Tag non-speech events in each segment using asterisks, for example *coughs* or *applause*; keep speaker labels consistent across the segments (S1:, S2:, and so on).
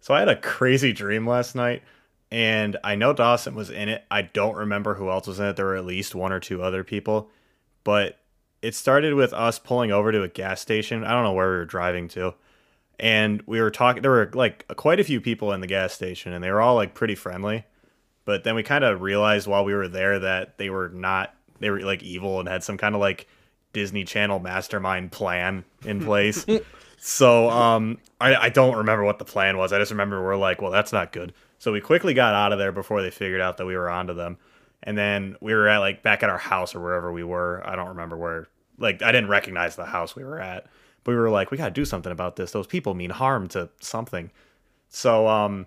S1: So I had a crazy dream last night, and I know Dawson was in it. I don't remember who else was in it. There were at least one or two other people, but it started with us pulling over to a gas station. I don't know where we were driving to. And we were talking, there were like quite a few people in the gas station, and they were all like pretty friendly. But then we kind of realized while we were there that they were not, they were like evil and had some kind of like Disney Channel mastermind plan in place. so um, I, I don't remember what the plan was. I just remember we're like, well, that's not good. So we quickly got out of there before they figured out that we were onto them. And then we were at like back at our house or wherever we were. I don't remember where. Like I didn't recognize the house we were at, but we were like, we gotta do something about this. Those people mean harm to something. So um,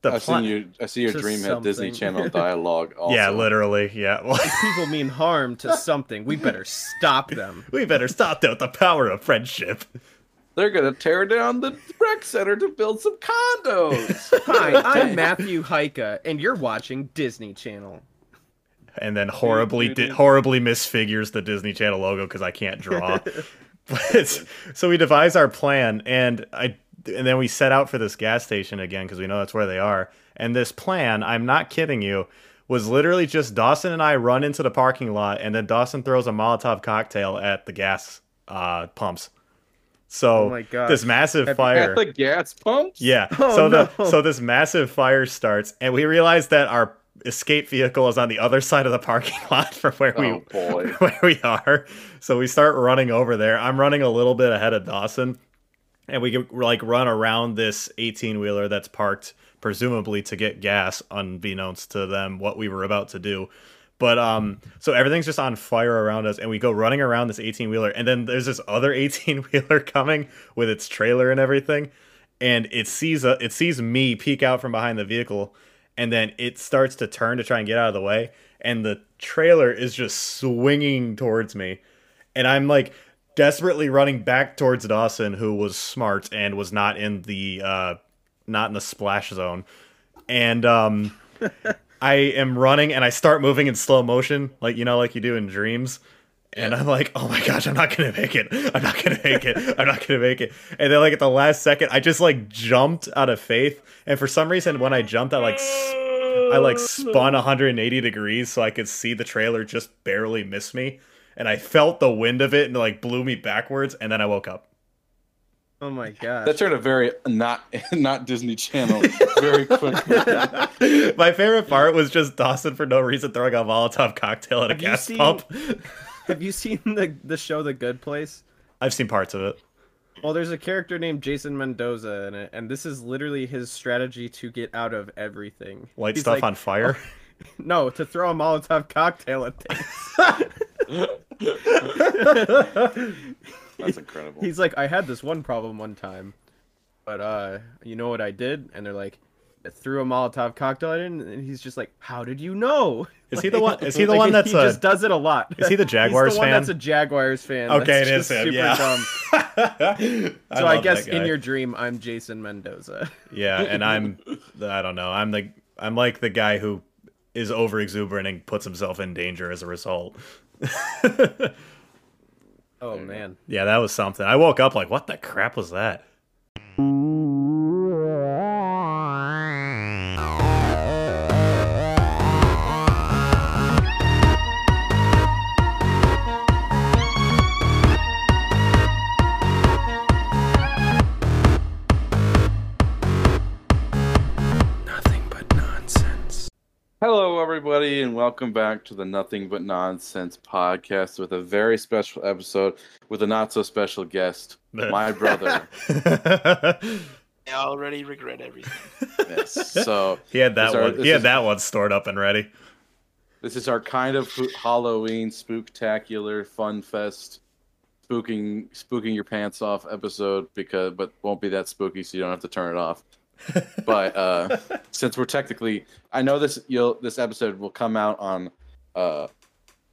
S1: the
S2: I've
S1: plan-
S2: seen you. I see your
S3: to
S2: dream had Disney
S1: *laughs*
S3: something.
S2: Channel dialogue. Also.
S1: yeah, literally, yeah. *laughs* Well,
S3: People mean harm
S1: *laughs*
S3: to something. We better stop them.
S1: we better stop that with the power of friendship.
S2: they're gonna tear down the rec center to build some condos.
S3: Hi, I'm Matthew Heika, and you're watching Disney Channel.
S1: and then horribly di-
S3: *laughs*
S2: doo.
S1: horribly misfigures the Disney Channel logo because I can't
S3: *laughs*
S1: draw. but so we devise our plan, and I and then we set out for this gas station again because we know that's where they are. And this plan, I'm not kidding you, was literally just Dawson and I run into the parking lot, and then Dawson throws a Molotov cocktail at the gas uh, pumps. So
S3: Oh my gosh.
S1: this massive *laughs*
S3: Have-
S1: fire
S2: At the gas pumps.
S1: yeah.
S3: *laughs* Oh,
S1: so the
S3: no.
S1: so this massive fire starts, and we realize that our escape vehicle is on the other side of the parking *laughs* lot from where
S2: Oh
S1: we
S2: boy.
S1: *laughs* where we are. So we start running over there. I'm running a little bit ahead of Dawson, and we can, like run around this 18 wheeler that's parked, presumably to get gas, unbeknownst to them what we were about to do. But um, so everything's just on fire around us, and we go running around this 18 wheeler, and then there's this other *laughs* 18 wheeler coming with its trailer and everything, and it sees a, it sees me peek out from behind the vehicle, and then it starts to turn to try and get out of the way, and the trailer is just swinging towards me, and I'm like desperately running back towards Dawson, who was smart and was not in the uh, not in the splash zone, and um. I am running and I start moving in slow motion, like you know, like you do in dreams. And I'm like, oh my gosh, I'm not gonna make it. I'm not gonna make it. I'm not gonna make it. And then like at the last second, I just like jumped out of faith. And for some reason, when I jumped, I like s- I
S3: *laughs*
S1: like spun 180 degrees so I could see the trailer just barely miss me. And I felt the wind of it and it, like blew me backwards. And then I woke up. *laughs*
S3: Oh my gosh.
S2: That turned a very not *laughs* not
S1: *laughs*
S2: Disney Channel very
S3: *laughs*
S2: quickly.
S1: my favorite part was just Dawson for no reason throwing a Molotov cocktail at a
S3: Have you
S1: gas
S3: seen-
S1: pump.
S3: *laughs*
S1: *laughs*
S3: Have you seen the, the show The Good Place?
S1: I've seen parts of it.
S3: Well, there's a character named Jason Mendoza in it, and this is literally his strategy to get out of everything.
S1: Light
S3: He's
S1: stuff
S3: like,
S1: on
S3: *laughs*
S1: fire. *laughs*
S3: No, to throw a Molotov cocktail at things.
S1: *laughs*
S3: *laughs*
S2: That's incredible.
S3: He's like, I had this one problem one time, but uh, you know what I did? And they're like, I threw a Molotov cocktail at it, and he's just like, How did you know?
S1: Is he the one?
S3: *laughs*
S1: Is he the
S3: Like,
S1: one that's
S3: he
S1: a?
S3: just does it a lot?
S1: is he the Jaguars
S3: *laughs* he's the one
S1: fan?
S3: That's a Jaguars fan.
S1: Okay,
S3: that's
S1: it is
S3: just
S1: him,
S3: Super
S1: yeah. *laughs*
S3: dumb.
S1: uh,
S3: *laughs* So I, guess in your dream, I'm Jason
S2: *laughs*
S3: Mendoza. *laughs*
S1: yeah, and I'm I don't know. I'm the I'm like the guy who is over exuberant and puts himself in danger as a result. *laughs*
S3: Oh man.
S1: Yeah, that was something. I woke up like, what the crap was that? *laughs*
S3: Nothing but nonsense.
S2: Hello, everybody, and welcome back to the Nothing But Nonsense podcast with a very special episode with a not so special guest,
S1: *laughs*
S2: my brother.
S4: I already regret everything.
S2: yes. So
S1: he had that
S2: Sorry,
S1: one.
S2: this
S1: He had
S2: is-
S1: that one stored up and
S2: *laughs*
S1: ready.
S2: this is our kind of fu- Halloween spooktacular fun fest, spooking spooking your pants off episode because but won't be that spooky, so you don't have to turn it off. but uh, since we're technically, I know this you'll this episode will come out on uh,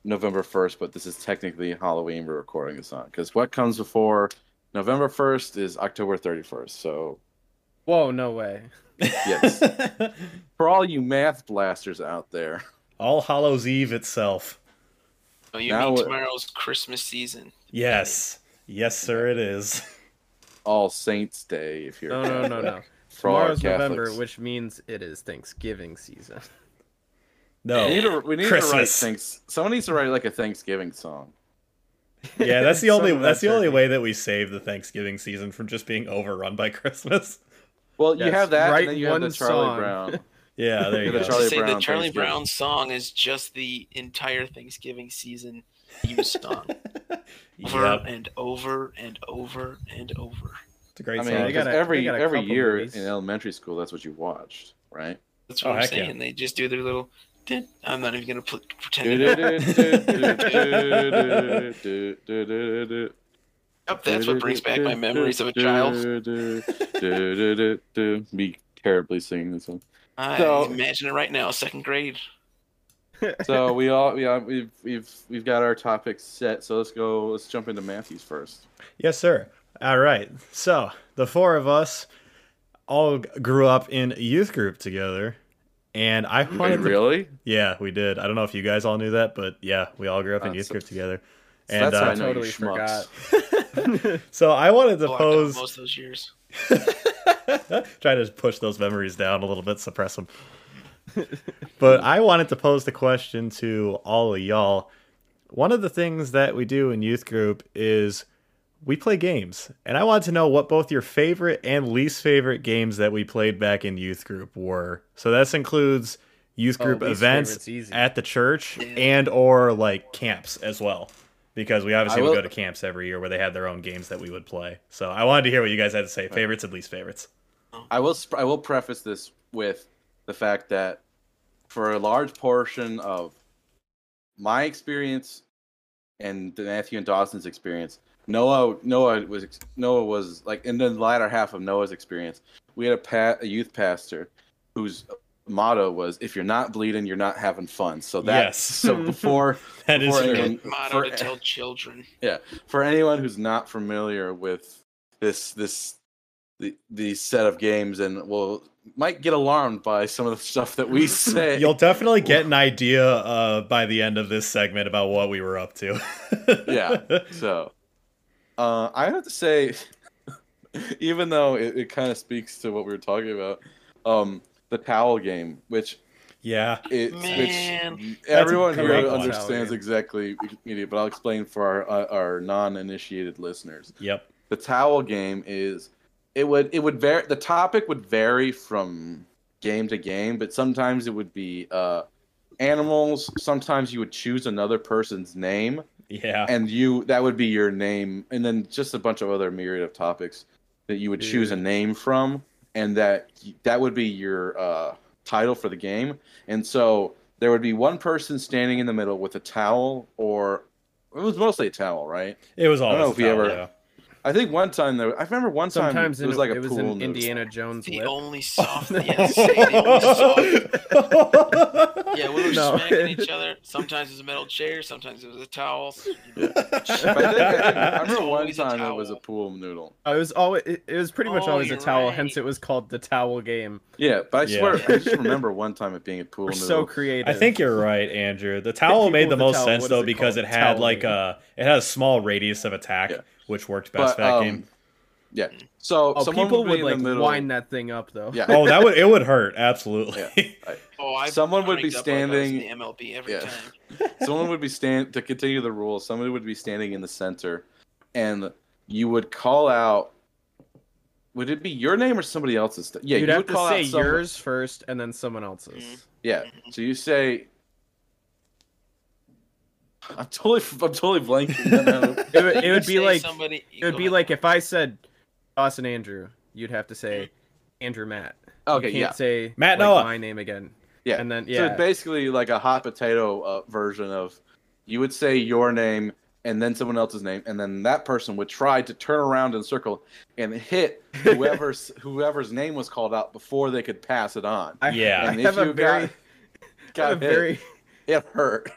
S2: November first, but this is technically Halloween we're recording this on because what comes before November first is October thirty first. So
S3: Whoa, no way.
S1: *laughs*
S2: yes, for all you math blasters out there.
S1: All Hallows Eve itself.
S4: So Oh, you
S2: Now
S4: mean
S2: what-
S4: tomorrow's Christmas season?
S1: Yes, yes, sir, it is. *laughs*
S2: All Saints Day if you're
S3: Oh, No, no, no, no.
S2: *laughs* For all our
S3: Tomorrow's November,
S2: Catholics.
S3: which means it is Thanksgiving season.
S1: No.
S2: We need to, we need to write
S1: Christmas.
S2: things. Someone needs to write like a Thanksgiving song.
S1: Yeah,
S3: *laughs*
S1: that's
S2: *laughs*
S1: the only
S3: Something
S1: that's the
S3: about
S1: only
S3: turkey.
S1: way that we save the Thanksgiving season from just being overrun by *laughs* Christmas.
S2: Well, you
S3: Yes,
S2: have that,
S3: write
S2: and then you have the
S3: one
S2: Charlie
S3: song.
S2: Brown.
S1: Yeah, there you go.
S2: The
S4: Just
S2: Charlie
S4: say
S2: Brown
S4: the Charlie
S2: Thanksgiving.
S4: Brown song is just the entire Thanksgiving season theme
S2: *laughs*
S4: song, over
S1: Yep,
S4: and over and over and over.
S1: it's a great
S2: I mean,
S1: song.
S3: they
S2: because
S3: got a- they
S2: every
S3: got a
S2: every
S3: couple
S2: year
S3: movies.
S2: in elementary school, that's what you watched, *laughs* right?
S4: That's
S1: Oh,
S4: what I'm
S1: heck yeah.
S4: saying. They just do their little. "Dun." I'm not even gonna pl- pretend. it-
S2: Yep,
S4: Yep, that's what brings back my memories of a child.
S2: Me terribly singing this one.
S4: I
S2: So-
S4: imagine it right now, second grade.
S2: *laughs* So we all we all, we've we've we've got our topics set. So let's go. Let's jump into Matthews first.
S1: Yes, sir. All right. So the four of us all g- grew up in a youth group together, and I wanted. to-
S2: really?
S1: yeah, we did. I don't know if you guys all knew that, but yeah, we all grew up in
S2: Uh,
S1: youth
S2: so-
S1: group together.
S2: So
S1: And
S2: that's how
S1: uh,
S2: I know
S3: totally
S2: you schmucks.
S1: so I wanted to
S4: Oh, I've done
S1: pose
S4: most of those years.
S1: *laughs* Try to push those memories down a little bit, suppress them. but I wanted to pose the question to all of y'all. One of the things that we do in youth group is we play games. And I wanted to know what both your favorite and least favorite games that we played back in youth group were. So this includes youth
S3: Oh,
S1: group
S3: least
S1: events
S3: favorite's easy.
S1: at the church and or like camps as well. Because we obviously
S2: I
S1: would
S2: will-
S1: go to camps every year where they had their own games that we would play. So I wanted to hear what you guys had to say, favorites and least favorites.
S2: I will sp- I will preface this with the fact that for a large portion of my experience and Matthew and Dawson's experience, Noah Noah was ex- Noah was like in the latter half of Noah's experience, we had a pa- a youth pastor whose motto was if you're not bleeding you're not having fun so that
S1: Yes. *laughs*
S2: so before
S1: That is
S2: Or
S1: true.
S2: anyone-
S4: Good motto
S2: for-
S4: to tell children.
S2: for anyone who's not familiar with this this the, the set of games and will might get alarmed by some of the stuff that we say
S1: You'll definitely get an idea uh, by the end of this segment about what we were up to.
S2: *laughs* Yeah. so uh, i have to say *laughs* even though it, it kind of speaks to what we were talking about um, the towel game which
S1: *laughs* Yeah.
S2: it
S4: Man.
S2: which everyone here
S1: great one.
S2: understands exactly media but i'll explain for our uh, our non-initiated listeners
S1: Yep.
S2: the towel game is it would it would vary the topic would vary from game to game but sometimes it would be uh animals sometimes you would choose another person's name
S1: Yeah.
S2: and you that would be your name and then just a bunch of other myriad of topics that you would choose a
S3: Dude.
S2: name from and that that would be your uh, title for the game and so there would be one person standing in the middle with a towel or it was mostly a towel right
S1: It was
S2: don't
S1: always.
S2: know if we
S1: towel,
S2: ever-
S1: yeah.
S2: I think one time though, I remember one time
S3: Sometimes
S2: it was
S3: in,
S2: like a
S3: it was
S2: pool
S3: an
S2: noodle.
S3: Indiana Jones
S4: The
S3: whip.
S2: *laughs*
S4: only soft. Yeah, say the only
S1: *laughs*
S4: soft. Yeah, we were
S3: No.
S4: smacking each other. Sometimes it was a metal chair, sometimes it was a towel.
S2: But *laughs* I, think, I, think, I
S4: *laughs* It's
S2: remember one
S4: always a
S2: time it was a
S4: towel.
S2: pool noodle.
S3: I was always Uh, it, it was pretty much
S4: Oh,
S3: always a
S4: you're
S3: towel,
S4: right.
S3: hence it was called the towel game.
S2: Yeah, but I
S1: Yeah.
S2: swear I
S3: *laughs*
S2: just remember one time it being a pool
S3: We're
S2: noodle.
S3: so creative.
S1: *laughs* I think you're right, Andrew. The towel
S3: people
S1: made the
S3: with the
S1: most
S3: towel,
S1: sense
S3: what
S1: though
S3: is it
S1: because
S3: called?
S1: it had
S3: Towel
S1: like
S3: ring.
S1: a it had a small radius of attack,
S2: Yeah.
S1: which worked best
S2: but,
S1: that
S2: um,
S1: game.
S2: Yeah. So
S3: oh,
S2: someone
S3: people
S2: would,
S3: would
S2: be
S3: like
S2: in the middle.
S3: wind that thing up though.
S2: Yeah.
S1: Oh, that would it would hurt absolutely.
S4: Oh, I
S2: Someone would be
S4: ranked up on those in
S2: standing-
S4: the MLB every
S2: Yeah.
S4: time.
S2: *laughs* someone would be stand to continue the rule. Somebody would be standing in the center, and you would call out. Would it be your name or somebody else's? Yeah,
S3: You'd
S2: you
S3: have
S2: would
S3: to
S2: call
S3: say
S2: out someone-
S3: yours first and then someone else's.
S4: Mm-hmm.
S2: Yeah. So you say. I'm totally, I'm totally
S3: *laughs*
S2: blanking.
S3: It would, it
S4: You
S3: would be
S4: say
S3: like
S4: somebody,
S3: it would
S4: go
S3: be
S4: ahead.
S3: like if I said Dawson Andrew, you'd have to say Andrew Matt.
S2: okay,
S3: you
S2: yeah.
S3: can't say
S1: Matt
S3: like,
S1: Noah.
S3: my name again.
S2: Yeah.
S3: And then
S2: So
S3: yeah.
S2: it's basically like a hot potato uh, version of you would say your name and then someone else's name, and then that person would try to turn around in a circle and
S3: *laughs*
S2: hit whoever's whoever's name was called out before they could pass it on.
S3: I,
S1: Yeah.
S3: I
S2: And if
S3: have a
S2: you
S3: very,
S2: got-
S3: I
S2: *laughs* Got
S3: have a
S2: hit,
S3: very
S2: it
S3: *laughs*
S2: hurt.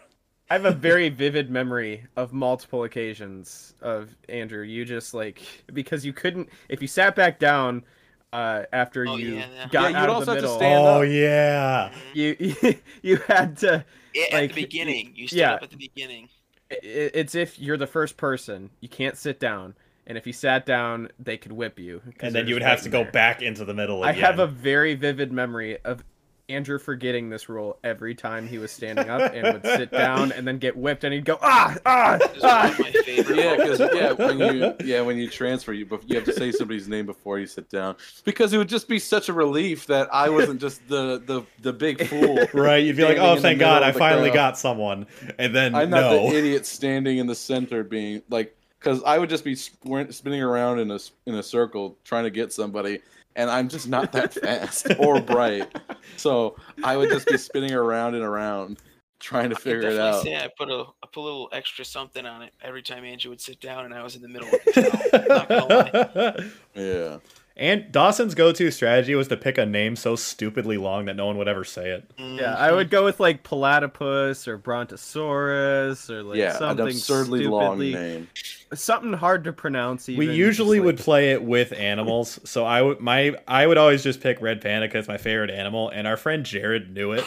S1: *laughs*
S3: I have a very vivid memory of multiple occasions of Andrew. You just like because you couldn't if you sat back down uh, after
S4: Oh,
S3: you
S4: yeah, yeah.
S3: got
S2: Yeah, you'd
S3: out of
S2: also
S3: the
S2: have to
S3: middle.
S2: stand
S1: oh
S2: up.
S1: yeah.
S3: You *laughs* you had to.
S4: "Mm, Yeah, at
S3: like,
S4: the beginning. You stood
S3: yeah.
S4: up at the beginning.
S3: i- It's if you're the first person, you can't sit down, and if you sat down, they could whip you. 'cause
S1: and
S3: they're
S1: then you would
S3: just
S1: have to
S3: waiting
S1: go
S3: there.
S1: back into the middle.
S3: I
S1: Again.
S3: have a very vivid memory of Andrew forgetting this rule every time he was standing up and would sit down and then get whipped and he'd go ah ah
S4: This is one
S3: ah. *laughs*
S4: of my favorite
S2: Yeah, because yeah, when you yeah when you transfer, you bef- you have to say somebody's name before you sit down because it would just be such a relief that I wasn't just the the the big fool.
S1: right. You'd be like,
S2: standing in
S1: oh,
S2: the
S1: thank
S2: middle
S1: God,
S2: of
S1: I
S2: the
S1: finally
S2: crowd.
S1: got someone. And then
S2: I'm not
S1: no,
S2: the idiot standing in the center, being like, because I would just be squir- spinning around in a s- in a circle trying to get somebody, and I'm just
S1: *laughs*
S2: not that fast or bright, so I would just be spinning around and around trying to figure it
S4: definitely
S2: out.
S4: Say I put a I put a little extra something on it every time Andrew would sit down and I was in the middle. Of
S1: *laughs*
S4: the not gonna lie.
S2: Yeah,
S1: and Dawson's go-to strategy was to pick a name so stupidly long that no one would ever say it.
S3: *laughs* Yeah,
S4: Mm-hmm,
S3: I would go with like platypus or brontosaurus or like
S2: yeah, an
S3: something
S2: absurdly long
S3: stupidly,
S2: name.
S3: something hard to pronounce. Even,
S1: we usually
S3: just, like-
S1: would play it with animals, so I would my I would always just pick Red Panda because it's my favorite animal, and our friend Jared knew *laughs* it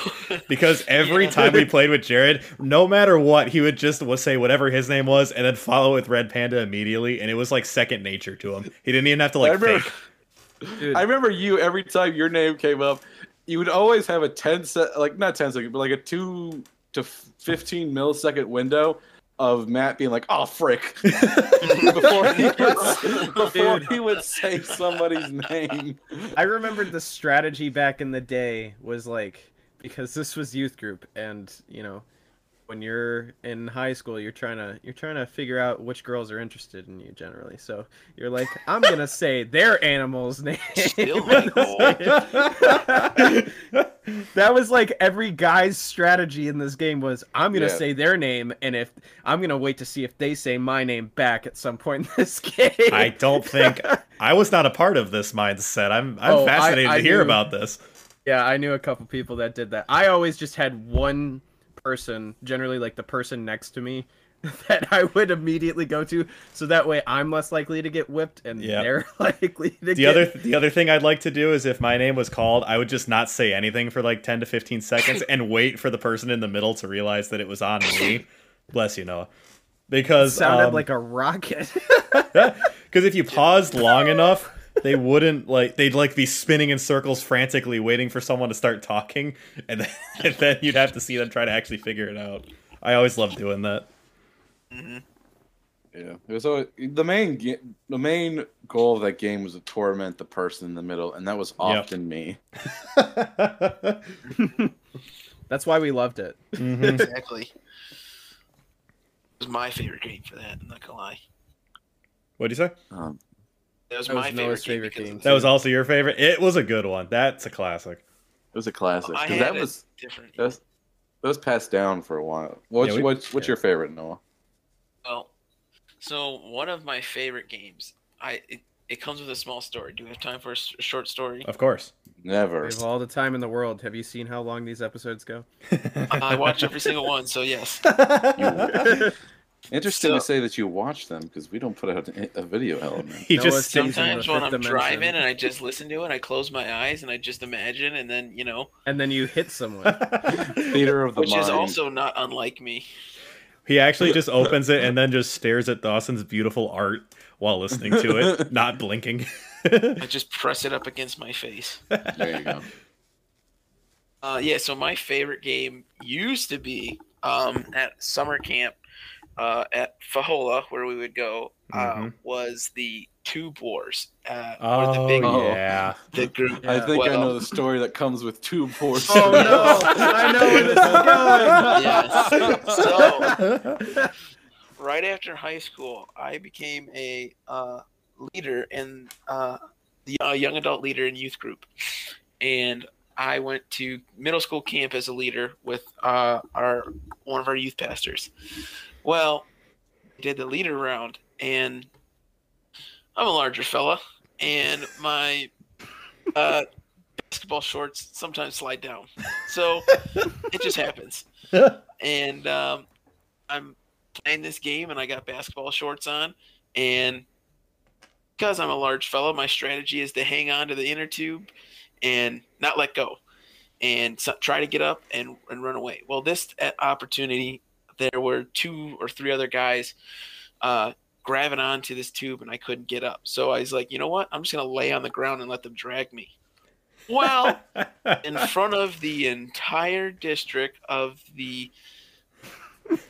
S1: because every
S4: Yeah.
S1: time we played with Jared, no matter what, he would just wa- say whatever his name was, and then follow with Red Panda immediately, and it was like second nature to him. He didn't even have to
S2: I
S1: like
S2: remember-
S1: think.
S3: Dude,
S2: I remember you every time your name came up, you would always have a 10 sec, like not 10 second, but like a 2 to 15 millisecond window of Matt being like, oh, frick. *laughs* before he
S4: *laughs*
S2: would, before
S3: Dude.
S2: he would say somebody's name.
S3: I remembered the strategy back in the day was like because this was youth group and you know when you're in high school you're trying to you're trying to figure out which girls are interested in you generally so you're like i'm gonna say their animal's *laughs* name
S4: Still my goal.
S3: *laughs* that was like every guy's strategy in this game was i'm gonna
S2: Yeah.
S3: say their name and if i'm gonna wait to see if they say my name back at some point in this *laughs* game
S1: I don't think I was not a part of this mindset. I'm I'm
S3: Oh, I-
S1: fascinated
S3: I
S1: to hear
S3: knew.
S1: about this.
S3: Yeah, I knew a couple people that did that. I always just had one person, generally like the person next to me, *laughs* that I would immediately go to, so that way I'm less likely to get whipped and
S1: Yeah.
S3: they're *laughs* likely to
S1: The
S3: get.
S1: other the other thing I'd like to do is if my name was called, I would just not say anything for like 10 to 15
S3: *laughs*
S1: seconds and wait for the person in the middle to realize that it was on me. Bless you, Noah. Because
S3: sounded
S1: um,
S3: like a rocket. *laughs*
S1: because if you paused long enough, they wouldn't like they'd like be spinning in circles frantically waiting for someone to start talking, and then, *laughs* and then you'd have to see them try to actually figure it out. I always love doing that. *laughs*
S4: mm-hmm,
S2: Yeah. It was always, the main ga- the main goal of that game was to torment the person in the middle, and that was often me.
S3: That's why we loved it.
S1: Mhm.
S4: exactly. It was my favorite game for that. I'm not gonna lie.
S1: What'd you say?
S2: Um,
S4: That was
S3: That
S4: my
S3: was Noah's favorite
S4: favorite, game.
S3: game.
S4: because
S1: That was also your favorite. It was a good one. That's a classic.
S2: it was a classic.
S4: I
S2: 'cause
S4: had
S2: that
S4: it.
S2: was
S4: it's different.
S2: that was that was passed down for a while. What's
S1: we-
S2: what's, what's
S3: yeah.
S2: your favorite, Noah?
S4: Well, so one of my favorite games. I it, it comes with a small story. Do we have time for a s- a short story?
S1: Of course.
S2: Never.
S3: We have all the time in the world. Have you seen how long these episodes go?
S4: I watch every single one,
S3: *laughs*
S4: so yes.
S2: Interesting to
S4: So-
S2: say that you watch them because we don't put out a a video
S1: *laughs*
S2: element.
S1: *laughs* he
S3: Noah
S1: just
S3: stays in the
S4: Sometimes when
S3: fifth
S4: I'm
S3: dimension.
S4: driving and I just listen to it, I close my eyes and I just imagine, and then you know,
S3: and then you hit someone.
S1: *laughs*
S2: Theater of the
S4: which
S2: mind.
S4: is also not unlike me.
S1: He actually just opens it and then just stares at Dawson's beautiful art while listening to
S4: *laughs*
S1: it, not blinking.
S4: I just press it up against my face.
S2: There you *laughs* go.
S4: Uh, yeah, so my favorite game used to be um, at summer camp uh, at Fahola, where we would go, uh,
S3: Mm-hmm.
S1: Mhm.
S4: was the Tube Wars. Uh, or the
S1: Oh
S4: big,
S2: Oh.
S1: yeah.
S4: the group.
S2: I think I
S4: Well-
S2: know the story that comes with *laughs* two boards.
S3: oh no! I know where this
S2: *laughs*
S3: is going.
S4: Yes. So, *laughs* right after high school, I became a uh, leader in uh, the uh, young adult leader in youth group, and I went to middle school camp as a leader with uh, our one of our youth pastors. Well, I did the leader round, and I'm a larger fella, and my uh, basketball shorts sometimes slide down, so it just happens. And um, I'm playing this game and I got basketball shorts on. And because I'm a large fellow, my strategy is to hang on to the inner tube and not let go and so, try to get up and, and run away. Well, this uh, opportunity, there were two or three other guys uh, grabbing onto this tube and I couldn't get up. So I was like, you know what? I'm just gonna lay on the ground and let them drag me. Well, in front of the entire district of the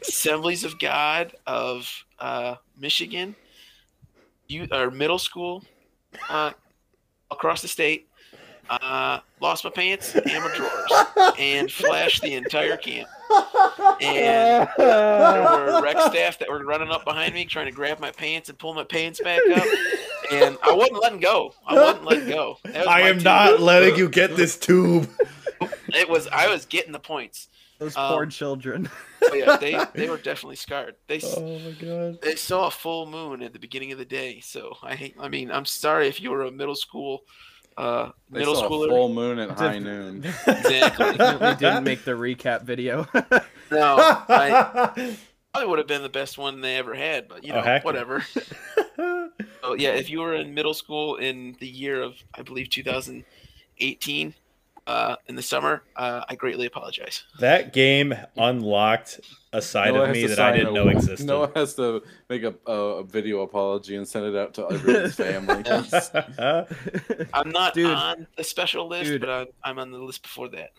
S4: Assemblies of God of uh, Michigan, you or middle school uh, across the state, uh, lost my pants and my drawers, and flashed the entire camp. And there were rec staff that were running up behind me, trying to grab my pants and pull my pants back up. And I wasn't letting go. I wasn't letting go. That was
S1: I
S4: my
S1: am
S4: team.
S1: not letting you get this tube.
S4: It was. I was getting the points.
S3: *laughs* Those
S4: Um,
S3: poor children. *laughs*
S4: But Oh, yeah, they they were definitely scarred. They s-
S1: Oh my god.
S4: they saw a full moon at the beginning of the day. So I hate. I mean, I'm sorry if you were a middle school, uh,
S2: They
S4: middle
S2: saw a
S4: schooler.
S2: full moon at high
S3: Def-
S2: noon.
S4: *laughs* Exactly.
S3: Definitely didn't make the recap video. *laughs*
S4: No, I probably would have been the best one they ever had. But you
S1: Oh,
S4: know,
S1: heck yeah.
S4: whatever. So yeah, if you were in middle school in the year of I believe 2018, uh, in the summer, uh, I greatly apologize.
S1: *laughs* that game unlocked a side
S2: Noah
S1: of
S2: has
S1: me
S2: to
S1: that I
S2: sign
S1: didn't
S2: a-
S1: know existed. *laughs*
S2: Noah has to make a, a, a video apology and send it out to
S4: *laughs*
S2: everyone's *laughs* family.
S4: I'm not
S3: Dude.
S4: on the special list,
S3: Dude.
S4: but I'm, I'm on the list before that.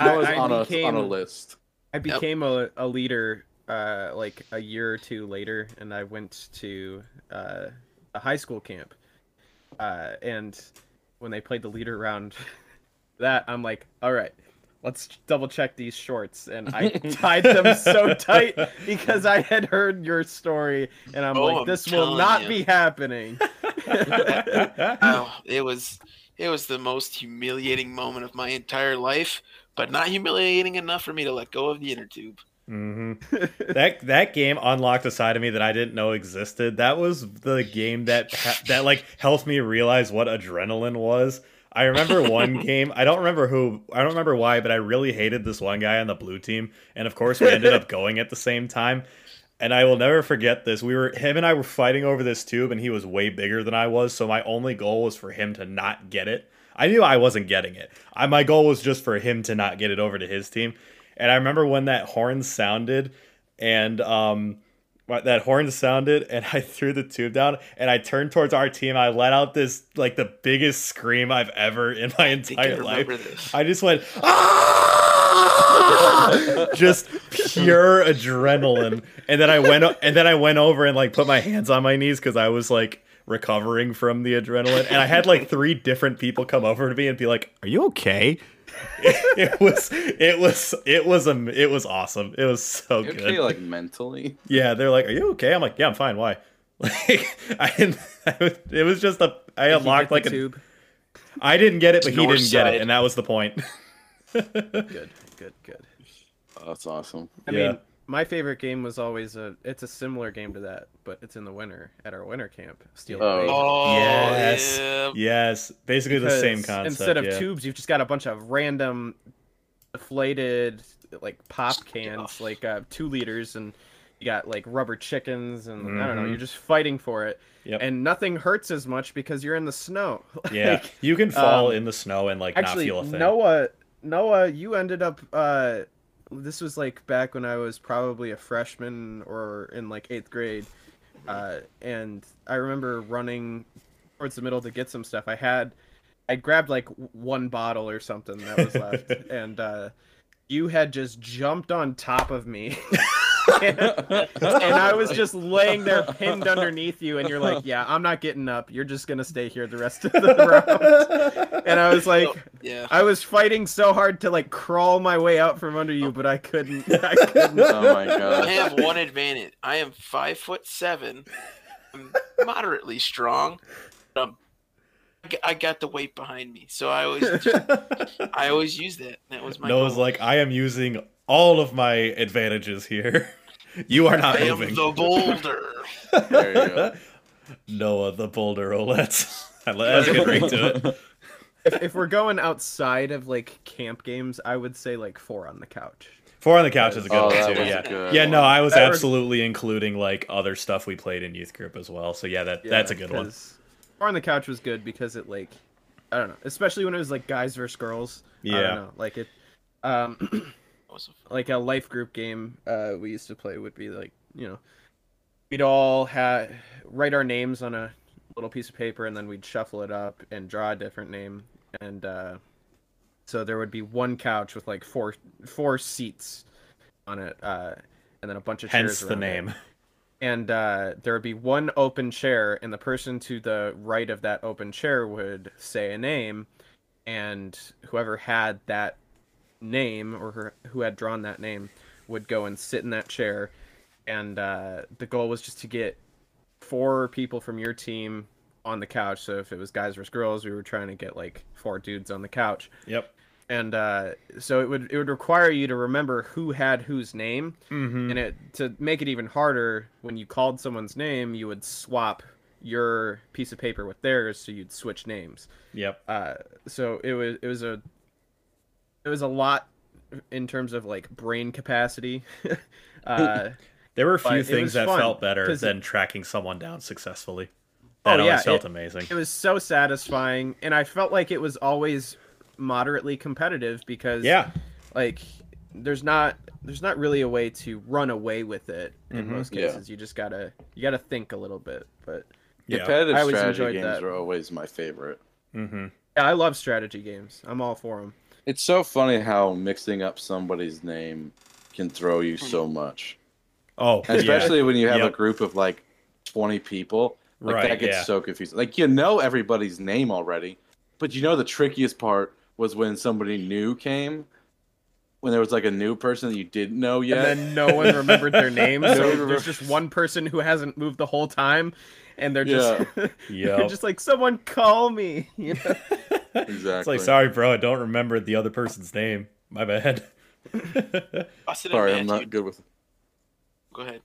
S2: Noah's
S3: I
S2: on a
S3: became-
S2: on a list.
S3: I became a, a leader uh, like a year or two later, and I went to uh, a high school camp. Uh, and when they played the leader round, *laughs* that I'm like, all right, let's double check these shorts. And
S1: *laughs*
S3: I tied them so tight because I had heard your story, and I'm
S4: Oh,
S3: like,
S4: I'm
S3: this will
S4: telling
S3: not
S4: you.
S3: be happening.
S4: Oh, it was it was the most humiliating moment of my entire life, but not humiliating enough for me to let go of the inner tube.
S1: hmm That that game unlocked a side of me that I didn't know existed. That was the game that ha- that like helped me realize what adrenaline was. I remember one game. I don't remember who. I don't remember why, but I really hated this one guy on the blue team. And of course, we ended up going at the same time. And I will never forget this. We were him and I were fighting over this tube, and he was way bigger than I was. So my only goal was for him to not get it. I knew I wasn't getting it. I, my goal was just for him to not get it over to his team. And I remember when that horn sounded, and um, wh- that horn sounded, and *laughs* I threw the tube down, and I turned towards our team. I let out this like the biggest scream I've ever in my
S4: I think I
S1: entire life.
S4: remember this.
S1: I just went, "Ah!" *laughs* just pure adrenaline. And then I went, o- and then I went over and like put my hands on my knees because I was like recovering from the adrenaline. And I had like three different people come over to me and be like, "Are you okay?" *laughs* it was, it was, it was um, it was awesome. It was so
S2: You
S1: Oh, good.
S2: Okay, like mentally.
S1: yeah, they're like, "Are you okay?" I'm like, "Yeah, I'm fine. Why?" *laughs* Like, I, didn't- *laughs* I was, it was just a, I
S3: Did you
S1: unlocked
S3: get
S1: like
S3: the
S1: a, *laughs*
S3: tube.
S1: I didn't get it, but he
S4: North
S1: didn't get
S4: side.
S1: it, and that was the point. *laughs*
S3: Good, good, good.
S2: Oh, that's awesome.
S3: I
S1: Yeah.
S3: mean, my favorite game was always a. It's a similar game to that, but it's in the winter at our winter camp. Steel
S2: Oh.
S3: Blade.
S4: Oh,
S1: Yes.
S4: yeah.
S1: Yes, basically the same
S3: Because
S1: concept.
S3: Instead of
S1: yeah.
S3: tubes, you've just got a bunch of random deflated like pop cans,
S4: Stuff.
S3: like uh, two liters, and you got like rubber chickens, and I don't know.
S1: Mhm.
S3: You're just fighting for it,
S1: Yep.
S3: and nothing hurts as much because you're in the snow.
S1: *laughs* yeah,
S3: Like,
S1: you can fall
S3: um,
S1: in the snow and like
S3: actually,
S1: not feel a thing. *laughs*
S3: Noah, Noah, you ended up. Uh, this was like back when I was probably a freshman or in like eighth grade, uh, and I remember running towards the middle to get some stuff. I had, I grabbed like w- one bottle or something that
S1: *laughs*
S3: was left, and uh, you had just jumped on top of me. *laughs* and I was just laying there pinned underneath you, and you're like, "Yeah, I'm not getting up. You're just gonna stay here the rest of the *laughs*
S1: *laughs*
S3: round." and I was like,
S4: Yeah.
S3: I was fighting so hard to like crawl my way out from under you, but I couldn't. *laughs* I couldn't.
S2: Oh *laughs* my
S4: I
S2: god.
S4: have one advantage. I am five foot seven. I'm moderately strong. but I'm- I g- I got the weight behind me, so I always, I always use that. That was my.
S1: Noah's
S4: goal.
S1: like, I am using all of my advantages here. *laughs* you are not
S4: I am
S1: moving.
S4: the boulder.
S2: There you go.
S1: *laughs* Noah the Boulder oh, *laughs* Olets. That's a good ring to it.
S3: If, if we're going outside of like camp games, I would say like four on the couch.
S1: Four on the couch is a good
S2: Oh,
S1: one
S2: that
S1: too.
S2: was
S1: Yeah.
S2: a good
S1: Yeah, no,
S2: one.
S1: I was
S3: That were-
S1: absolutely including like other stuff we played in youth group as well. So yeah, that that's a good one.
S3: 'cause Four on the couch was good because it like, I don't know, especially when it was like guys versus girls. I
S1: Yeah.
S3: don't know, like it, um, *clears throat*
S4: That was a-
S3: like a life group game uh we used to play would be like you know we'd all ha- write our names on a little piece of paper and then we'd shuffle it up and draw a different name and uh, so there would be one couch with like four four seats on it uh, and then a bunch of
S1: Hence
S3: chairs
S1: the
S3: around it.
S1: name. *laughs*
S3: and uh, there would be one open chair and the person to the right of that open chair would say a name and whoever had that name or her, who had drawn that name would go and sit in that chair and uh, the goal was just to get four people from your team on the couch so if it was guys versus girls we were trying to get like four dudes on the couch
S1: Yep.
S3: and uh, so it would it would require you to remember who had whose name
S1: Mm-hmm.
S3: and it to make it even harder, when you called someone's name, you would swap your piece of paper with theirs, so you'd switch names.
S1: Yep.
S3: Uh, so it was it was a it was a lot in terms of like brain capacity. *laughs* uh,
S1: There were a
S3: But it
S1: few
S3: was
S1: things that
S3: fun,
S1: felt better
S3: 'cause-
S1: than tracking someone down successfully. That
S3: Oh, yeah,
S1: always felt
S3: it-
S1: amazing.
S3: it was so satisfying, and I felt like it was always moderately competitive because
S1: yeah.
S3: like there's not there's not really a way to run away with it in
S1: Mhm.
S3: most
S2: Yeah.
S3: cases. You just gotta you gotta think a little bit, but.
S1: Yeah.
S2: Competitive
S3: I always
S2: strategy
S3: enjoyed
S2: games
S3: that.
S2: are always my favorite.
S1: Mm-hmm.
S3: Yeah, I love strategy games. I'm all for them.
S2: It's so funny how mixing up somebody's name can throw you so much,
S1: Oh, *laughs* yeah. *laughs*
S2: especially when you have
S1: Yep.
S2: a group of like twenty people. Like
S1: Right,
S2: that gets
S1: yeah.
S2: so confusing. Like you know everybody's name already, but you know the trickiest part was when somebody new came, when there was like a new person that you didn't know yet.
S3: And then no one
S2: *laughs*
S3: remembered their name,
S2: No
S3: so
S2: one remember-
S3: there's just one person who hasn't moved the whole time, and they're just
S1: Yep.
S3: *laughs*
S1: *laughs*
S3: they're just like, "Someone call me." *laughs* You know?
S2: exactly.
S1: *laughs* It's like, sorry, bro, I don't remember the other person's name. My bad. *laughs*
S4: Busted
S2: Sorry,
S4: and
S2: I'm
S4: Matthew.
S2: not good with.
S4: Go ahead.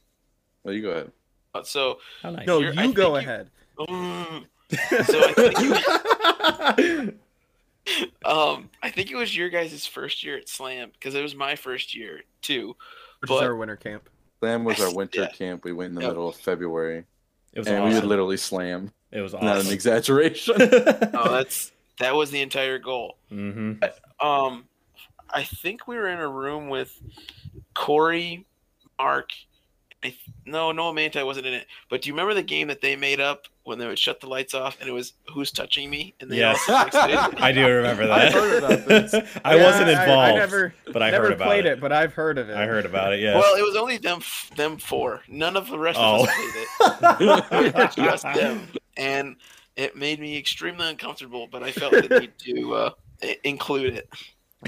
S2: Well, you go ahead.
S4: Uh, So,
S1: How nice. *laughs*
S3: No,
S4: You're- I
S3: you go
S4: think you-
S3: ahead.
S4: Mm. so I *laughs* think, um, I think it was your guys' first year at Slam because it was my first year too.
S3: Which is
S4: but-
S3: our winter camp.
S2: Slam was our winter
S4: Yeah.
S2: camp. We went in the
S4: Yeah.
S2: middle of February,
S1: It was
S2: and we would
S1: awesome.
S2: literally slam.
S1: It was
S2: Not an
S1: awesome. *laughs*
S2: exaggeration.
S3: *laughs*
S4: Oh, that's that was the entire goal.
S1: mm-hmm.
S4: Um, I think we were in a room with Corey, Mark. I th- no, Noah Manti wasn't in it. But do you remember the game that they made up when they would shut the lights off and it was "Who's touching me?" and they
S1: Yes.
S4: all sat *laughs* next to each
S1: I do remember that.
S2: I heard about this.
S1: *laughs* I
S3: Yeah,
S1: wasn't
S3: I-
S1: involved,
S3: I, never,
S1: but I
S3: never
S1: heard about
S3: played
S1: it.
S3: it. but I've heard of it.
S1: I heard about it. Yeah.
S4: other. Well, it was only them f- them four. None of the rest of us played
S1: *laughs*
S3: *laughs*
S4: it. *laughs* just them. And it made me extremely uncomfortable, but I felt the need to uh, i- include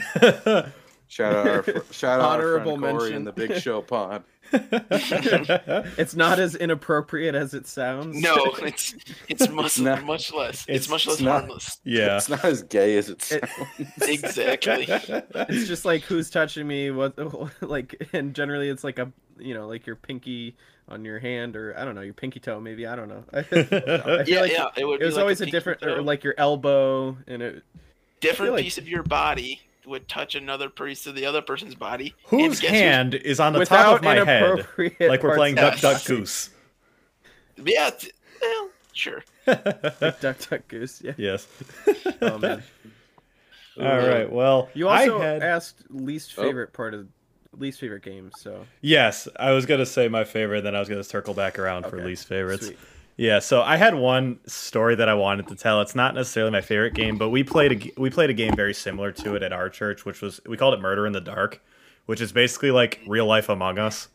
S4: it.
S2: Shout out, our, fr- shout out,
S3: Honorable
S2: our friend Corey
S3: mention.
S2: in the Big Show Pod.
S3: It's not as inappropriate as it sounds. *laughs*
S4: No, it's it's much
S2: No.
S4: much less.
S1: It's-
S4: It's, much less
S2: it's not-
S4: harmless.
S1: *laughs* yeah.
S2: It's not as gay as it's.
S3: It- *laughs*
S1: *laughs*
S4: Exactly.
S3: it's just like who's touching me what *laughs* like and generally it's like a you know like your pinky on your hand or i don't know your pinky toe maybe i don't know *laughs* I
S1: *laughs*
S3: feel
S4: Yeah,
S3: like
S4: yeah. It, would
S3: it
S4: be
S3: was
S4: like
S3: always a
S4: pinky
S3: different
S4: toe.
S3: or like your elbow and it
S4: different
S3: like-
S4: piece of your body would touch another piece of the other person's body. and
S1: Whose
S4: guess
S1: hand is on the top
S3: without
S1: of my head?
S3: inappropriate
S1: Like we're
S3: parts
S1: playing
S3: of
S1: Duck
S4: parts.
S1: Duck Goose.
S4: who's- Yeah. T- well, sure.
S3: Duck Duck Duck Goose yeah
S1: *laughs* Yes.
S3: oh, man.
S1: *laughs* All right. Well,
S3: you also
S1: I had
S3: asked least
S2: Oh.
S3: favorite part of least favorite game so
S1: yes. I was gonna say my favorite, then I was gonna circle back around for
S3: Okay.
S1: least favorites.
S3: sweet.
S1: Yeah, so I had one story that I wanted to tell. It's not necessarily my favorite game, but we played a g- we played a game very similar to it at our church, which was we called it Murder in the Dark, which is basically like real life Among Us.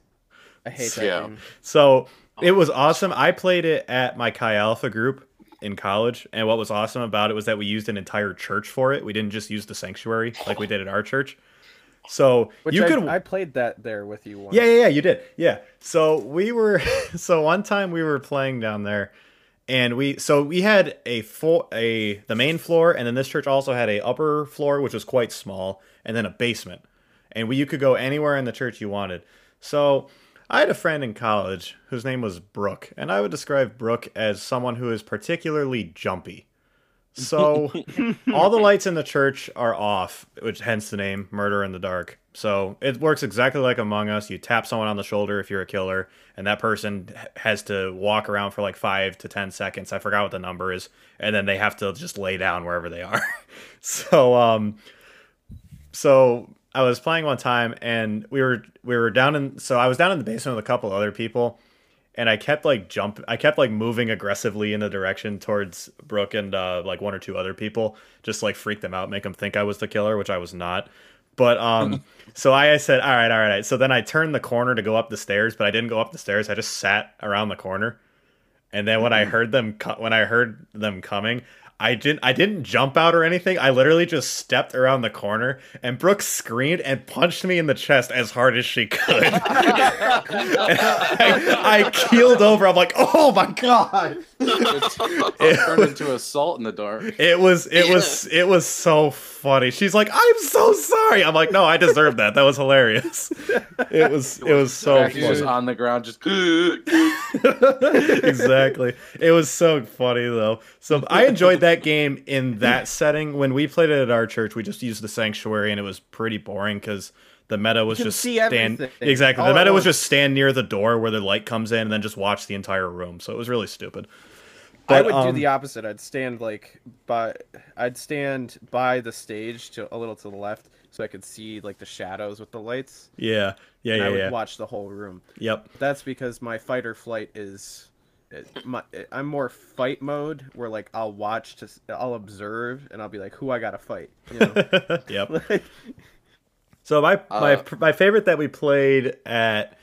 S3: i hate that
S2: Yeah.
S3: game
S1: So it was awesome. I played it at my Chi Alpha group in college, and what was awesome about it was that we used an entire church for it. We didn't just use the sanctuary like we did at our church. So
S3: Which
S1: you
S3: I,
S1: could
S3: i played that there with you once
S1: yeah,
S3: *laughs*
S1: yeah, yeah, you did. Yeah. So we were *laughs* so one time we were playing down there and we so we had a full a the main floor and then this church also had a upper floor which was quite small and then a basement. And we you could go anywhere in the church you wanted. So I had a friend in college whose name was Brooke, and I would describe Brooke as someone who is particularly jumpy. So *laughs* all the lights in the church are off, which hence the name Murder in the Dark. So it works exactly like Among Us. You tap someone on the shoulder if you're a killer, and that person h- has to walk around for like five to 10 seconds. I forgot what the number is. And then they have to just lay down wherever they are. *laughs* so, um, so I was playing one time and we were, we were down in, so I was down in the basement with a couple other people and I kept like jump I kept like moving aggressively in the direction towards Brooke and uh like one or two other people just like freak them out make them think I was the killer which I was not but um so I, I said all right all right so then I turned the corner to go up the stairs but I didn't go up the stairs I just sat around the corner and then when I heard them co- when I heard them coming I didn't I didn't jump out or anything. I literally just stepped around the corner and Brooke screamed and punched me in the chest as hard as she could. *laughs* And I, I keeled over. I'm like, "Oh my god."
S2: It turned into assault in the dark.
S1: It was it was it was so funny. She's like, "I'm so sorry." I'm like, "No, I deserve that. That was hilarious." It was it was so
S2: He's just
S1: funny.
S2: on the ground, just. *laughs*
S1: exactly. It was so funny though. So I enjoyed that game in that setting. When we played it at our church, we just used the sanctuary, and it was pretty boring because the meta was
S3: You can
S1: just
S3: see
S1: stand
S3: everything
S1: exactly.
S3: all
S1: The
S3: at
S1: meta was
S3: once.
S1: just stand near the door where the light comes in, and then just watch the entire room. So it was really stupid.
S3: I
S1: But,
S3: would do
S1: um,
S3: the opposite. I'd stand like by I'd stand by the stage to a little to the left so I could see like the shadows with the lights.
S1: Yeah, yeah,
S3: and I
S1: yeah,
S3: would
S1: yeah.
S3: watch the whole room.
S1: Yep. *laughs*
S3: That's because my fight or flight is it- my, I'm more fight mode where like I'll watch to s- I'll observe and I'll be like who I got to fight, you know.
S1: *laughs* yep.
S3: Like,
S1: So my my
S2: Uh,
S1: my favorite that we played at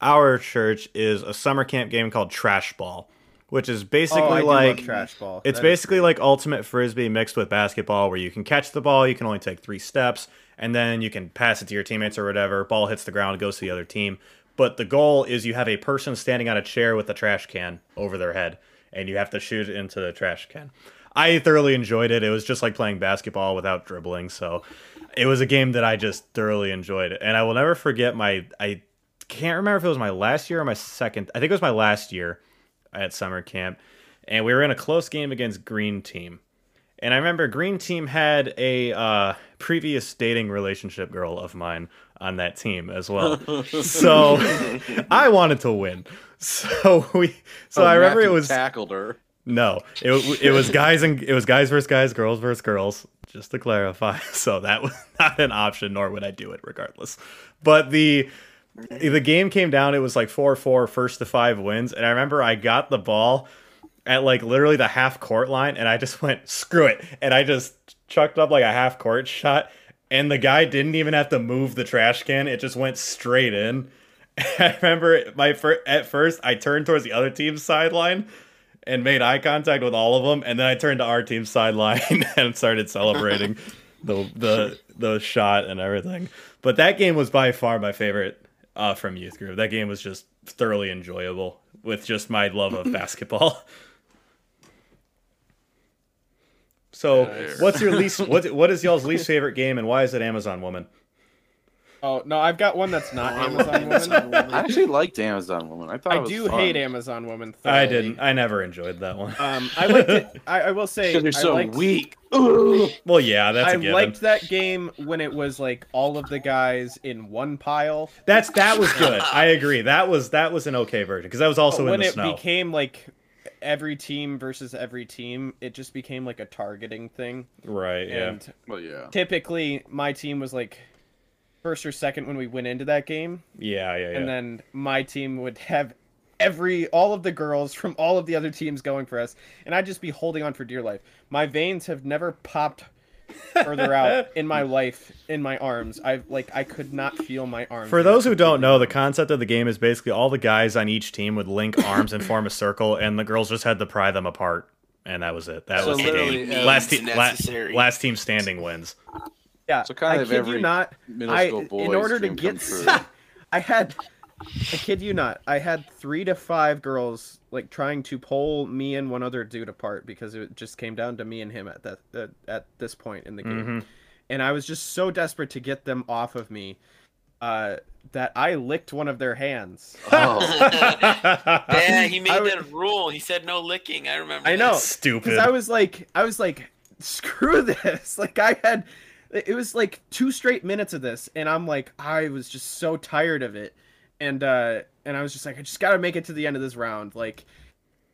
S1: our church is a summer camp game called Trash Ball, which is basically
S3: oh, I do
S1: like
S3: love trash ball.
S1: It's
S3: That is
S1: basically
S3: great.
S1: like ultimate frisbee mixed with basketball, where you can catch the ball, you can only take three steps, and then you can pass it to your teammates or whatever. Ball hits the ground, goes to the other team. But the goal is you have a person standing on a chair with a trash can over their head, and you have to shoot it into the trash can. I thoroughly enjoyed it. It was just like playing basketball without dribbling, so it was a game that I just thoroughly enjoyed. And I will never forget my I can't remember if it was my last year or my second. I think it was my last year at summer camp, and we were in a close game against Green Team. And I remember Green Team had a uh, previous dating relationship girl of mine on that team as well. so *laughs* I wanted to win. So we, so
S2: Oh,
S1: I remember
S2: Matthew
S1: it was
S2: tackled her.
S1: no, it it was guys and it was guys versus guys, girls versus girls. Just to clarify, *laughs* so that was not an option, nor would I do it, regardless. But the the game came down. It was like 4-4, first to five wins, and I remember I got the ball at like literally the half court line, and I just *laughs* went screw it, and I just chucked up like a half court shot, and the guy didn't even have to move the trash can; it just went straight in. *laughs* I remember it- my fir- at first I turned towards the other team's sideline and made eye contact with all of them, and then I turned to our team's sideline *laughs* and started celebrating the the the shot and everything. But that game was by far my favorite uh, from youth group. That game was just thoroughly enjoyable with just my love of basketball. *laughs* So, what's your
S3: *laughs*
S1: least what what is y'all's least favorite game, and why is it Amazon Woman?
S3: Oh, no, I've got one *laughs* that's not Amazon
S4: Amazon
S3: Woman.
S4: woman.
S2: I actually liked Amazon Woman. I thought
S3: I
S2: it was
S3: do
S2: fun.
S3: hate Amazon Woman.
S1: I
S3: thoroughly.
S1: didn't. I never enjoyed that one.
S3: Um, I liked it. I, I will say,
S2: because you're so
S3: I liked-
S2: weak. Ugh.
S1: *laughs*
S3: *laughs*
S1: Well, yeah, that's a
S3: I
S1: given.
S3: liked that game when it was like all of the guys in one pile.
S1: That's that was good. I agree. That was that was an okay version because that was
S3: But
S1: also in
S3: when
S1: the
S3: it
S1: snow.
S3: became like every team versus every team, it just became like a targeting thing.
S1: right. Yeah.
S3: And
S2: Well, yeah.
S3: typically, my team was like first or second when we went into that game,
S1: Yeah. Yeah. Yeah.
S3: and then my team would have every all of the girls *laughs* from all of the other teams going for us, and I'd just be holding on for dear life. My veins have never popped
S2: *laughs*
S3: further out in my life in my arms. I like I could not feel my arms.
S1: For those who don't know, the concept of the game is basically all the guys on each team would
S3: *coughs*
S1: link arms and form a circle, and the girls just had to pry them apart, and that was it. That
S2: So
S1: was the
S2: literally,
S1: game.
S3: uh,
S2: um,
S1: Last, te- la-
S4: necessary.
S1: last team standing *laughs* wins.
S3: Yeah,
S2: So kind
S3: I
S2: of
S3: kid you
S2: every
S3: not.
S2: Middle
S3: I
S2: school boys
S3: in order to
S2: dream come
S3: get,
S2: true.
S3: s- *laughs* I had, I kid you not, I had three to five girls like trying to pull me and one other dude apart because it just came down to me and him at that at, at this point in the game,
S1: *laughs*
S2: Mm-hmm.
S3: *laughs*
S1: Mhm.
S3: and I was just so desperate to get them off of me, uh, that I licked one of their hands. *laughs*
S2: Oh, *laughs*
S4: Yeah, he made
S3: I would-
S4: that rule. He said no licking. I remember.
S3: I know.
S1: Stupid.
S3: Because I was like, I was like, *laughs* screw this. Like I had, it was like two straight minutes of this, and I'm like, I was just so tired of it, and uh, and I was just like, I just gotta make it to the end of this round. Like,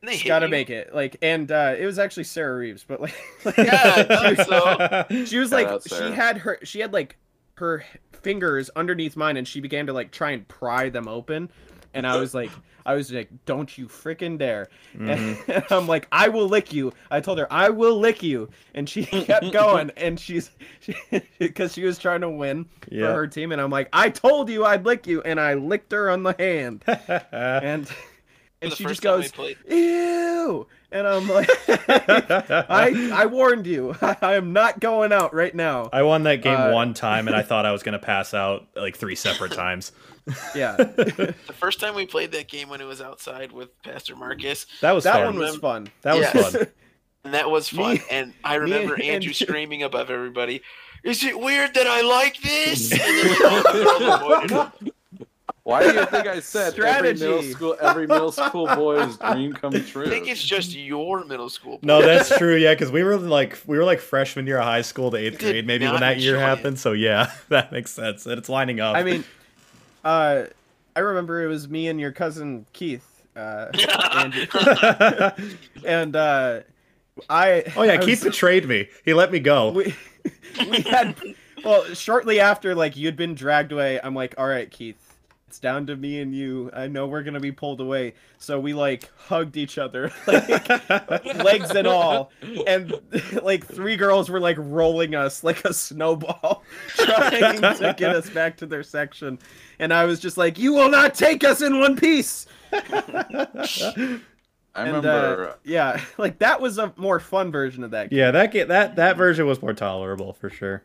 S4: They
S3: just
S4: hit
S3: gotta
S4: *laughs* you.
S3: make it. Like, and uh, it was actually Sarah Reeves, but like, *laughs*
S4: Yeah, I thought
S1: *laughs*
S4: so.
S3: she
S2: *laughs*
S3: was
S2: Shout
S3: like,
S2: out,
S3: she
S2: Sarah.
S3: had her, she had like her fingers underneath mine, and she began to like try and pry them open. and I was like, I was like, don't you freaking dare!
S1: Mhm.
S3: And *laughs* I'm like, I will lick you. I told her I will lick you, and she *laughs* kept going, and she's *laughs* because she, was trying to win
S1: Yeah.
S3: for her team, and I'm like, I told you I'd lick you, and I licked her on the hand, and and
S4: the
S3: she
S4: first
S3: just
S4: time we
S3: goes,
S4: played.
S3: ew, and I'm like, *laughs* I I warned you, *laughs* I am not going out right now.
S1: I won that game
S3: Uh,
S1: one time, and I thought I was gonna pass out like three separate times.
S3: Yeah,
S4: The first time we played that game when it was outside with Pastor Marcus,
S1: *laughs* That was
S3: that
S1: fun.
S3: one was fun. *laughs*
S1: that was
S4: Yes.
S1: fun.
S4: and that was fun.
S3: Me-
S4: and I
S3: me
S4: remember
S3: and-
S4: Andrew
S3: and-
S4: screaming above everybody, "Is it weird that I like this?" *laughs* And then we all got overboard.
S2: Why do you think I said
S3: Strategy.
S2: every middle school every middle school boy's dream come
S4: I think
S2: true?
S4: it's just your middle school. *laughs*
S1: No, that's true. Yeah, because we were like we were like freshman year of high school to eighth
S4: did
S1: grade, maybe
S4: not
S1: when that year
S4: enjoy it.
S1: happened. So yeah, *laughs* that makes sense. And it's lining up. *laughs*
S3: I mean, uh, I remember it was me and your cousin Keith, uh, *laughs* Andrew,
S1: oh
S3: and uh, I.
S1: yeah,
S3: I
S1: Keith
S3: was-
S1: betrayed me. He let me go.
S3: *laughs* We, we had well shortly after like you'd been dragged away. I'm like, all right, Keith. It's down to me and you. I know we're gonna be pulled away, so we like hugged each other, *laughs* like, legs and all, and *laughs* like three girls were like rolling us like a snowball, *laughs* trying to get us back to their section, and I was just like, "You will not take us in one piece."
S2: I
S3: and,
S2: remember
S3: uh, yeah, *laughs* like that was a more fun version of that.
S1: *laughs*
S3: Game.
S1: yeah, that get that that version was more tolerable for sure.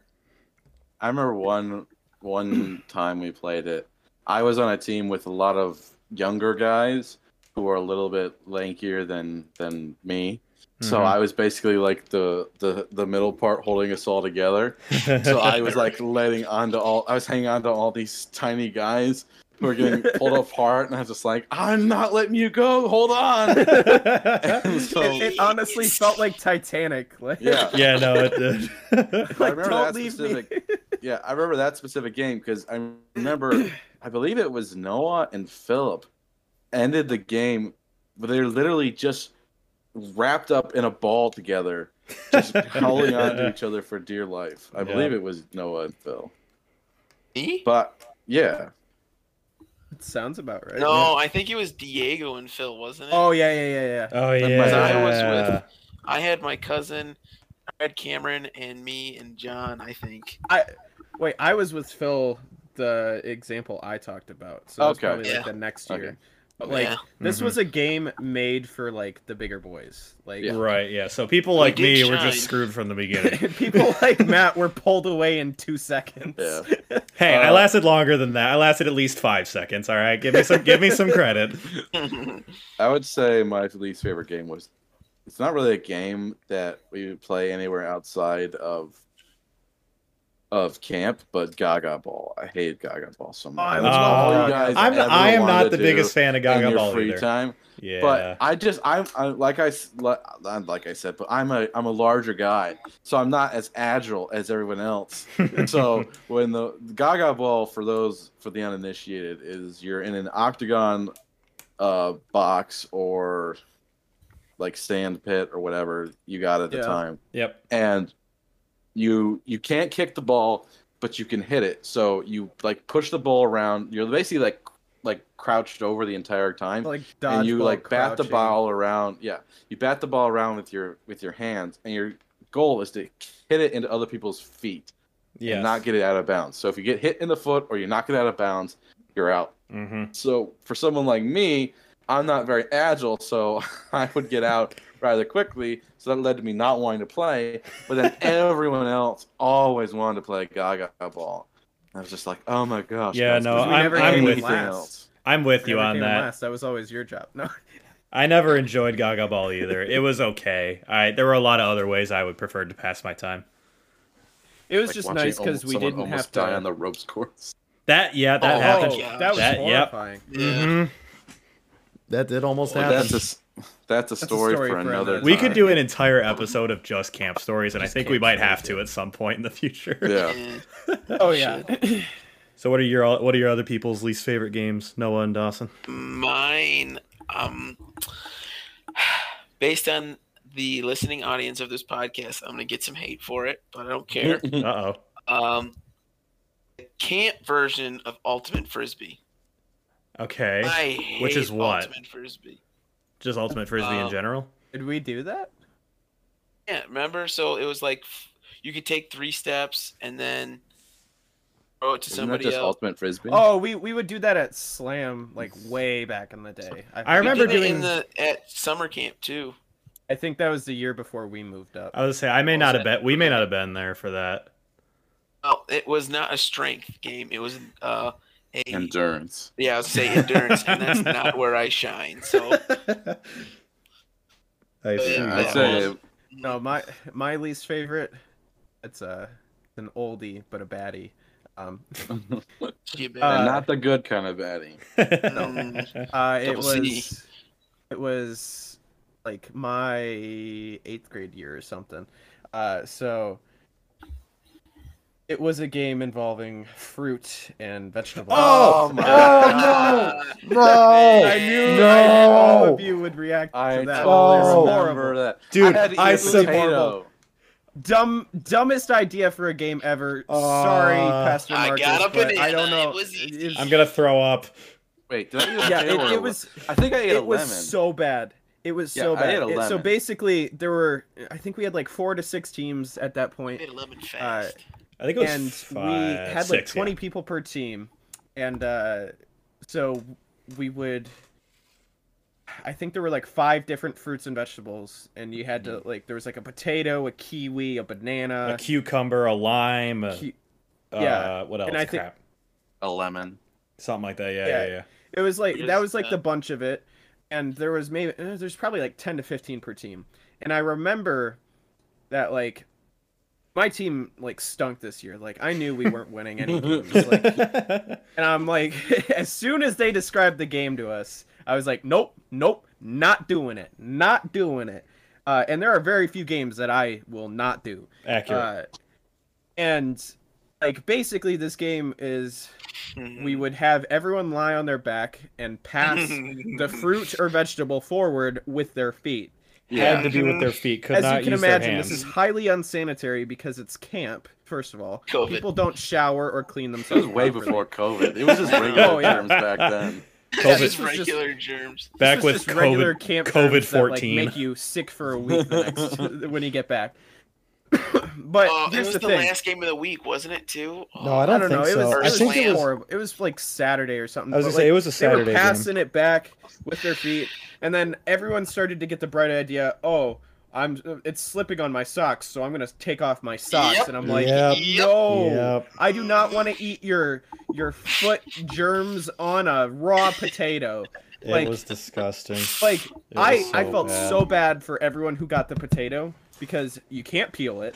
S2: I remember one one time we played it. I was on a team with a lot of younger guys who were a little bit lankier than than me. So
S1: Mhm.
S2: I was basically like the, the the middle part holding us all together. So
S1: *laughs*
S2: I was like *laughs* letting onto all I was hanging on to all these tiny guys who were getting pulled apart and I was just like, I'm not letting you go,
S1: *laughs*
S2: hold on. *laughs* And so
S3: It, it honestly felt like Titanic. *laughs* Like,
S2: yeah.
S1: yeah, no, it did.
S2: I
S3: like
S2: remember
S3: don't
S2: that
S3: leave me.
S2: specific- Yeah, I remember that specific game because I remember, I believe it was Noah and Philip ended the game, but they're literally just wrapped up in a ball together,
S1: *laughs*
S2: just holding on to each other for dear life. I
S1: Yeah.
S2: believe it was Noah and Phil.
S4: *laughs* Me?
S2: But yeah,
S3: *laughs* It sounds about right.
S4: No, I think it was Diego and Phil, wasn't it?
S3: Oh yeah, yeah, yeah, yeah.
S1: *laughs* oh
S2: When
S1: yeah,
S4: I was with- I had my cousin, I had Cameron, and me and John. I
S2: *laughs*
S4: think.
S3: Wait, I was with Phil. The example I talked about. So that's
S2: Okay.
S3: probably
S4: Yeah.
S3: like the next
S2: Okay.
S3: year. But like
S4: Yeah.
S3: this
S1: Mhm.
S3: was a game made for like the bigger boys. Like
S2: Yeah.
S1: right. Yeah, so people
S4: We
S1: like
S4: did
S1: me were
S4: shine.
S1: just screwed from the beginning.
S3: *laughs*
S2: *laughs*
S3: people like Matt were pulled away in two seconds. *laughs*
S2: Yeah.
S1: Hey, I
S2: Uh,
S1: lasted longer than that. I lasted at least five seconds. All right, give me some, give me some
S2: *laughs*
S1: credit.
S2: I would say my least favorite game was. It's not really a game that we would play anywhere outside of of camp, but Gaga Ball. I hated Gaga Ball so much.
S1: Oh,
S3: I
S2: It's
S3: love
S2: all
S3: Gaga.
S2: Oh, you guys
S1: I'm,
S2: ever
S1: I am
S2: wanted
S1: not
S2: to
S1: the
S2: do
S1: biggest fan of
S2: in
S1: Gaga
S2: your
S1: Ball
S2: free
S1: either.
S2: time.
S1: Yeah,
S2: But I just I'm I, like I s- li- not like I said, but I'm a I'm a larger guy, so I'm not as agile as everyone else. so when the Gaga ball for those for the uninitiated is you're in an octagon uh box or like sand pit or whatever you got at
S3: Yeah.
S2: the time
S1: yep.
S2: and you you can't kick the ball but you can hit it so you like push the ball around you're basically like like crouched over the entire time
S3: Like
S2: and you
S3: dodgeball
S2: like bat the
S3: crouching.
S2: ball around. Yeah, you bat the ball around with your with your hands, and your goal is to hit it into other people's feet
S1: Yeah,
S2: and not get it out of bounds. So if you get hit in the foot or you knock it out of bounds, you're out.
S1: hmm
S2: So for someone like me, I'm not very agile, so *laughs* I would
S1: *laughs*
S2: get out rather quickly. So that led to me not wanting to play.
S1: *laughs*
S2: But then everyone else always wanted to play Gaga ball. I was just like, oh my gosh.
S1: Yeah,
S2: guys,
S1: no,
S2: we
S1: I'm-
S2: never
S1: I'm
S2: did
S1: with
S2: anything
S3: you.
S2: else.
S1: I'm with you
S3: Whoever
S1: on
S3: came in
S1: that.
S3: Last, that was always your job. No. *laughs*
S1: I never enjoyed Gaga Ball either. It was okay. I there were a lot of other ways I would prefer to pass my time.
S3: It was
S2: Like
S3: just
S2: watching
S3: nice because
S2: al-
S3: we
S2: someone
S3: didn't
S2: almost
S3: have to. *laughs*
S2: die on the ropes course.
S1: That yeah, that
S4: Oh,
S1: happened.
S4: yeah.
S3: that was
S1: That- yep.
S3: horrifying.
S1: Mhm. That did almost
S2: Well,
S1: happen.
S2: that's a s- that's a story, for, another.
S1: we
S2: time.
S1: could
S2: *laughs*
S1: do an entire episode of just camp stories, and I think we
S3: camp
S1: might
S3: stories,
S1: have to at some point in the future.
S2: Yeah.
S3: Oh yeah.
S1: *laughs* So, what are your what are your other people's least favorite games, Noah and
S2: *laughs*
S1: Dawson?
S4: Mine, um, based on the listening audience of this podcast, I'm gonna get some hate for it, but I don't care.
S1: Uh oh.
S4: um, the camp version of Ultimate Frisbee.
S1: Okay.
S4: I hate
S1: Which is what?
S4: Ultimate Frisbee.
S1: Just ultimate frisbee in
S4: Uh,
S1: general.
S3: Did we do that?
S4: Yeah, remember? So it was like f- you could take three steps and then throw it to
S2: Isn't that
S4: somebody
S2: just
S4: else.
S2: ultimate frisbee?
S3: *laughs* Oh, we we would do that at Slam like way back in the day.
S1: I
S4: We
S3: think-
S1: remember
S4: did it
S1: doing-
S4: in the at summer camp too.
S3: I think that was the year before we moved up.
S1: I would say I may not have been. We may not have been there for
S3: *laughs*
S1: that.
S4: Well, it was not a strength game. It was uh, a
S2: Endurance.
S4: yeah, I would say endurance,
S1: *laughs*
S4: and that's not where I shine. So
S1: I
S4: see.
S2: Yeah,
S4: Yeah.
S2: I'd say
S3: No, my my least favorite. It's a it's an oldie but a baddie. Um,
S4: you bet.
S3: Uh,
S2: not the good kind of batting.
S1: *laughs*
S3: uh, it
S4: Double C.
S3: was it was like my eighth grade year or something. Uh, so it was a game involving fruit and vegetables.
S1: Oh,
S2: my
S4: Uh,
S1: God.
S4: no.
S3: I knew
S1: No.
S3: I knew all of you would react
S2: I
S3: to that.
S1: Oh.
S2: totally
S3: It was
S2: remember
S3: horrible.
S2: that.
S1: Dude,
S2: had
S1: I
S2: eaten
S1: said-
S2: potato.
S3: Dumb, dumbest idea for a game ever.
S1: Uh,
S3: Sorry, Pastor
S4: I
S3: Marcus,
S4: got a
S3: but I don't
S4: banana.
S3: know.
S4: It was easy.
S3: It's-
S1: I'm gonna throw up.
S2: Wait, did I eat a
S3: yeah,
S2: potato
S3: it,
S2: or
S3: it
S2: a-
S3: was
S2: I think I ate a
S3: it was
S2: lemon.
S3: so bad. It was
S2: Yeah,
S3: so
S2: I
S3: bad.
S2: ate a
S3: It- so
S2: lemon.
S3: basically, there were I think we had like four to six teams at that point,
S4: Made a lemon fast.
S1: I think it was
S3: and
S1: five,
S3: we had like
S1: six, uh, yeah.
S3: twenty people per team, and uh, so we would. I think there were like five different fruits and vegetables, and you had to like there was like a potato, a kiwi, a banana,
S1: Mm-hmm. a cucumber, a lime, a-
S3: ki-
S1: uh,
S3: uh, yeah.
S1: what else?
S3: And I think-
S1: Crap.
S2: a lemon.
S1: Something like that. Yeah,
S3: Yeah.
S1: yeah, yeah.
S3: It was like
S4: It
S3: that
S4: is,
S3: was like
S4: uh,
S3: the bunch of it, and there was maybe eh, there's probably like ten to fifteen per team, and I remember that like my team like stunk this year. Like I knew we weren't winning any games,
S1: *laughs*
S3: like, and I'm like, *laughs* as soon as they described the game to us, I was like, nope, nope, not doing it, not doing it. Uh, and there are very few games that I will not do.
S1: Accurate.
S3: Uh, and like basically, this game is
S4: Mhm.
S3: we would have everyone lie on their back and
S1: *laughs*
S4: *laughs*
S3: pass the fruit or vegetable forward with their feet.
S1: Had to be with their feet. Could
S3: As
S1: not
S3: you can
S1: use
S3: imagine,
S1: their hands.
S3: this is highly unsanitary because it's camp, first of all.
S4: COVID.
S3: People don't shower or clean
S2: It was
S3: themselves.
S2: way
S3: properly.
S2: before COVID. It was just regular
S3: Oh, yeah.
S2: terms back then.
S1: COVID.
S4: just
S3: This was just-
S4: regular germs.
S3: This
S1: Back
S3: is
S1: with
S3: just regular
S1: COVID.
S3: camp
S1: COVID
S3: terms that, like,
S1: 14.
S3: make you sick for a week the next,
S1: *laughs*
S3: when you get back. *coughs* but
S4: Oh, it
S3: here's
S4: was
S3: the
S4: the,
S3: thing.
S4: last game of the week, wasn't it? Too. Oh,
S1: No, I don't,
S3: know.
S1: think
S3: It was,
S1: so.
S3: it
S1: I
S3: was
S1: think it was.
S3: horrible. It was like Saturday or something.
S1: I was
S3: but,
S1: gonna
S3: like,
S1: say it was a Saturday
S3: they were
S1: game.
S3: passing it back with their feet, and then everyone started to get the bright idea. Oh, I'm it's slipping on my socks, so I'm gonna take off my socks,
S4: Yep.
S3: and I'm like,
S1: Yep.
S3: no,
S1: Yep.
S3: I do not want to eat your your foot germs on a raw potato. like-
S1: it was disgusting.
S3: Like
S1: It
S3: I
S1: was
S3: I
S1: so
S3: felt
S1: bad.
S3: so bad for everyone who got the potato because you can't peel it,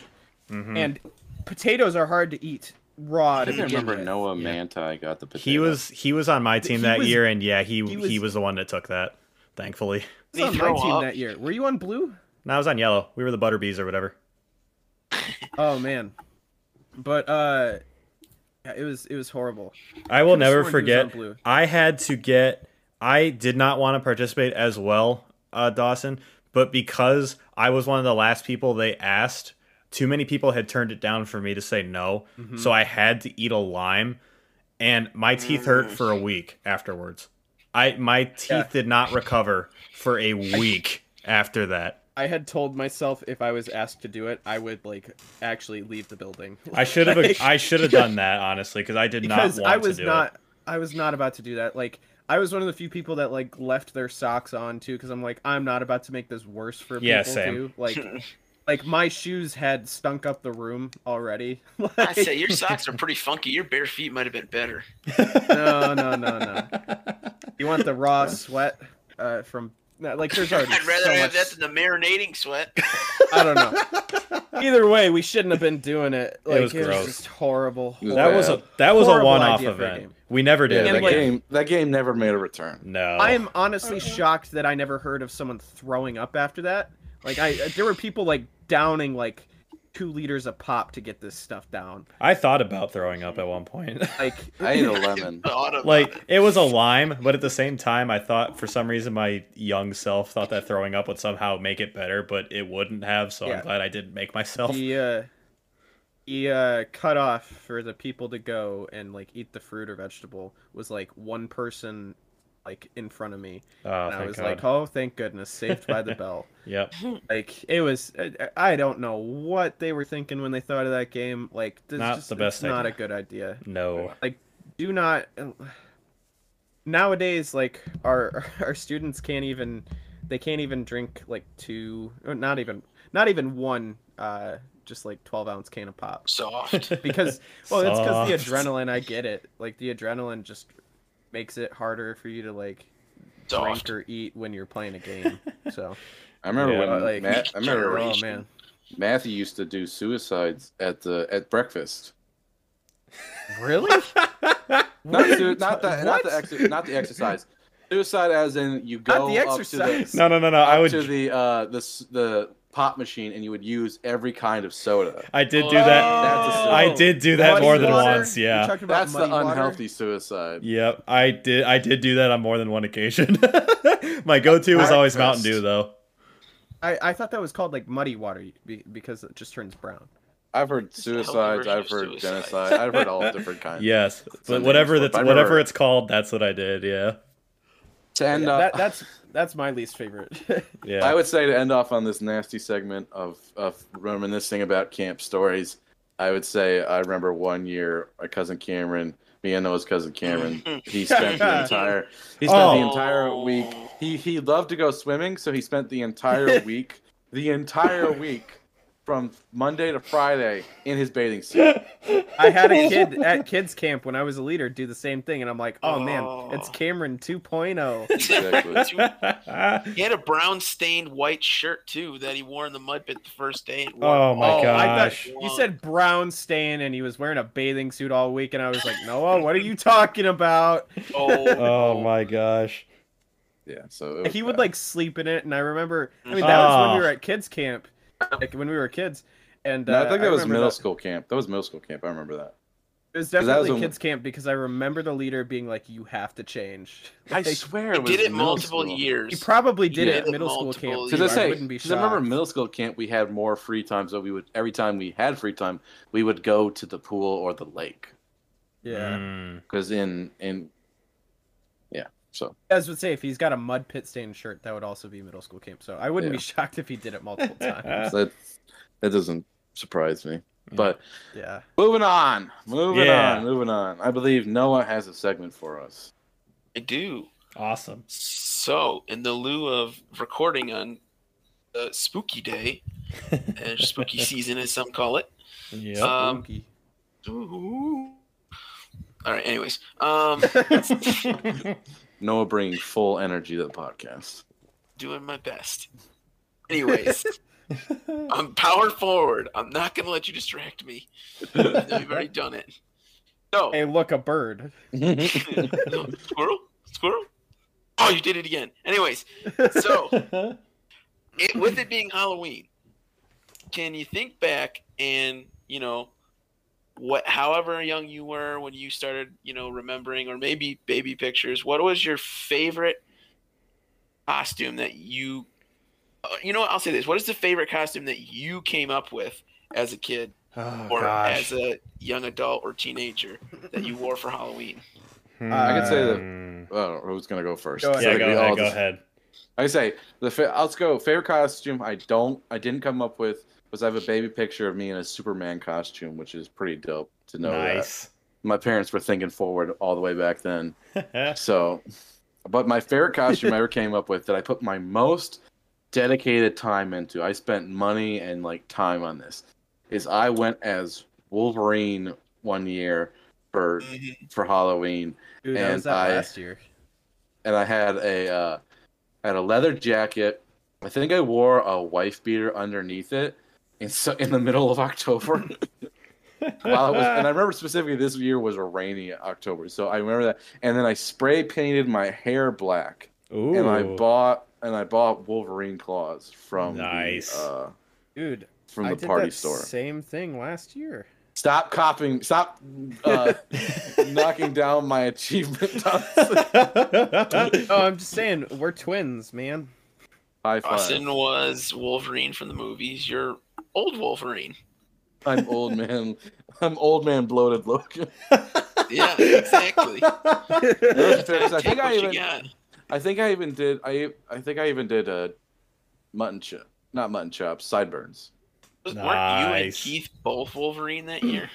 S1: Mhm.
S3: and potatoes are hard to eat raw.
S2: I
S3: to
S2: think I
S3: begin
S2: remember
S3: with.
S2: Noah
S1: Yeah.
S2: Manti got the potato.
S1: he was he was on my team
S3: He
S1: that
S3: was-
S1: year, and yeah, he
S3: he
S1: he was,
S3: was-
S1: the one that took that. Thankfully,
S3: I was
S4: They
S3: on
S4: throw
S3: my team
S4: up.
S3: that year. Were you on blue?
S1: no, I was on yellow. We were the Butterbees or whatever.
S3: Oh man, but uh, yeah, it was it was horrible.
S1: I will
S3: Could've
S1: never
S3: sworn he was on
S1: forget.
S3: blue.
S1: I had to get. I did not want to participate as well, uh, Dawson. But because I was one of the last people they asked, too many people had turned it down for me to say no.
S3: Hmm.
S1: So I had to eat a lime, and my teeth hurt for a week afterwards. I my teeth
S3: Mm. Yeah.
S1: did not recover for a week after that.
S3: I had told myself if I was asked to do it, I would like actually leave the building.
S1: I should have
S3: Like,
S1: I should have done that honestly because I did
S3: because
S1: not want
S3: I was
S1: to do
S3: not
S1: it.
S3: I was not about to do that. Like I was one of the few people that like left their socks on too, because I'm like I'm not about to make this worse for
S1: Yeah,
S3: people
S1: same.
S3: too. Like.
S4: *laughs*
S3: Like my shoes had stunk up the room already. *laughs*
S4: I
S3: Like,
S4: say your socks are pretty funky. Your bare feet might have been better.
S3: no, no, no,
S4: *laughs*
S3: no. You want the raw sweat uh, from no, like there's already.
S4: I'd rather
S3: so
S4: have
S3: much-
S4: that than the marinating sweat.
S3: I don't know.
S4: *laughs*
S3: Either way, we shouldn't have been doing it. Like it
S1: was
S3: was,
S1: gross.
S3: just horrible.
S2: That
S1: That was a that was a
S3: Horrible
S1: one off
S3: idea for a
S1: event.
S3: game.
S1: We never
S2: Yeah,
S1: did
S2: that
S1: it again.
S2: game. That game never made a return.
S1: No,
S3: I am honestly shocked that I never heard of someone throwing up after that. Like I, uh, there were people like downing like two liters of pop to get this stuff down.
S1: I thought about throwing up at one point. *laughs*
S3: Like
S2: I ate a
S3: *laughs*
S2: lemon.
S4: The autumn-
S1: like it was a lime, but at the same time, I thought for some reason my young self thought that throwing up would somehow make it better, but it wouldn't have. So
S3: Yeah.
S1: I'm glad I didn't make myself.
S3: the uh, the uh, cutoff for the people to go and like eat the fruit or vegetable was like one person like in front of me.
S1: Oh,
S3: and I
S1: thank
S3: was
S1: God.
S3: like, oh, thank goodness, saved
S1: *laughs*
S3: by the bell.
S1: yep.
S3: Like it was, I- I don't know what they were thinking when they thought of that game. Like, this
S1: Not
S3: just,
S1: the best
S3: it's not a
S1: idea.
S3: good idea.
S1: No.
S3: Do not. um, Nowadays, like our *laughs* our students can't even, they can't even drink like two, or not even, not even one, uh, just like twelve ounce can of pop *laughs*
S4: Soft.
S1: *laughs*
S3: because well, it's because the
S1: Soft.
S3: adrenaline. I get it. Like the adrenaline just makes it harder for you to like
S1: *laughs*
S3: drink
S4: Soft.
S3: or eat when you're playing a game. So,
S2: I remember
S1: Yeah,
S2: when
S3: like-
S2: Matt, I
S3: *laughs*
S2: remember when
S3: oh
S4: Generation.
S3: man,
S2: Matthew used to do suicides at the at
S3: *laughs*
S2: breakfast.
S3: really?
S2: Not
S3: What?
S2: su- not the not the
S3: What?
S2: exer- not the exercise. Suicide as in you
S3: Not
S2: go
S3: the
S2: up to the
S1: *laughs*
S3: exercise.
S1: no, no, no, no.
S2: up
S1: I would.
S2: to the uh the s- the pop machine and you would use every kind of soda.
S1: I did do that.
S2: That's a-
S1: I did do that
S3: Muddy
S1: more than
S3: water?
S1: once.
S3: You're
S1: Yeah.
S3: talking about
S2: That's the
S3: muddy water?
S2: unhealthy suicide.
S1: Yep. I did. I did do that on more than one occasion. *laughs* My go-to was always Mountain Dew,
S2: Breakfast.
S1: though.
S3: I, I thought that was called like muddy water be- because it just turns brown.
S2: I've heard
S4: the healthy
S2: suicides.
S4: version
S2: I've
S4: of
S2: heard
S4: suicide.
S2: genocide. I've
S1: *laughs*
S2: heard all different kinds.
S1: Yes, but
S2: names
S1: whatever
S2: for it,
S1: that's
S2: but I remember-
S1: whatever it's called, that's what I did. Yeah,
S2: To end
S3: Yeah,
S2: up,
S3: that, that's that's my least favorite. *laughs*
S1: yeah.
S2: I would say to end off on this nasty segment of, of reminiscing about camp stories, I would say I remember one year my cousin Cameron, me and Noah's cousin
S4: *laughs*
S2: Cameron, he spent the entire he spent the
S1: Oh.
S2: entire week. He he loved to go swimming, so he spent the entire week, the entire week from Monday to Friday in his bathing suit.
S3: I had a
S4: *laughs*
S3: kid at kids camp when I was a leader do the same thing, and I'm like, oh,
S4: Oh.
S3: man, it's Cameron oh."
S4: *laughs*
S3: 2.0.
S1: *laughs*
S2: Exactly.
S4: He had a brown stained white shirt too that he wore in the mud pit the first day. and wore
S1: Oh my
S3: oh, I thought
S1: gosh!
S3: you said brown stain, and he was wearing a bathing suit all week, and I was like, Noah, what are you talking about?
S4: Oh,
S1: *laughs* Oh my gosh!
S2: Yeah, so it was
S3: he would
S2: bad.
S3: like sleep in it and i remember i mean that was when
S1: Ah.
S3: we were at kids camp like when we were kids and
S2: No,
S3: uh,
S2: I think that was
S3: remember
S2: middle school camp. That was middle school camp. I remember that.
S3: it was
S2: 'cause that was
S3: definitely
S2: when-
S3: kids camp because i remember the leader being like you have to change
S2: I
S3: Like,
S2: swear
S4: He
S2: it was
S4: did it
S2: middle
S4: multiple
S2: school.
S3: he
S4: years.
S3: probably did
S2: Yeah.
S3: it at middle school camp
S4: Multiple
S2: Because I
S3: too.
S4: years.
S3: I
S2: say,
S3: wouldn't be
S2: because I remember
S3: shocked.
S2: middle school camp, we had more free time, so we would every time we had free time, we would go to the pool or the lake.
S3: yeah
S1: Mm.
S2: Because in in yeah, so
S3: as would say if he's got a mud pit stained shirt that would also be middle school camp so i wouldn't
S2: Yeah.
S3: be shocked if he did it multiple *laughs*
S1: Ah.
S3: times
S2: that that doesn't surprise me. But
S3: yeah
S2: moving on, moving
S1: Yeah.
S2: on, moving on. I believe Noah has a segment for us.
S4: I do.
S1: *laughs* awesome.
S4: So, in the lieu of recording on the
S1: *laughs*
S4: spooky day, and spooky season, as some call it.
S1: Yep.
S3: *laughs*
S4: Um,
S3: Spooky.
S4: Ooh. All right. Anyways, um,
S2: Noah bringing full energy to
S1: *laughs*
S2: the podcast.
S4: doing my best. Anyways, I'm power forward. I'm not gonna let you distract me. I've already done it. So,
S3: hey look a bird
S4: No, squirrel, squirrel. Oh, you did it again. Anyways, so
S2: Uh,
S4: it, with it being Halloween, can you think back and you know what? However young you were when you started, you know, remembering or maybe baby pictures. What was your favorite costume that you? uh, You know what? I'll say this. What is the favorite costume that you came up with as a kid
S1: *laughs* oh
S4: or
S1: gosh!
S4: as a young adult or teenager that you wore for Halloween?
S2: I could say that-
S1: Hmm.
S2: Oh, who's gonna go first?
S3: Go
S2: I
S3: ahead.
S1: Yeah,
S2: think
S1: go
S2: we all
S1: ahead. Go
S2: just-
S1: ahead.
S2: I say the fa- let's go favorite costume. I don't. I didn't come up with was I have a baby picture of me in a Superman costume, which is pretty dope to know. That.
S1: nice.
S2: My parents were thinking forward all the way back then. So, but my favorite costume I ever came up with that I put my most dedicated time into. I spent money and like time on this. Is I went as Wolverine one year for for Halloween,
S3: dude that
S2: And
S3: was that
S2: I-
S3: last year
S2: and I had a uh, I had a leather jacket. I think I wore a wife beater underneath it, in so, in the middle of October. *laughs* While it was, and I remember specifically this year was a rainy October, so I remember that. And then I spray painted my hair black,
S1: *laughs* Ooh.
S2: and I *laughs* bought and I bought Wolverine claws from
S1: Nice.
S2: the, uh,
S3: dude
S2: from
S3: I
S2: the
S3: did
S2: party
S3: that
S2: store.
S3: same thing last year
S2: Stop copying! Stop uh, knocking down my achievement.
S3: *laughs*
S2: *laughs*
S3: oh, I'm just saying, we're twins, man.
S2: High five!
S4: Austin was Wolverine from the movies. You're old Wolverine.
S2: I'm old man. I'm old man bloated Logan.
S4: *laughs* yeah, exactly.
S2: Those trips,
S4: Take
S2: I think
S4: what
S2: I
S4: you
S2: even
S4: got.
S2: I think I even did I I think I even did a mutton chop, not mutton chops, sideburns.
S4: Weren't you and
S1: Nice.
S4: Keith both Wolverine
S2: *clears throat*
S4: that year?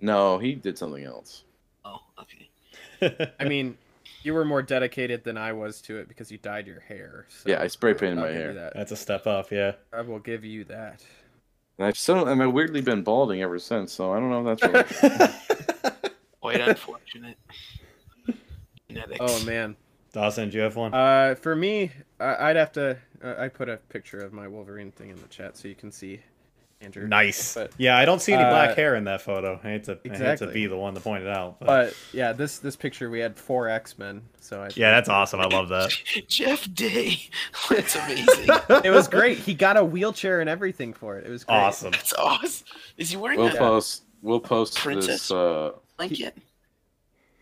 S2: No, he did something else.
S4: Oh, okay.
S3: I mean, you were more dedicated than I was to it because you dyed your hair. so
S2: Yeah, I spray painted
S3: I'll
S2: my
S3: give you
S2: hair.
S3: that.
S1: That's a step up, yeah. *laughs*
S3: I will give you that.
S2: And I've still and I've weirdly been balding ever since, so I don't know if that's
S4: *laughs*
S2: right.
S4: Quite unfortunate. Genetics.
S3: Oh man.
S1: Dawson, do you have one?
S3: Uh, for me, I- I'd have to. Uh, I put a picture of my Wolverine thing in the chat so you can see, Andrew.
S1: nice.
S3: but-
S1: yeah, I don't see any black
S3: uh,
S1: hair in that photo. I hate to, I hate to
S3: Exactly.
S1: be the one to point it out. But,
S3: But yeah, this this picture we had four X Men, so I
S1: *laughs* yeah, that's awesome. I love that.
S4: Jeff Day. *laughs* That's amazing.
S3: it was great. He got a wheelchair and everything for it. It was great.
S1: Awesome.
S4: That's awesome. Is he wearing
S2: We'll
S4: a
S2: post we'll post
S4: Princess.
S2: this uh
S4: blanket?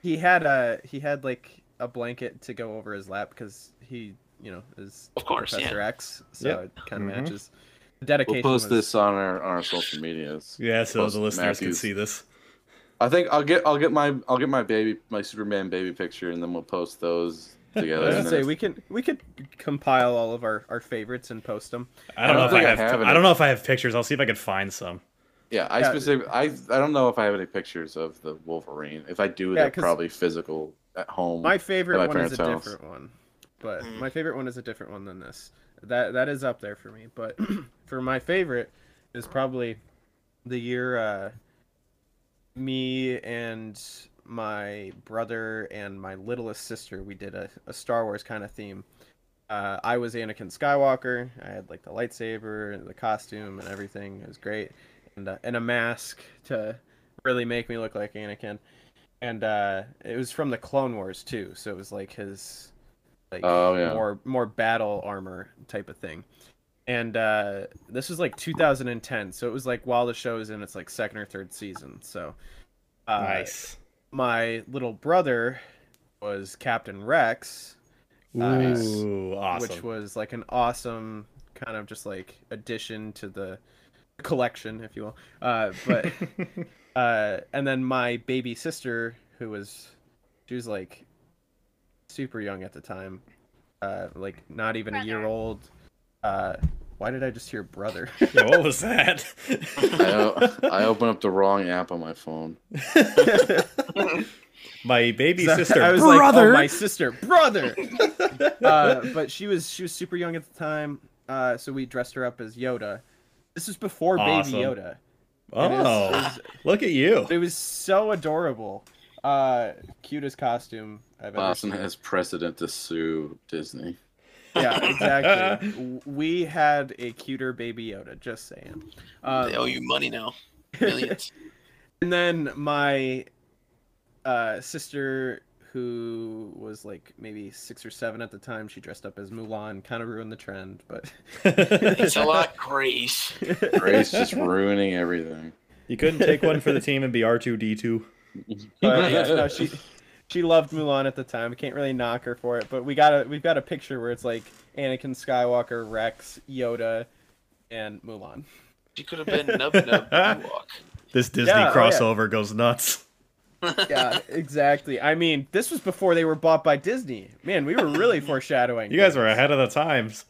S3: He had a he had like a blanket to go over his lap because he you know is
S4: Of course, yeah.
S3: Professor X, so
S1: Yep.
S3: it kind
S1: Mhm.
S3: of matches. The dedication.
S2: we'll post
S3: was-
S2: this on our on our social medias.
S1: Yeah, so
S2: Post
S1: the listeners can
S2: Matthews.
S1: see this.
S2: I think I'll get I'll get my I'll get my baby my Superman baby picture and then we'll post those together.
S3: I was
S2: and
S3: gonna
S2: then
S3: say we can we could compile all of our, our favorites and post them.
S1: I don't,
S2: I don't
S1: know if I
S2: think I
S1: have.
S2: have any.
S1: I don't know if I have pictures. I'll see if I can find some.
S2: Yeah, I
S3: Yeah.
S2: specific. I I don't know if I have any pictures of the Wolverine. If I do,
S3: Yeah,
S2: they're
S3: 'cause-
S2: probably physical at home.
S3: My favorite
S2: my
S3: one is a
S2: parents' house.
S3: different one, but
S4: Mm.
S3: my favorite one is a different one than this. That that is up there for me. But *clears throat* for my favorite is probably the year uh, me and my brother and my littlest sister we did a, a Star Wars kind of theme. Uh, I was Anakin Skywalker. I had like the lightsaber and the costume and everything. It was great, and uh, and a mask to really make me look like Anakin. And uh, it was from the Clone Wars too, so it was like his like
S2: Oh, yeah.
S3: more more battle armor type of thing. And uh, this was like 2010, so it was like while the show is in its like second or third season. So uh,
S1: nice.
S3: My little brother was Captain Rex, Uh, nice.
S1: Ooh, awesome.
S3: which was like an awesome kind of just like addition to the collection, if you will. Uh,
S1: *laughs*
S3: but uh, and then my baby sister, who was she was like super young at the time, uh, like not even a year
S5: Brother.
S3: old. Uh, why did I just
S1: *laughs*
S3: hear brother?
S1: Yeah, what was that? *laughs*
S2: I,
S3: *laughs*
S2: o- I open up the wrong app on my phone.
S1: My baby
S3: So
S1: sister,
S3: *laughs* I was like,
S1: brother.
S3: oh, my
S1: *laughs*
S3: sister, brother. uh, but she was she was super young at the time, uh, so we dressed her up as Yoda. This was before
S1: Awesome.
S3: Baby Yoda. And it was-
S1: *laughs* oh, look at
S3: *laughs*
S1: you. *laughs*
S3: it was, it was so adorable. Uh, cutest costume I've ever
S2: Boston
S3: seen.
S2: has precedent to sue Disney.
S3: Yeah, exactly. W- we had a cuter Baby Yoda. Just saying. Um,
S4: they owe you money now. Millions.
S3: And then my uh, sister, who was like maybe six or seven at the time, she dressed up as Mulan, kind of ruined the trend, but
S4: Thanks a lot, Grace.
S2: Grace just ruining everything.
S1: you couldn't take one for the team and be R two D two.
S3: but yeah, no,
S2: *laughs*
S3: she she loved Mulan at the time. I can't really knock her for it, but we got a we've got a picture where it's like Anakin Skywalker, Rex, Yoda, and Mulan.
S4: She could have been
S2: *laughs*
S4: Nub Nub Ewok.
S1: This Disney
S3: Yeah, oh, yeah.
S1: crossover goes nuts.
S3: Yeah, exactly. I mean, this was before they were bought by Disney. Man, we
S1: *laughs*
S3: were really foreshadowing.
S1: You guys were ahead of the times.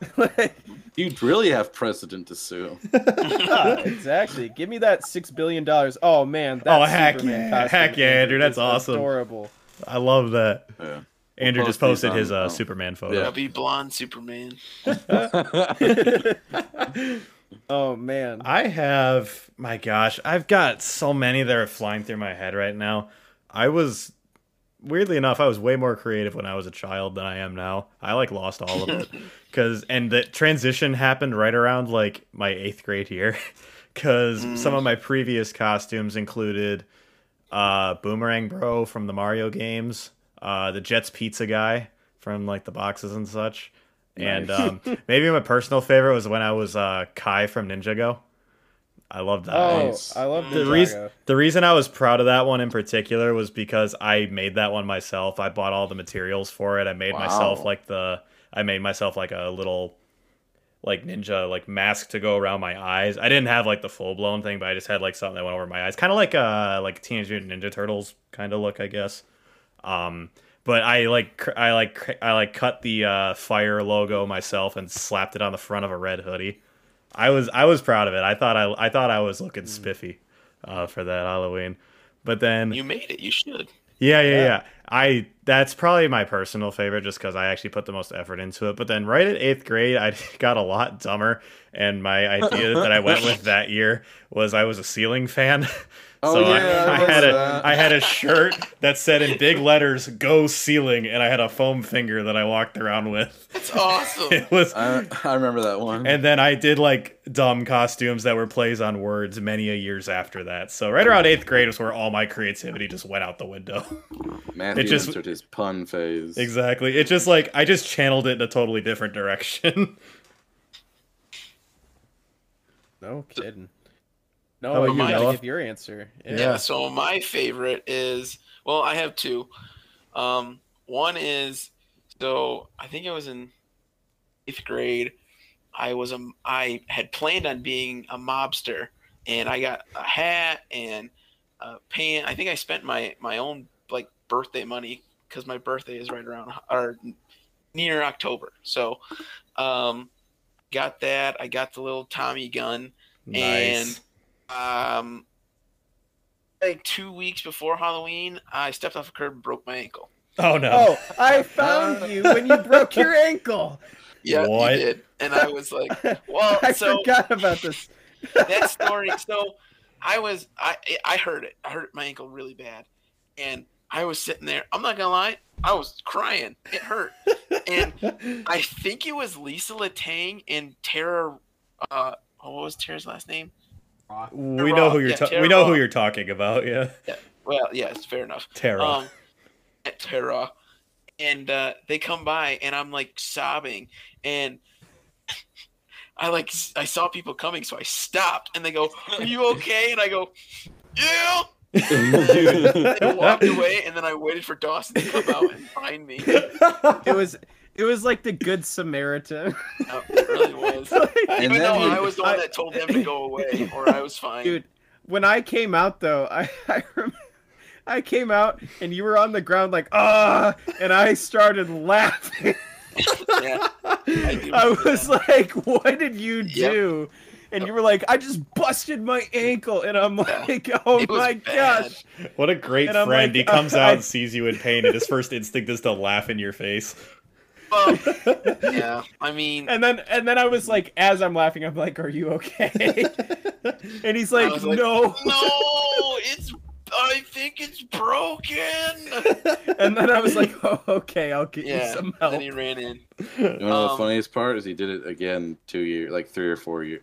S2: You really have precedent to sue.
S3: *laughs* Yeah, exactly. Give me that six billion dollars. Oh man, that
S1: Oh, heck
S3: Superman
S1: yeah.
S3: costume
S1: Heck yeah,
S3: is-
S1: Andrew, that's
S3: is
S1: awesome.
S3: Adorable.
S1: I love that.
S2: Yeah.
S1: Andrew just
S2: post these
S1: posted his
S2: on-
S1: uh,
S2: oh.
S1: Superman
S4: I'll
S1: photo.
S4: be blonde Superman.
S3: Oh man,
S1: I have my gosh, I've got so many that are flying through my head right now. I was weirdly enough, I was way more creative when I was a child than I am now. I like lost all of it cuz and the transition happened right around like my 8th grade year *laughs* cuz some of my previous costumes included uh Boomerang Bro from the Mario games, uh the Jets Pizza guy from like the boxes and such. And
S2: Nice.
S1: um, maybe my personal favorite was when I was uh, Kai from Ninjago. I loved that. one.
S3: oh,
S2: Nice.
S3: I love
S1: The
S3: the
S1: reason the reason I was proud of that one in particular was because I made that one myself. I bought all the materials for it. I made myself
S2: Wow.
S1: like the I made myself like a little like ninja like mask to go around my eyes. I didn't have like the full blown thing, but I just had like something that went over my eyes, kind of like uh like Teenage Mutant Ninja Turtles kind of look, I guess. Um, but I like cr- I like cr- I like cut the uh, fire logo myself and slapped it on the front of a red hoodie. I was I was proud of it. I thought I I thought I was looking spiffy uh, for that Halloween. But then
S4: You made it. You should.
S1: yeah, yeah, yeah. I that's probably my personal favorite just because I actually put the most effort into it. But then right at eighth grade, I *laughs* got a lot dumber, and my idea that I went with that year was I was a ceiling fan. *laughs*
S2: Oh,
S1: so I,
S2: yeah, I
S1: I had
S2: remember
S1: a
S2: that.
S1: I had a shirt that said in big letters "Go Ceiling," and I had a foam finger that I walked around with. *laughs*
S4: That's awesome.
S1: It was
S2: I, I remember that one.
S1: and then I did like dumb costumes that were plays on words many a years after that. So right around eighth grade was where all my creativity just went out the window. *laughs*
S2: Matthew
S1: it just-
S2: entered his pun
S1: *laughs*
S2: phase.
S1: exactly. It just like I just channeled it in a totally different
S4: *laughs*
S1: direction.
S3: No kidding. No,
S1: How about
S3: I
S1: you,
S3: gotta
S1: Noah?
S3: give your answer. Yeah.
S1: Yeah.
S4: So my favorite is well, I have two. Um, one is so I think I was in eighth grade. I was a I had planned on being a mobster, and I got a hat and a pant. I think I spent my my own like birthday money because my birthday is right around or near October. So, um, got that. I got the little Tommy gun
S1: Nice.
S4: um like two weeks before Halloween, I stepped off a curb and broke my ankle.
S1: *laughs* oh no.
S3: Oh, I found you when you broke your ankle.
S4: Yeah,
S1: What?
S4: you did. And I was like, well,
S3: I
S4: so
S3: forgot about this.
S4: that story. So I was, I, I hurt it. I hurt my ankle really bad, and I was sitting there. I'm not gonna lie, I was crying. It hurt, and
S3: Oh.
S4: I think it was Lisa Letang and Tara. Uh, oh, what was Tara's last name?
S1: We know who you're
S4: Yeah,
S1: ta-
S4: Tara
S1: we know who
S4: Rock.
S1: you're talking about, yeah.
S4: Well, yeah, it's fair enough.
S1: Tara. *laughs*
S4: um, *laughs* at Terra, and uh, they come by, and I'm like sobbing, and *laughs* I like s- I saw people coming, so I stopped, and they go, "Are you okay?" And I go, "Yeah." And I
S3: *laughs*
S4: walked away, and then I waited for Dawson to come out and find me. It
S3: It was it was like the good Samaritan. *laughs*
S4: really was.
S2: And
S4: Even
S2: then
S4: though
S2: you-
S4: I was the one that told them to go away, or I was fine.
S3: Dude, when I came out though, I *laughs* I, rem- I came out and you were on the ground like ah, and I started laughing.
S4: Yeah.
S3: I,
S4: do
S3: was like, "What did you
S4: Yep.
S3: do?" And you were like, "I just busted my ankle," and
S4: *laughs*
S3: I'm like, *laughs* "Oh
S4: It was
S3: my
S4: bad.
S3: gosh!"
S1: *laughs* what a great
S3: And I'm
S1: friend.
S3: like,
S1: he comes
S3: *laughs* I-
S1: out and sees you in pain and his first instinct is to laugh in your face. *laughs*
S4: Well,
S3: *laughs*
S4: yeah, I mean,
S3: And then and then I was like, as I'm laughing, I'm like, "Are you
S4: *laughs*
S3: okay?" and he's
S4: I
S3: like,
S4: was like, *laughs*
S3: "No."
S4: no, it's. I think it's broken.
S3: And then I was like, "Oh, okay, I'll get
S4: Yeah,
S3: you some
S4: And
S3: help."
S1: Oh.
S4: then he ran in.
S2: You know the
S4: Um,
S2: funniest part is he did it again two years, like three or four year,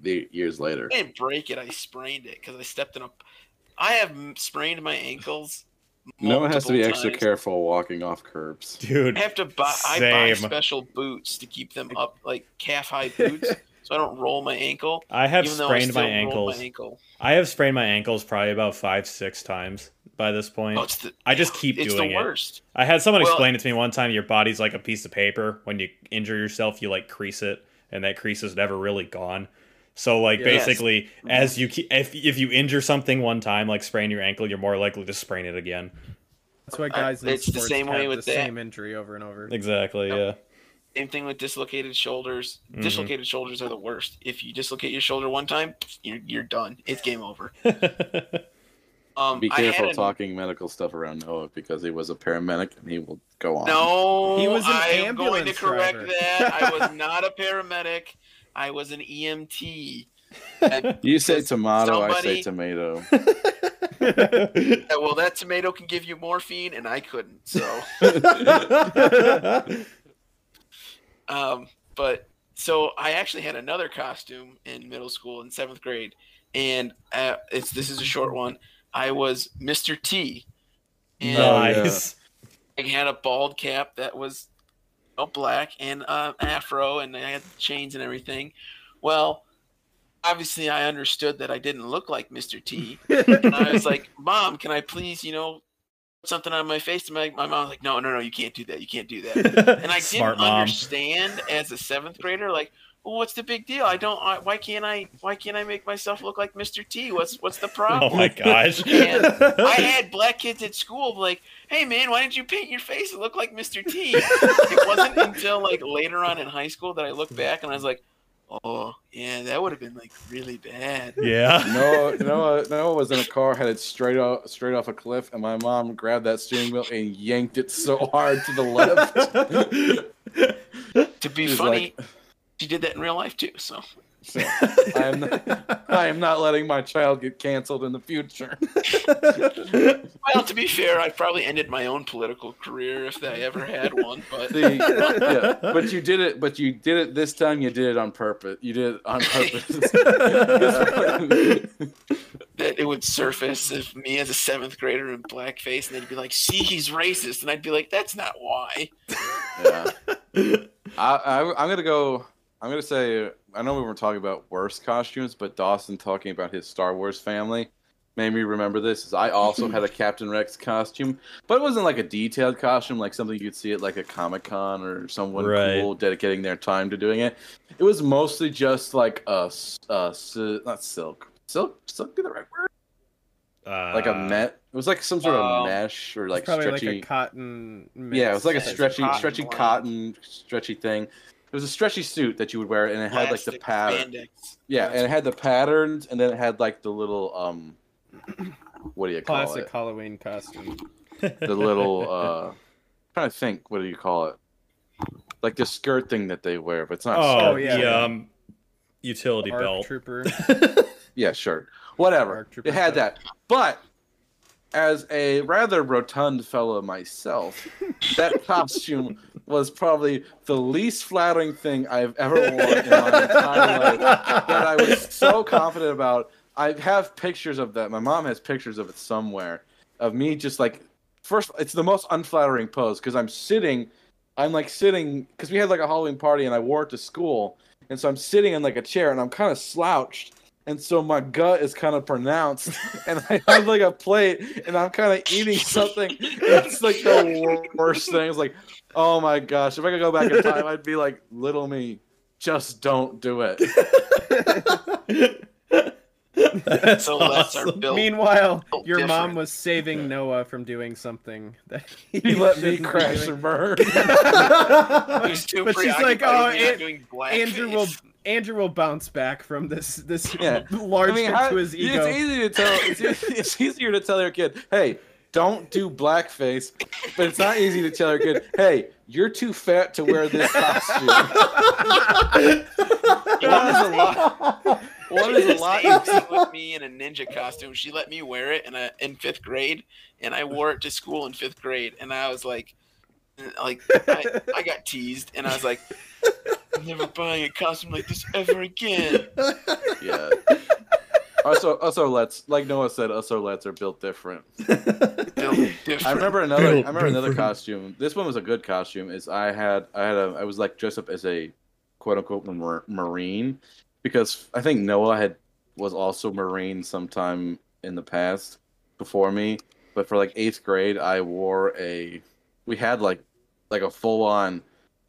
S2: the years later.
S4: I didn't break it. I sprained it because I stepped in a. I have m- sprained my ankles.
S2: No one has to be
S4: multiple
S2: extra
S4: times.
S2: careful walking off curbs.
S1: Dude.
S4: I have to buy. I buy
S1: Same.
S4: special boots to keep them up, like
S2: *laughs*
S4: calf high boots, so I don't roll my ankle.
S1: I have
S4: even though I
S1: sprained
S4: still
S1: my
S4: roll
S1: ankles.
S4: my ankle.
S1: I have sprained my ankles probably about five, six times by this point.
S4: Oh, it's the,
S1: I just keep
S4: it's
S1: doing
S4: the
S1: it.
S4: worst.
S1: I had someone
S4: Well-
S1: explain it to me one time. Your body's like a piece of paper. When you injure yourself, you like crease it, and that crease is never really gone. So like
S3: Yes.
S1: basically,
S4: Mm-hmm.
S1: as you keep, if if you injure something one time, like sprain your ankle, you're more likely to sprain it again.
S3: That's why guys in
S4: it's the
S3: sports
S4: same way
S3: have
S4: with
S3: the
S4: that.
S3: same injury over and over.
S1: Exactly.
S4: *laughs*
S1: Yeah. *laughs*
S4: Same thing with dislocated shoulders.
S1: Mhm.
S4: Dislocated shoulders are the worst. If you dislocate your shoulder one time, you're you're done. It's game over. Um,
S2: Be
S4: I had
S2: careful
S4: a-
S2: talking medical stuff around Noah because he was a paramedic and he will go on.
S4: No,
S3: He was an
S4: I am going to
S3: ambulance
S4: correct
S3: driver.
S4: that.
S3: *laughs*
S4: I was not a paramedic. I was an E EMT.
S3: *laughs*
S4: I-
S2: You say tomato, I say
S4: Somebody-
S2: tomato.
S4: *laughs* yeah, well, that tomato can give you morphine, and I couldn't.
S3: *laughs*
S4: So, um, but so I actually had another costume in middle school in seventh grade, and uh, it's this is a short one. I was Mr. T, and
S1: Oh,
S2: Oh,
S1: nice.
S4: I had a bald cap that was all black and uh, afro, and I had chains and everything. Well, obviously, I understood that I didn't look like Mr. T, and I
S1: *laughs*
S4: was like, "Mom, can I please, you know, put something on my face?" And my my mom was
S1: *laughs*
S4: like, "No, no, no, you can't do that. You can't do that." And I didn't
S1: Smart mom.
S4: understand as a seventh grader, like, well, what's the big deal? I don't. I, why can't I? Why can't I make myself look like Mr. T? What's what's
S1: *laughs* *laughs*
S4: the
S1: Oh
S4: problem?
S1: my
S4: *laughs*
S1: gosh.
S4: And
S2: *laughs*
S3: *laughs*
S4: I had black kids at school like, hey man, why didn't you paint your face to look like
S2: *laughs*
S4: Mr. T? it wasn't until like later on in high school that I looked back and I was like, oh yeah, that would have been like really bad.
S1: yeah.
S2: No, no, no! I was in a car headed straight off, straight off a cliff, and my mom grabbed that steering wheel and yanked it so hard to the *laughs* left.
S4: To be
S2: He was
S4: funny,
S2: *laughs*
S4: she did that in real life too. So
S2: So, I am, not, I am not letting my child get canceled in the *laughs* future.
S4: well, to be fair, I probably ended my own political career if I ever had one. But
S2: The- yeah, but you did it. But you did it this time. You did it on purpose. You did it
S4: *laughs*
S2: on *laughs* purpose.
S4: that it would surface if me as a seventh grader in blackface, and they'd be like, "See, he's racist," and I'd be like, "That's not why."
S2: yeah. I, I, I'm gonna go. I'm gonna say. I know we were talking about worst costumes, but Dawson talking about his Star Wars family made me remember this. Is I also
S3: *laughs*
S2: had a Captain Rex costume, but it wasn't like a detailed costume, like something you'd see at like a Comic Con or someone
S1: Right.
S2: cool dedicating their time to doing it. It was mostly just like a, s- a s- not silk, silk, silk. Be the right word. *laughs* Like a net. It was like some sort of
S4: um,
S2: mesh or
S3: Uh, It's
S2: like
S3: probably
S2: stretchy.
S3: like a cotton. Mix.
S2: Yeah, it was like a
S4: It's
S2: stretchy,
S4: cotton
S2: stretchy
S4: blend.
S2: cotton, stretchy thing. It was a stretchy suit that you would wear, and it had like the
S4: Plastic
S2: pattern.
S4: spandex.
S2: Yeah, and it had the patterns, and then it had like the little um, what do you call
S3: classic Halloween costume.
S2: it? The little uh, I'm trying to think, what do you call it? Like the skirt thing that they wear, but it's not. a
S1: *laughs* Oh,
S2: skirt.
S1: yeah.
S3: yeah.
S1: The, um, utility
S3: Arc
S1: belt.
S2: *laughs*
S3: trooper.
S2: Yeah, sure. Whatever.
S3: Dark Trooper
S2: It had
S3: stuff.
S2: that. But as a rather rotund fellow myself, that costume was probably the least flattering thing I've ever worn in Oh my entire life that I was so confident about. I have pictures of that. My mom has pictures of it somewhere of me just like first it's the most unflattering pose because I'm sitting I'm like sitting because we had like a Halloween party and I wore it to school and so I'm sitting in like a chair and I'm kind of slouched and so my gut is kind of pronounced and I have like a plate and I'm kind of eating something it's like the wor- worst thing it's like oh my gosh if I could go back in time I'd be like little me just don't do it
S1: *laughs* That's
S4: So that's our
S2: *laughs*
S1: awesome.
S4: bill.
S3: Meanwhile,
S4: built
S3: your mom
S4: different.
S3: was saving Noah from doing something that *laughs* he,
S2: he let me
S3: shouldn't be
S2: crash
S3: doing.
S2: and burn
S4: He was too
S3: But she's like,
S4: preoccupied with
S3: "Oh,
S4: me not
S3: An-
S4: doing blackface."
S3: Andrew
S4: *laughs*
S3: will Andrew will bounce back from this this
S2: Yeah.
S3: *laughs* large
S2: *laughs* I mean,
S3: hit
S2: how-
S3: to his ego. *laughs*
S2: It's easy to tell. It's, e- *laughs* it's easier to tell your kid, "Hey, don't do blackface," but it's not easy to tell your kid, "Hey, you're too fat to wear *laughs* this costume." one is a lot. One
S4: She
S2: is
S4: did
S2: a
S4: the
S2: lot.
S4: same thing with me in a ninja costume. She let me wear it in a, in fifth grade, and I wore it to school in fifth grade, and I was like, like I, I got teased, and I was like, I'm never buying a costume like this ever again.
S2: Yeah. Also, also, let's like Noah said, also lets are built different.
S4: Built
S2: *laughs*
S4: different.
S2: I remember another. I
S1: Built
S2: remember another
S1: different.
S2: costume. This one was a good costume. Is I had I had a I was like dressed up as a quote unquote mar- marine because I think Noah had was also marine sometime in the past before me. But for like eighth grade, I wore a we had like like a full on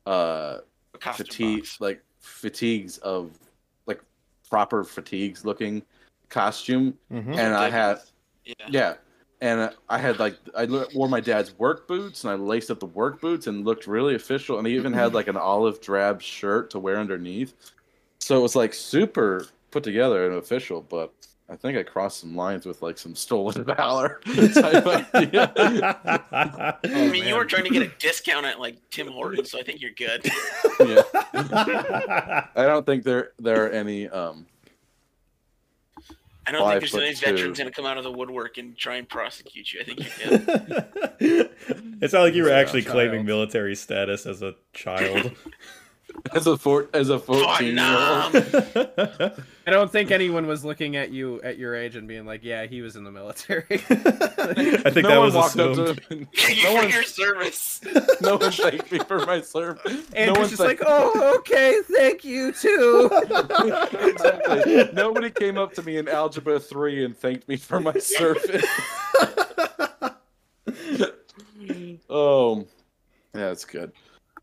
S2: uh
S4: Costume
S2: fatigues
S4: box.
S2: like fatigues of like proper fatigues looking costume,
S1: Mhm.
S2: and I had
S4: Yeah.
S2: yeah. And uh, I had like I lo- wore my dad's work boots and I laced up the work boots and looked really official and I even had like an olive drab shirt to wear underneath. So it was like super put together and official, but I think I crossed some lines with like some stolen *laughs* valor
S1: *laughs*
S2: type idea.
S4: I
S2: Oh,
S4: mean, you were trying
S2: *laughs*
S4: to get a discount at like Tim Hortons, so I think you're good.
S2: yeah.
S1: *laughs*
S2: *laughs* I don't think there there are any um
S4: I don't
S2: Five
S4: think there's
S2: foot
S4: any
S2: two.
S4: veterans going to come out of the woodwork and try and prosecute you. I think you're good.
S1: *laughs* it's not like you were
S2: Yeah,
S1: actually
S3: child.
S1: claiming military status as a child.
S2: as a four as a fourteen year old.
S4: Vietnam.
S3: I don't think anyone was looking at you at your age and being like, "Yeah, he was in the military."
S1: *laughs* I think that was assumed.
S2: to
S4: for
S2: No one-
S4: your service.
S2: *laughs* no one thanked me for my service. no
S3: Andrew's
S2: one
S3: just
S2: thanked
S3: like, "Oh, okay, thank
S1: *laughs*
S3: you too."
S2: exactly. Nobody came up to me in Algebra 3 and thanked me for my service. oh, yeah, Um, that's good.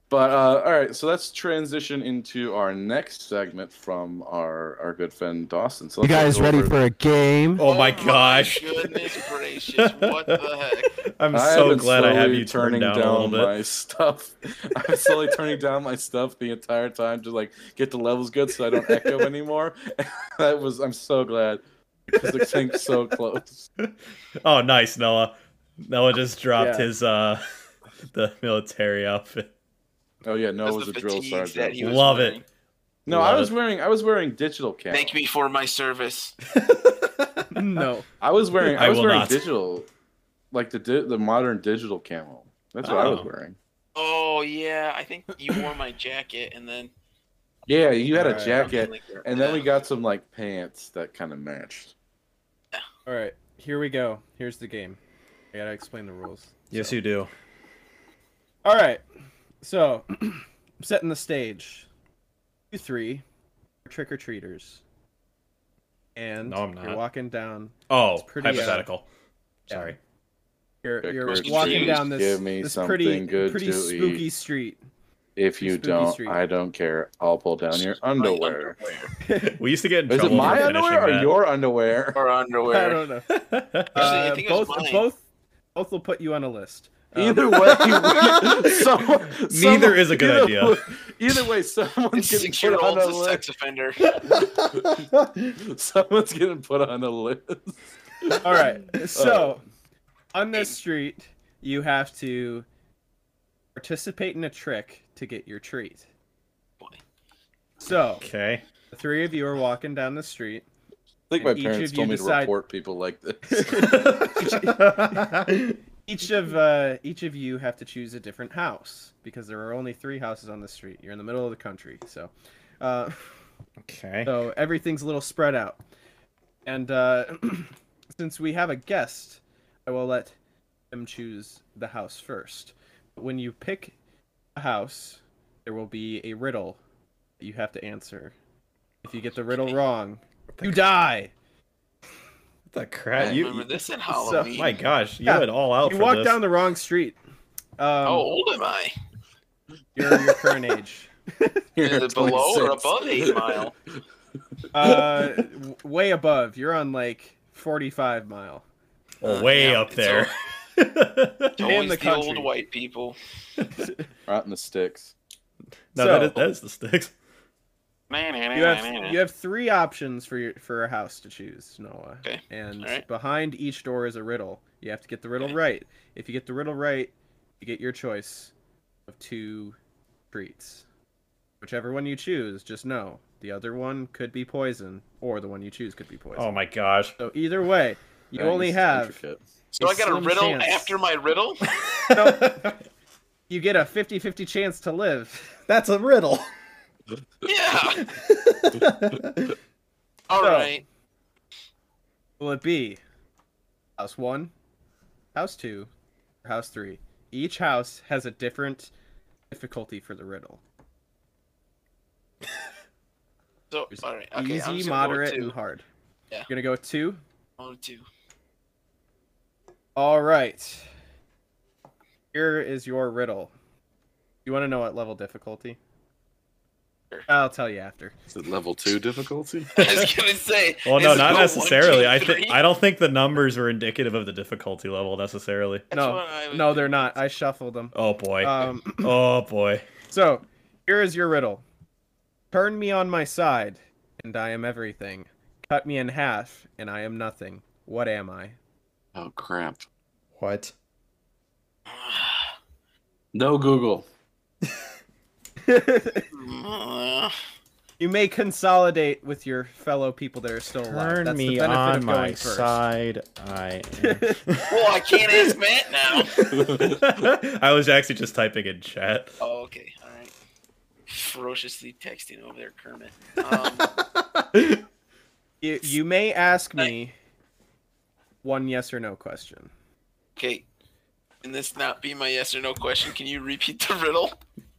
S2: But uh, all right, so let's transition into our next segment from our, our good friend Dawson. So
S5: You
S2: let's
S5: guys
S2: go
S5: ready
S2: over-
S5: for a game?
S1: Oh my gosh.
S4: Goodness gracious! What the heck?
S1: I'm
S2: I
S1: so
S2: am
S1: glad I have
S2: slowly
S1: you turned down, a little bit.
S2: my stuff. *laughs* I'm slowly turning down my stuff the entire time to like get the levels good so I don't echo anymore. *laughs* that was I'm so glad because the thing's so close.
S1: Oh, nice, Noah. Noah just dropped
S3: Yeah.
S1: his uh *laughs* the military outfit.
S2: Oh yeah, no, it
S4: That's
S2: was a
S4: the
S2: drill
S4: fatigue that he
S2: sergeant.
S4: was
S1: Love it.
S4: wearing.
S2: No,
S1: Love
S2: I was
S1: it.
S2: wearing I was wearing digital cam.
S4: Thank me for my service.
S1: Oh.
S3: No.
S2: I was wearing
S1: *laughs*
S2: I,
S1: I
S2: was
S1: will
S2: wearing
S1: not.
S2: digital, like the di- the modern digital camo. That's what I was
S1: Oh.
S2: wearing.
S4: Oh yeah, I think you wore my jacket and then
S2: Yeah, you had a
S3: Alright.
S2: jacket,
S4: Like,
S2: and then we got some like pants that kind of matched.
S3: All right, here we go. Here's the game. I gotta explain the rules.
S1: Yes, you do.
S3: All right, so *clears throat* I'm setting the stage. You three are trick or treaters, and
S1: No, I'm not.
S3: you're walking down.
S1: Oh,
S3: It's pretty, uh,
S1: hypothetical.
S3: yeah.
S1: Sorry.
S3: You're, you're
S2: Trick or
S3: walking
S4: treat,
S3: down this,
S2: give me
S3: this
S2: something
S3: pretty
S2: good
S3: pretty
S2: to
S3: spooky
S2: eat.
S3: street.
S2: If you
S3: Spooky
S2: don't,
S3: Street.
S2: I don't care. I'll pull down your underwear.
S1: We used to get in
S2: Is
S1: trouble
S2: it my
S1: for
S2: underwear or
S1: finishing
S2: your underwear?
S4: Or
S3: I
S4: underwear.
S3: don't know.
S1: that.
S4: Actually, I
S3: Uh,
S4: think it was
S3: both
S4: mine.
S3: both both will put you on a list. Um,
S2: Either
S4: *laughs*
S2: way, *laughs* we- someone,
S1: Neither is a good
S2: either
S1: idea.
S2: way- Either way, someone's
S4: This
S2: getting
S4: six
S2: put
S4: year
S2: on
S4: old's
S2: a
S4: a sex
S2: list.
S4: offender.
S2: *laughs* someone's getting put on a list.
S3: All right.
S4: *laughs*
S3: So,
S4: Oh.
S3: on this street, you have to participate in a trick to get your treat.
S4: Boy.
S3: So,
S1: *laughs* Okay.
S3: the three of you are walking down the
S4: *laughs*
S3: street.
S2: I think my
S3: And each
S2: parents
S3: of you
S2: told me to
S3: decide-
S2: report people like *laughs* this.
S3: Each of uh, each of you have to choose a different house because there are only three houses on the street. You're in the middle of the country, so uh,
S1: okay.
S3: so everything's a little spread out. And uh, *clears throat* since we have a guest, I will let him choose the house first. When you pick a house, there will be a riddle that you have to answer. If you get the riddle wrong, you die.
S1: What the
S4: I
S1: crap? You,
S4: remember this at Halloween.
S1: my gosh, you
S3: Yeah.
S1: had all out
S3: You
S1: Oh, for
S3: walk
S1: this.
S3: down the wrong street. Um,
S4: How *laughs* old am
S2: *laughs*
S4: I?
S3: your, your current age.
S4: Is it below or above eight mile?
S3: Uh, w- way above. You're on like 45 mile.
S1: Oh, way
S4: Uh, Yeah,
S1: up
S4: it's
S1: there.
S4: It's always
S3: the
S4: the,
S3: country.
S4: old white people.
S2: Out in the sticks.
S1: *laughs* no,
S3: So-
S1: that is, that is the sticks.
S3: You have you have three options for your for a house to choose, Noah.
S4: Okay.
S3: And
S4: Alright.
S3: behind each door is a riddle. You have to get the riddle
S4: Okay.
S3: right. If you get the riddle right, you get your choice of two treats. Whichever one you choose, just know the other one could be poison, or the one you choose could be poison.
S1: Oh my gosh.
S3: So either way, you
S2: That
S3: only
S2: is
S3: have
S2: intricate.
S4: so I got a
S3: slim
S4: riddle
S3: chance.
S4: after my riddle.
S1: *laughs*
S3: *laughs* you get a 50-50 chance to live.
S1: That's a riddle. *laughs*
S4: yeah. All
S3: So-
S4: right.
S3: Will it be house one, house two, or house three? Each house has a different difficulty for the riddle.
S4: So
S3: There's
S4: all right. Okay. I'm
S3: Easy,
S4: just gonna go with
S3: moderate,
S4: two.
S3: and hard.
S4: Yeah.
S3: You're gonna go with two?
S4: I'm gonna do two.
S3: All right. Here is your riddle. You want to know what level difficulty?
S4: Sure.
S3: I'll tell you after.
S2: Is it level two difficulty?
S4: I was gonna say.
S1: *laughs* Well, no,
S4: is it
S1: not
S4: a one,
S1: necessarily.
S4: two,
S1: I think
S4: three?
S1: I don't think the numbers are indicative of the difficulty level necessarily.
S4: *laughs* That's what I
S3: no,
S4: was
S3: no, they're not. I shuffled them.
S1: Oh boy.
S3: *clears throat* Um,
S1: oh boy.
S3: So, here is your riddle. Turn me on my side, and I am everything. Cut me in half, and I am nothing. What am
S4: *laughs*
S3: I?
S2: Oh crap!
S1: What?
S2: No *laughs* Google.
S4: thinking.
S3: you may consolidate with your fellow people that are still alive.
S1: Turn
S3: That's the
S1: me
S3: benefit
S1: on
S3: of going
S1: my
S3: first.
S1: side. I.
S4: Well, I can't ask Matt
S1: *laughs*
S4: now.
S1: am- *laughs* I was actually just typing in
S3: *laughs*
S1: chat.
S4: Oh, okay. All right. Ferociously texting over there, Kermit. Um, *laughs*
S1: Ah,
S3: You, you may ask me one yes or no question.
S4: okay. Can this not be my yes or no question? Can you repeat the riddle?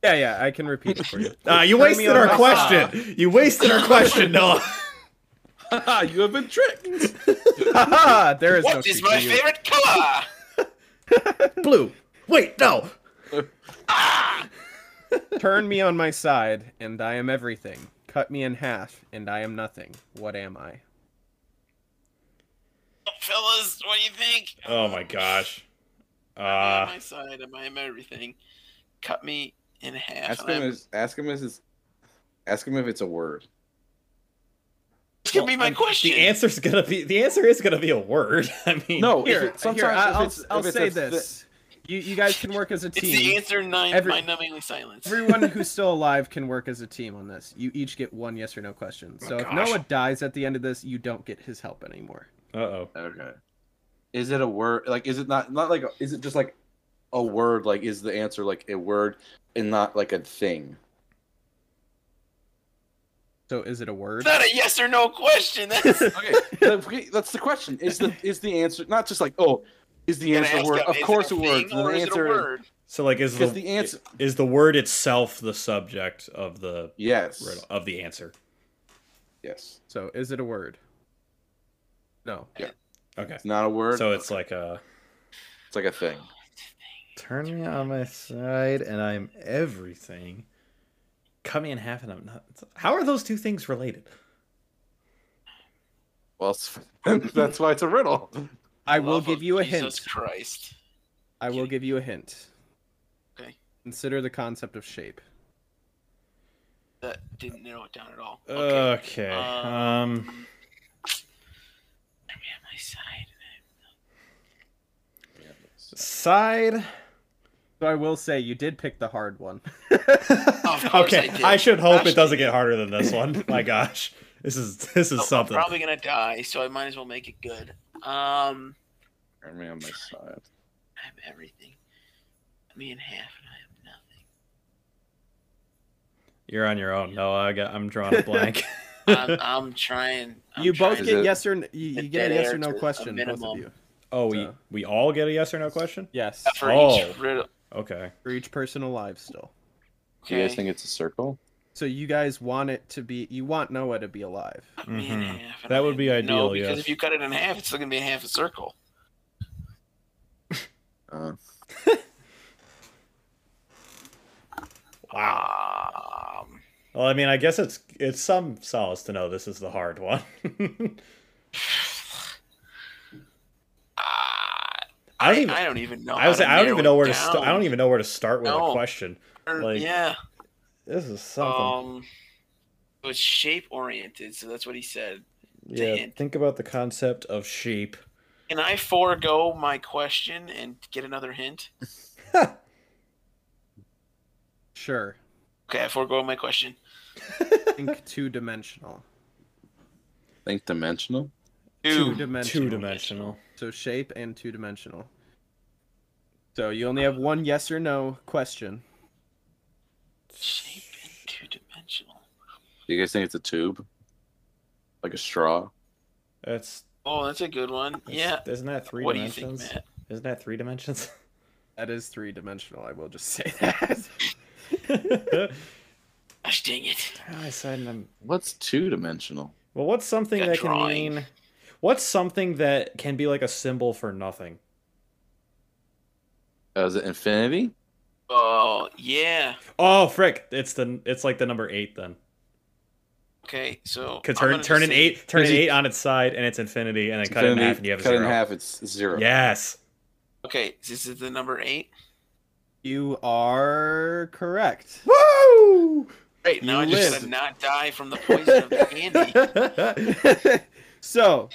S3: Yeah, yeah, I can repeat it for
S4: *laughs*
S3: you.
S1: Ah, you
S3: Turn me
S1: wasted
S3: on
S1: our
S3: my
S1: question. You wasted
S3: *laughs*
S1: our question, Noah.
S2: you have been tricked.
S3: Haha, there is no
S4: What is
S3: treat for
S4: my
S3: you.
S4: favorite color?
S1: Blue. Wait, no.
S3: Turn me on my side, and I am everything. Cut me in half, and I am nothing. What am I?
S4: *laughs* Fellas, what do you think?
S1: Oh my gosh.
S4: I'm on
S1: Uh,
S4: my side. I'm, I'm everything. Cut me in half.
S2: *laughs* Ask
S4: and
S2: him.
S4: *laughs* I'm-
S2: Is, ask him. Is his, ask him if it's a word.
S4: This could be my
S1: I'm-
S4: question.
S1: the answer's gonna be the answer is gonna be a word. *laughs* I mean,
S2: No,
S3: Here,
S2: if it, sometimes
S3: here I-
S2: if
S3: I'll,
S2: it's-
S3: I'll
S2: if it's
S3: say
S2: a thi-
S3: this. You, you guys can work as a
S4: *laughs* It's
S3: team.
S4: the answer nine
S3: Every-
S4: by numbingly silence. *laughs*
S3: Everyone who's still alive can work as a team on this. You each get one yes or no question.
S4: Oh
S3: So if
S1: gosh.
S3: Noah dies at the end of this, you don't get his help anymore.
S1: Uh oh.
S2: Okay. Is it a word? Like, is it not not like? a- Is it just like a word? Like, is the answer like a word and not like a thing?
S3: So is it a word?
S4: It's not a yes or no question. *laughs* That's
S2: Okay, like, okay, that's the question. Is the is the answer not just like oh, is the
S4: Gonna
S2: answer a
S4: ask
S2: word?
S4: him,
S2: Of
S4: is it
S2: course, a
S4: thing
S2: word.
S4: Or
S2: the
S4: is it a
S2: answer
S4: word?
S1: So like, is the,
S2: because the answer
S1: is the word itself the subject of the
S2: yes,
S1: riddle, of the answer?
S2: yes.
S3: So is it a word? No.
S1: Okay.
S2: It's not a word.
S1: So it's like a
S2: it's like a thing.
S1: turn me on my side and I'm everything. Cut me in half and I'm not. How are those two things related?
S2: Well, *laughs*
S1: *laughs*
S2: it's- that's why it's a *laughs* riddle.
S3: I will
S4: Love
S3: give
S4: of
S3: you a
S4: Jesus
S3: hint.
S4: Christ.
S3: I will give you a hint.
S4: Okay.
S3: Consider the concept of shape.
S4: That didn't narrow it down at all. Okay.
S1: Okay.
S4: Uh,
S1: um.
S4: Turn me on my side.
S1: Side.
S3: So I will say you did pick the hard one. *laughs*
S4: Of
S1: *laughs*
S4: course
S1: Okay.
S4: I, did.
S1: I, should hope it
S4: Gosh,
S1: doesn't get harder than this one. *laughs* my gosh, this is this is
S4: I'm
S1: something.
S4: Oh, probably gonna die, so I might as well make it good. Um,
S2: Turn me on my side.
S4: I'm everything. Cut Me in half, and I am nothing.
S1: You're on your own, Noah. I got, I'm drawing
S4: *laughs*
S1: a blank.
S4: I'm, I'm trying. I'm
S3: you both
S4: trying
S2: Is
S3: get
S2: it-
S3: yes or n- you, you
S4: Is
S3: get a
S4: that
S3: yes or
S4: air
S3: no
S4: to a
S3: question, both of
S4: minimum?
S3: you.
S1: oh, we
S3: So-
S1: we all get a yes or no question.
S3: Yes,
S4: for
S1: Oh.
S4: each riddle.
S1: Okay.
S3: for each person alive still.
S2: Do you guys
S4: Okay.
S2: think it's a circle?
S3: So you guys want it to be. You want Noah to be alive.
S4: Cut me in
S1: Mhm.
S4: half, and
S1: That
S4: I
S1: would
S4: am-
S1: be
S4: No,
S1: ideal,
S4: because
S1: yes.
S4: if you cut it in half, it's still gonna be a half a circle.
S2: Uh,
S4: Um,
S1: Well, I mean, I guess it's it's some solace to know this is the hard one. *laughs*
S4: I,
S1: I
S4: I,
S1: don't even.
S4: I don't even know.
S1: I was.
S4: how
S1: saying, I don't
S4: narrow
S1: even know
S4: it
S1: where to.
S4: down.
S1: St- I don't even know where to start with a
S4: No.
S1: question.
S4: Or-
S1: like,
S4: yeah.
S1: This is something.
S4: Um, it was shape oriented, so that's what he said.
S1: yeah.
S4: hint.
S1: Think about the concept of sheep.
S4: Can I forego my question and get another hint?
S3: Sure.
S4: Okay, I forego my question.
S3: Think *laughs* two dimensional.
S2: think dimensional.
S3: Two
S4: Two.
S3: dimensional.
S1: Two dimensional.
S3: So shape and two dimensional. So you only have one yes or no question.
S4: Shape and two dimensional.
S2: Do you guys think it's a tube? Like a straw?
S1: That's,
S4: Oh, that's a good one.
S1: that's-
S4: yeah.
S1: Isn't that three
S4: What do you think,
S1: dimensions?
S4: Matt?
S1: Isn't that three
S3: *laughs*
S1: dimensions? *laughs*
S3: That is three dimensional. I will just *laughs* say that.
S4: Gosh dang it.
S1: I said.
S3: um,
S1: I'm-
S2: What's two dimensional?
S1: Well, what's something
S4: Got
S1: that
S4: drawing.
S1: can mean? What's something that can be like a symbol for nothing?
S2: Uh, is it infinity?
S4: Oh, yeah.
S1: Oh frick! It's the it's like the number eight then.
S4: Okay, so.
S1: Could
S4: I'm
S1: turn
S4: gonna
S1: turn
S4: just
S1: an
S4: say-
S1: eight turn an
S2: Is it-
S1: eight on its side and it's infinity and then cut it in
S2: Infinity,
S1: half and you have a
S2: cut
S1: zero.
S2: in half, it's zero.
S1: Yes.
S4: Okay, this is the number eight.
S3: you are correct. *laughs*
S1: Woo!
S4: Great, now
S3: You
S4: I just
S3: live.
S4: gotta not die from the poison
S1: *laughs*
S4: of the candy.
S3: so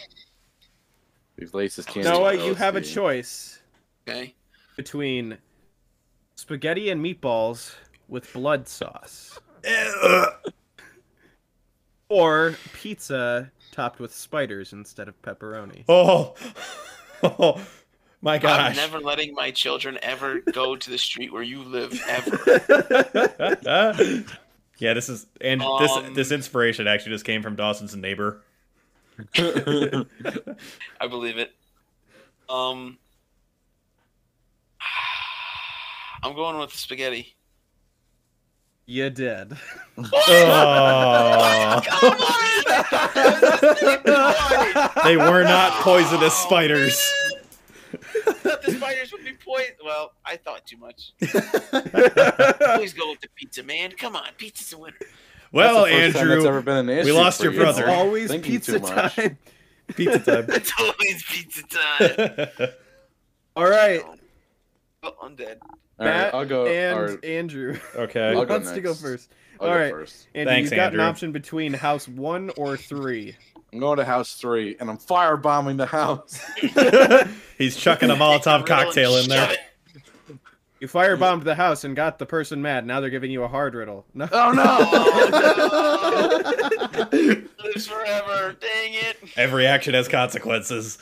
S2: We've laced this candy.
S3: Noah,
S2: with
S3: you have a
S2: LSD.
S3: choice
S1: Oh
S4: Okay.
S3: between spaghetti and meatballs with blood *laughs* sauce, or pizza topped with spiders instead of *laughs* pepperoni.
S1: oh. *laughs* oh, my
S4: I'm
S1: gosh!
S4: never letting my children ever go to the street where you live ever.
S1: *laughs* yeah, this is and this
S4: Um,
S1: this inspiration actually just came from Dawson's neighbor. *laughs*
S2: *laughs*
S4: I believe it. Um, *sighs* I'm going with the spaghetti.
S3: You did. *laughs*
S4: *laughs*
S1: Oh. they were not poisonous spiders.
S4: the spiders would be poison. Well, I thought too much.
S3: That's
S4: Always go with the pizza, man. Come on, pizza's a winner.
S1: well,
S2: That's the first time
S1: Andrew,
S2: that's ever been an issue
S1: lost
S2: for
S1: your
S2: you,
S1: brother.
S2: Mark.
S1: It's
S3: always
S2: Thinking
S3: pizza
S2: too much.
S3: time.
S1: pizza time.
S4: It's always pizza time.
S3: All right,
S4: Well, oh, I'm dead.
S2: Uh, All right,
S3: Matt
S2: I'll go.
S3: *laughs* and
S2: or-
S3: Andrew.
S1: *laughs* okay.
S2: *laughs* I'll
S3: Who
S2: go
S3: wants to go
S2: next.
S3: first?
S2: I'll
S3: all
S2: go
S3: right.
S2: first.
S3: Andrew,
S1: Thanks,
S3: you've got
S1: Andrew.
S3: an option between house one or three.
S2: I'm going to house three, and I'm firebombing the house.
S1: He's chucking a Molotov cocktail in there.
S3: You firebombed the house and got the person mad. Now they're giving you a hard riddle. No.
S2: *laughs*
S3: *laughs*
S2: oh
S4: Oh,
S2: no!
S4: Lives forever. Dang it.
S1: Every action has consequences.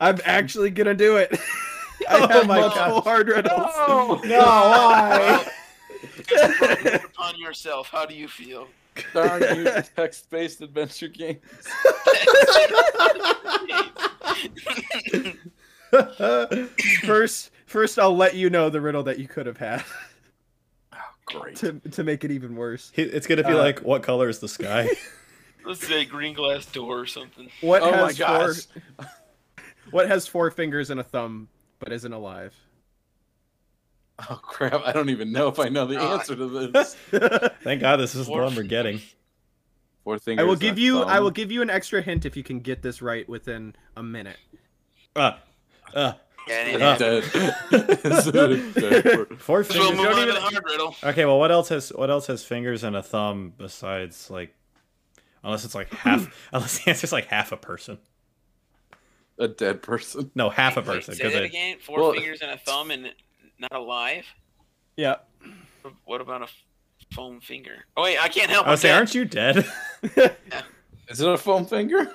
S3: I'm actually gonna do it. *laughs* I have
S1: my
S3: multiple hard riddles.
S2: no!
S1: No, why?
S4: Put *laughs* upon yourself. How do you feel?
S2: *laughs* Darn you, text-based adventure game.
S3: *laughs* First, first I'll let you know the riddle that you could have had *laughs*
S2: Great.
S3: to to make it even worse.
S1: it's gonna be
S3: Uh,
S1: like, what color is the sky?
S4: Let's say green glass door or something.
S3: What
S2: oh my
S3: has four?
S2: gosh.
S3: What has four fingers and a thumb but isn't alive?
S2: Oh crap! I don't even know if I know the
S4: Uh,
S2: answer to this.
S1: Thank God this is the one we're getting.
S2: Four things.
S3: I will give you. I will give you an extra hint if you can get this right within a minute.
S1: Uh, uh,
S4: And
S1: Uh,
S4: uh,
S2: Dead. *laughs* Dead.
S1: four
S4: we'll
S1: fingers.
S3: Don't
S4: move on to the
S3: even-
S4: hard riddle.
S1: Okay, well, what else has what else has fingers and a thumb besides like, unless it's like half, *laughs* unless the answer's like half a person.
S2: A dead person.
S1: No, half a
S4: Wait,
S1: person.
S4: Say
S1: 'cause
S4: that
S1: I-
S4: again. Four
S2: Well-
S4: fingers and a thumb and not alive.
S3: Yeah.
S4: What about a f- foam finger? Oh wait, I can't help.
S1: I was
S4: with
S1: saying,
S4: that.
S1: aren't you dead? *laughs*
S2: Is it a foam finger?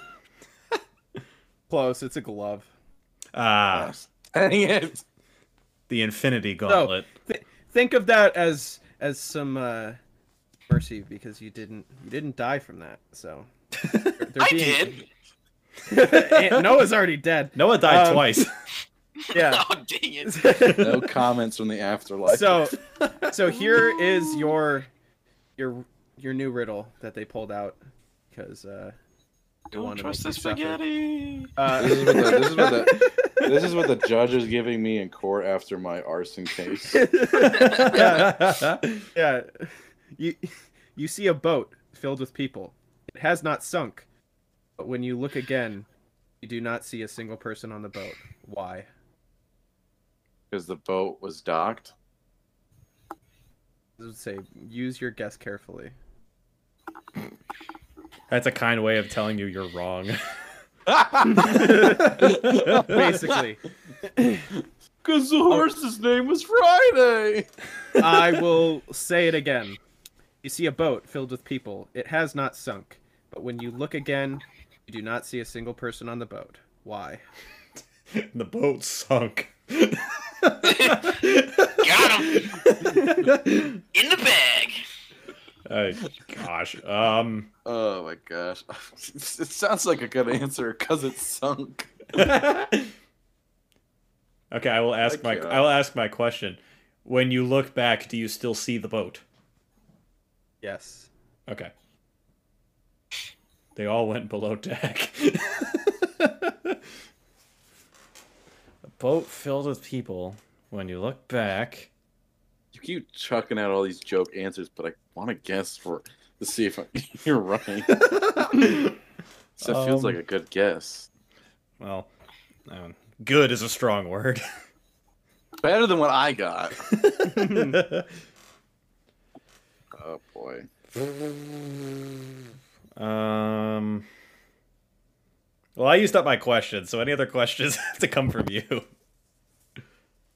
S3: Close. It's a glove.
S1: Ah,
S2: Dang it!
S1: the Infinity
S3: *laughs*
S1: Gauntlet.
S3: Think of that as as some uh, mercy because you didn't you didn't die from that. So they're- they're
S4: I
S3: being- *laughs*
S4: did.
S3: Aunt Noah's already dead.
S1: Noah died
S3: Eh, Um, *laughs*
S1: twice. *laughs*
S3: Yeah.
S4: *laughs* Oh dang it!
S2: No comments from the afterlife.
S3: *laughs* so so here is your your your new riddle that they pulled out because uh,
S4: Don't
S3: wanna
S4: trust the
S3: make you suffer.
S4: spaghetti.
S3: *laughs* uh
S2: This is what the- this is what this is what the judge is giving me in court after my arson case.
S3: *laughs* yeah you you see a boat filled with people it has not sunk but when you look again you do not see a single person on the boat why
S2: because the boat was *laughs* docked.
S3: I would say use your guess
S2: *laughs*
S3: carefully
S1: That's a kind way of telling you you're wrong. *laughs*
S3: *laughs* basically
S2: Because the horse's name was Friday.
S3: I will say it again. You see a boat filled with people. It has not sunk, but when you look again, you do not see a single person on the boat. Why?
S1: the boat sunk.
S4: Got him in the bag.
S1: Uh, gosh. Um.
S2: Oh my gosh! *laughs* It sounds like a good answer because it sunk.
S1: *laughs* okay, I will ask my
S2: Okay.
S1: I will ask my question. When you look back, do you still see the boat?
S3: Yes.
S1: Okay. They all went below deck. *laughs* a boat filled with people. When you look back,
S2: You keep chucking out all these joke answers, but I want to guess for to see if I, *laughs* you're right. so it feels
S1: Um,
S2: like a good guess.
S1: well, um, good is a strong word. *laughs*
S2: Better than what I got.
S1: um,
S2: Oh boy.
S1: Um, well, I used up my question, so any other questions *laughs* have to come from you.
S2: Uh,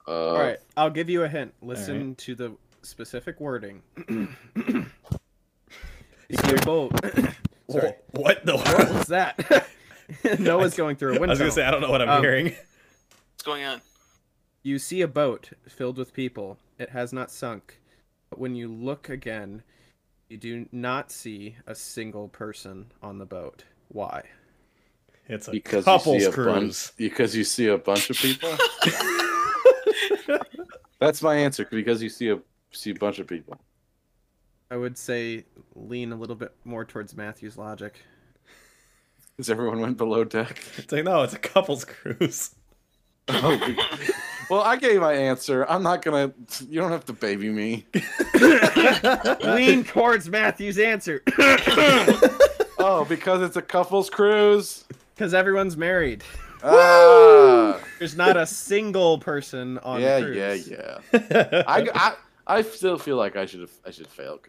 S1: Oh.
S3: All right. I'll give you a hint. Listen
S1: Alright.
S3: to the specific wording. *clears throat* you see a boat. *coughs* Sorry.
S1: Wh- What the
S3: What
S1: world?
S3: was that? *laughs* Noah's going through a
S1: I
S3: window.
S1: was gonna say I don't know what I'm
S3: Um,
S1: hearing.
S4: What's going on?
S3: You see a boat filled with people. It has not sunk. But when you look again, you do not see a single person on the boat. Why?
S1: It's a
S2: Because you
S1: couples
S2: see a
S1: cruise.
S2: bunch. Because you see a bunch of people. That's my answer. Because you see a see a bunch of people.
S3: I would say lean a little bit more towards Matthew's logic.
S2: *laughs* Because everyone went below deck.
S1: It's like no, it's a couples cruise.
S2: Oh, we- well, I gave my answer. I'm not gonna. You don't have to baby me.
S3: Lean towards Matthew's answer *coughs*
S2: Oh, because it's a couples cruise.
S3: because everyone's married.
S2: Ah,
S3: There's not a single person on
S2: yeah,
S3: the cruise.
S2: yeah, yeah.
S1: *laughs*
S2: I, I, I still feel like I should have. I should fail.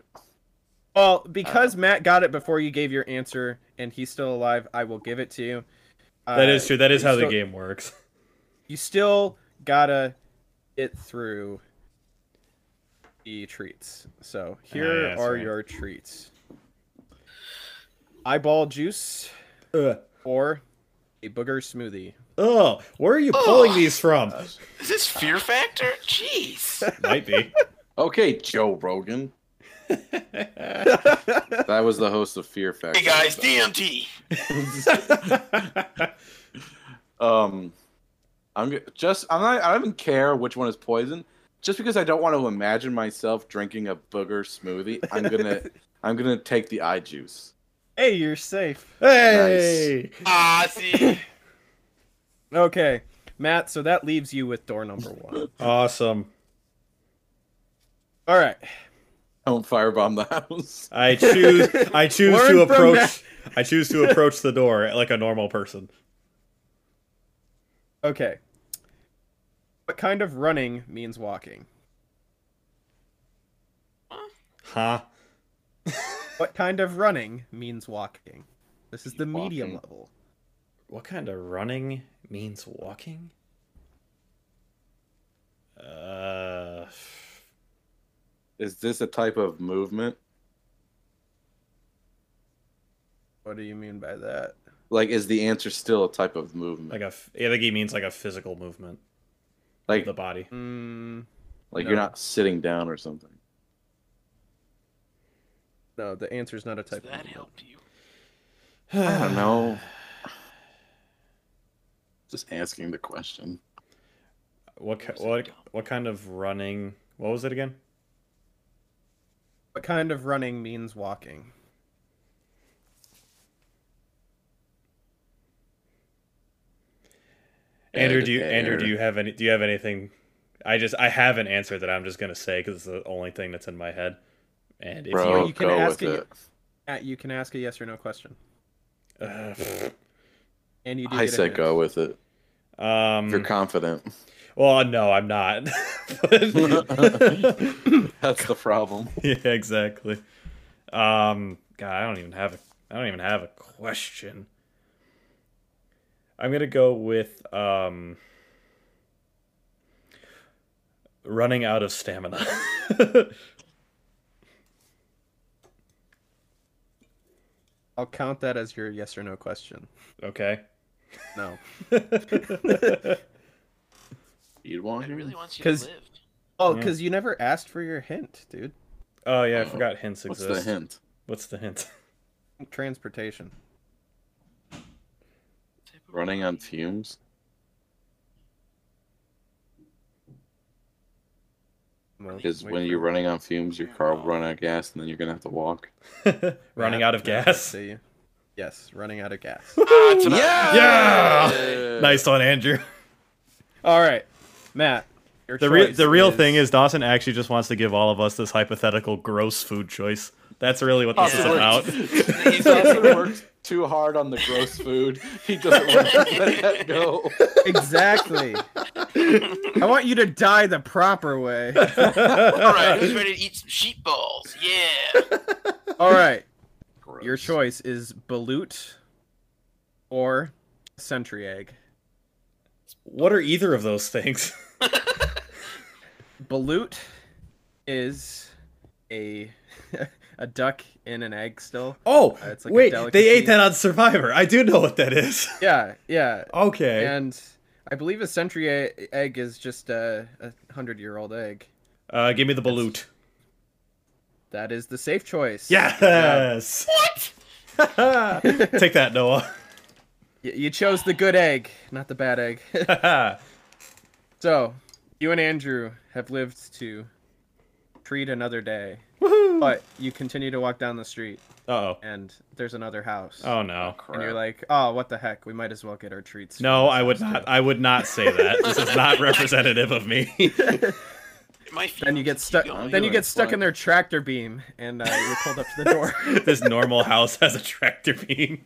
S3: Well, because
S2: Uh.
S3: Matt got it before you gave your answer, and he's still alive, I will give it to you.
S1: That
S3: Uh,
S1: is true. That is
S3: you
S1: how the
S3: still-
S1: game works.
S3: You still gotta get through the treats. So here
S1: yeah, that's
S3: are
S1: right.
S3: your treats: eyeball juice
S1: Ugh.
S3: or a booger smoothie.
S1: Oh, where are you pulling these from?
S4: Is this Fear Factor? Jeez.
S1: Might be.
S2: Okay, Joe Rogan. That was the host of Fear Factor.
S4: Hey guys, DMT.
S1: *laughs*
S2: Um, I'm g- just. I'm not. I don't even care which one is poison. Just because I don't want to imagine myself drinking a booger smoothie, I'm *laughs* gonna. I'm gonna take the eye juice.
S3: Hey, you're safe.
S1: hey,
S4: Ah, see.
S3: Okay, Matt. So that leaves you with door number one.
S1: awesome.
S3: All right.
S2: Don't firebomb the house.
S1: I choose. I choose
S3: Learn
S1: to
S3: from that.
S1: approach. I choose to approach the door like a normal person.
S3: Okay. What kind of running means walking?
S1: Huh?
S3: What kind of running means walking? This is the medium
S2: Walking.
S3: level.
S1: What kind of running means walking? Uh,
S2: Is this a type of movement?
S3: What do you mean by that?
S2: Like, is the answer still a type of movement?
S1: like a. f- I think he means like a physical movement
S2: Like,
S1: of the body. *sighs*
S3: Mm,
S2: like
S3: no.
S2: you're not sitting down or something.
S3: no, the answer is not a type.
S4: that
S3: Of
S4: helped you.
S2: I *sighs* don't know. Just asking the question.
S1: What ki- what what kind of running? What was it again?
S3: what kind of running means walking?
S1: Andrew,
S2: Ed,
S1: do you Andrew, do
S2: Ed.
S1: you have any? Do you have anything? I just I have an answer that I'm just gonna say because it's the only thing that's in my head. And if
S2: Bro,
S3: you can
S2: go
S3: ask
S2: with
S3: it,
S2: it.
S3: Matt, you can ask a yes or no question,
S1: you, uh,
S3: and you do.
S2: I
S3: get Mm. a
S2: said
S3: no.
S2: go with it.
S1: pff, um,
S2: If you're
S3: *laughs*
S2: confident, *laughs*
S1: well, no, I'm not. *laughs*
S2: *laughs* that's the problem.
S1: yeah, exactly. Um, God, I don't even have a I don't even have a question. I'm gonna go with um, running out of stamina. *laughs*
S3: I'll count that as your yes or no question.
S1: okay.
S3: No,
S2: You'd want
S4: It
S2: him?
S4: really wants you
S3: Mm-hmm. Cause-
S4: to live.
S3: oh,
S1: Yeah.
S3: because you never asked for your hint, dude.
S1: Oh yeah, I
S2: Oh,
S1: forgot hints
S2: What's
S1: exist.
S2: the hint?
S1: What's the hint? *laughs*
S3: Transportation.
S2: Running on fumes.
S3: Well,
S2: Because
S3: wait
S2: when
S3: for
S2: you're
S3: it.
S2: running on fumes, your car will run out of gas, and then you're gonna have to walk.
S1: Running
S3: Matt,
S1: out of
S3: Matt,
S1: gas.
S3: see you. Yes, running out of gas.
S1: *laughs*
S4: Ah, it's not-
S1: Yeah! Ah,
S2: *laughs*
S1: Nice one, Andrew.
S3: All right, Matt. Your
S1: The real
S3: choice
S1: the real thing is Dawson actually just wants to give all of us this hypothetical gross food choice. That's really what this is
S2: *laughs*
S4: Yeah.
S1: about.
S4: He's
S2: Dawson
S4: like,
S2: works too hard on the gross food. He
S1: *laughs*
S2: doesn't want to let that go.
S3: exactly. I want you to die the proper
S1: *laughs*
S3: way.
S4: All right,
S3: *laughs*
S4: who's ready to eat some sheep balls? Yeah.
S3: All right, your
S2: Gross.
S3: choice is balut or sentry egg.
S1: What are either of those things?
S3: Balut is a *laughs* a duck in an egg still.
S1: *laughs* Oh,
S3: Uh, it's like a
S1: wait, they
S3: delicacy.
S1: ate that on Survivor. I do know what that *laughs* is.
S3: Yeah, yeah.
S1: Okay.
S3: And I believe a sentry e- egg is just a, a hundred year old egg.
S1: uh, give me the balut.
S3: That is the safe choice.
S1: Yes. What? *laughs* Take that, Noah.
S3: Y- you chose the good egg, not the bad egg. *laughs* so, you and Andrew have lived to treat another day,
S1: Woohoo!
S3: but you continue to walk down the street.
S1: Oh.
S3: and there's another house.
S1: Oh no.
S3: and you're like, oh, what the heck? We might as well get our treats. *laughs*
S1: No,
S3: from this
S1: I would
S3: house,
S1: not. I would not say that. This is *laughs* not representative of
S2: *laughs*
S1: me. *laughs*
S3: too."
S4: My
S3: then you get stuck.
S2: I'm
S3: Then you
S2: doing
S3: get stuck
S2: fine.
S3: in their tractor beam, and uh, you're pulled up to the
S2: *laughs*
S3: door. *laughs*
S1: this normal house has a tractor beam.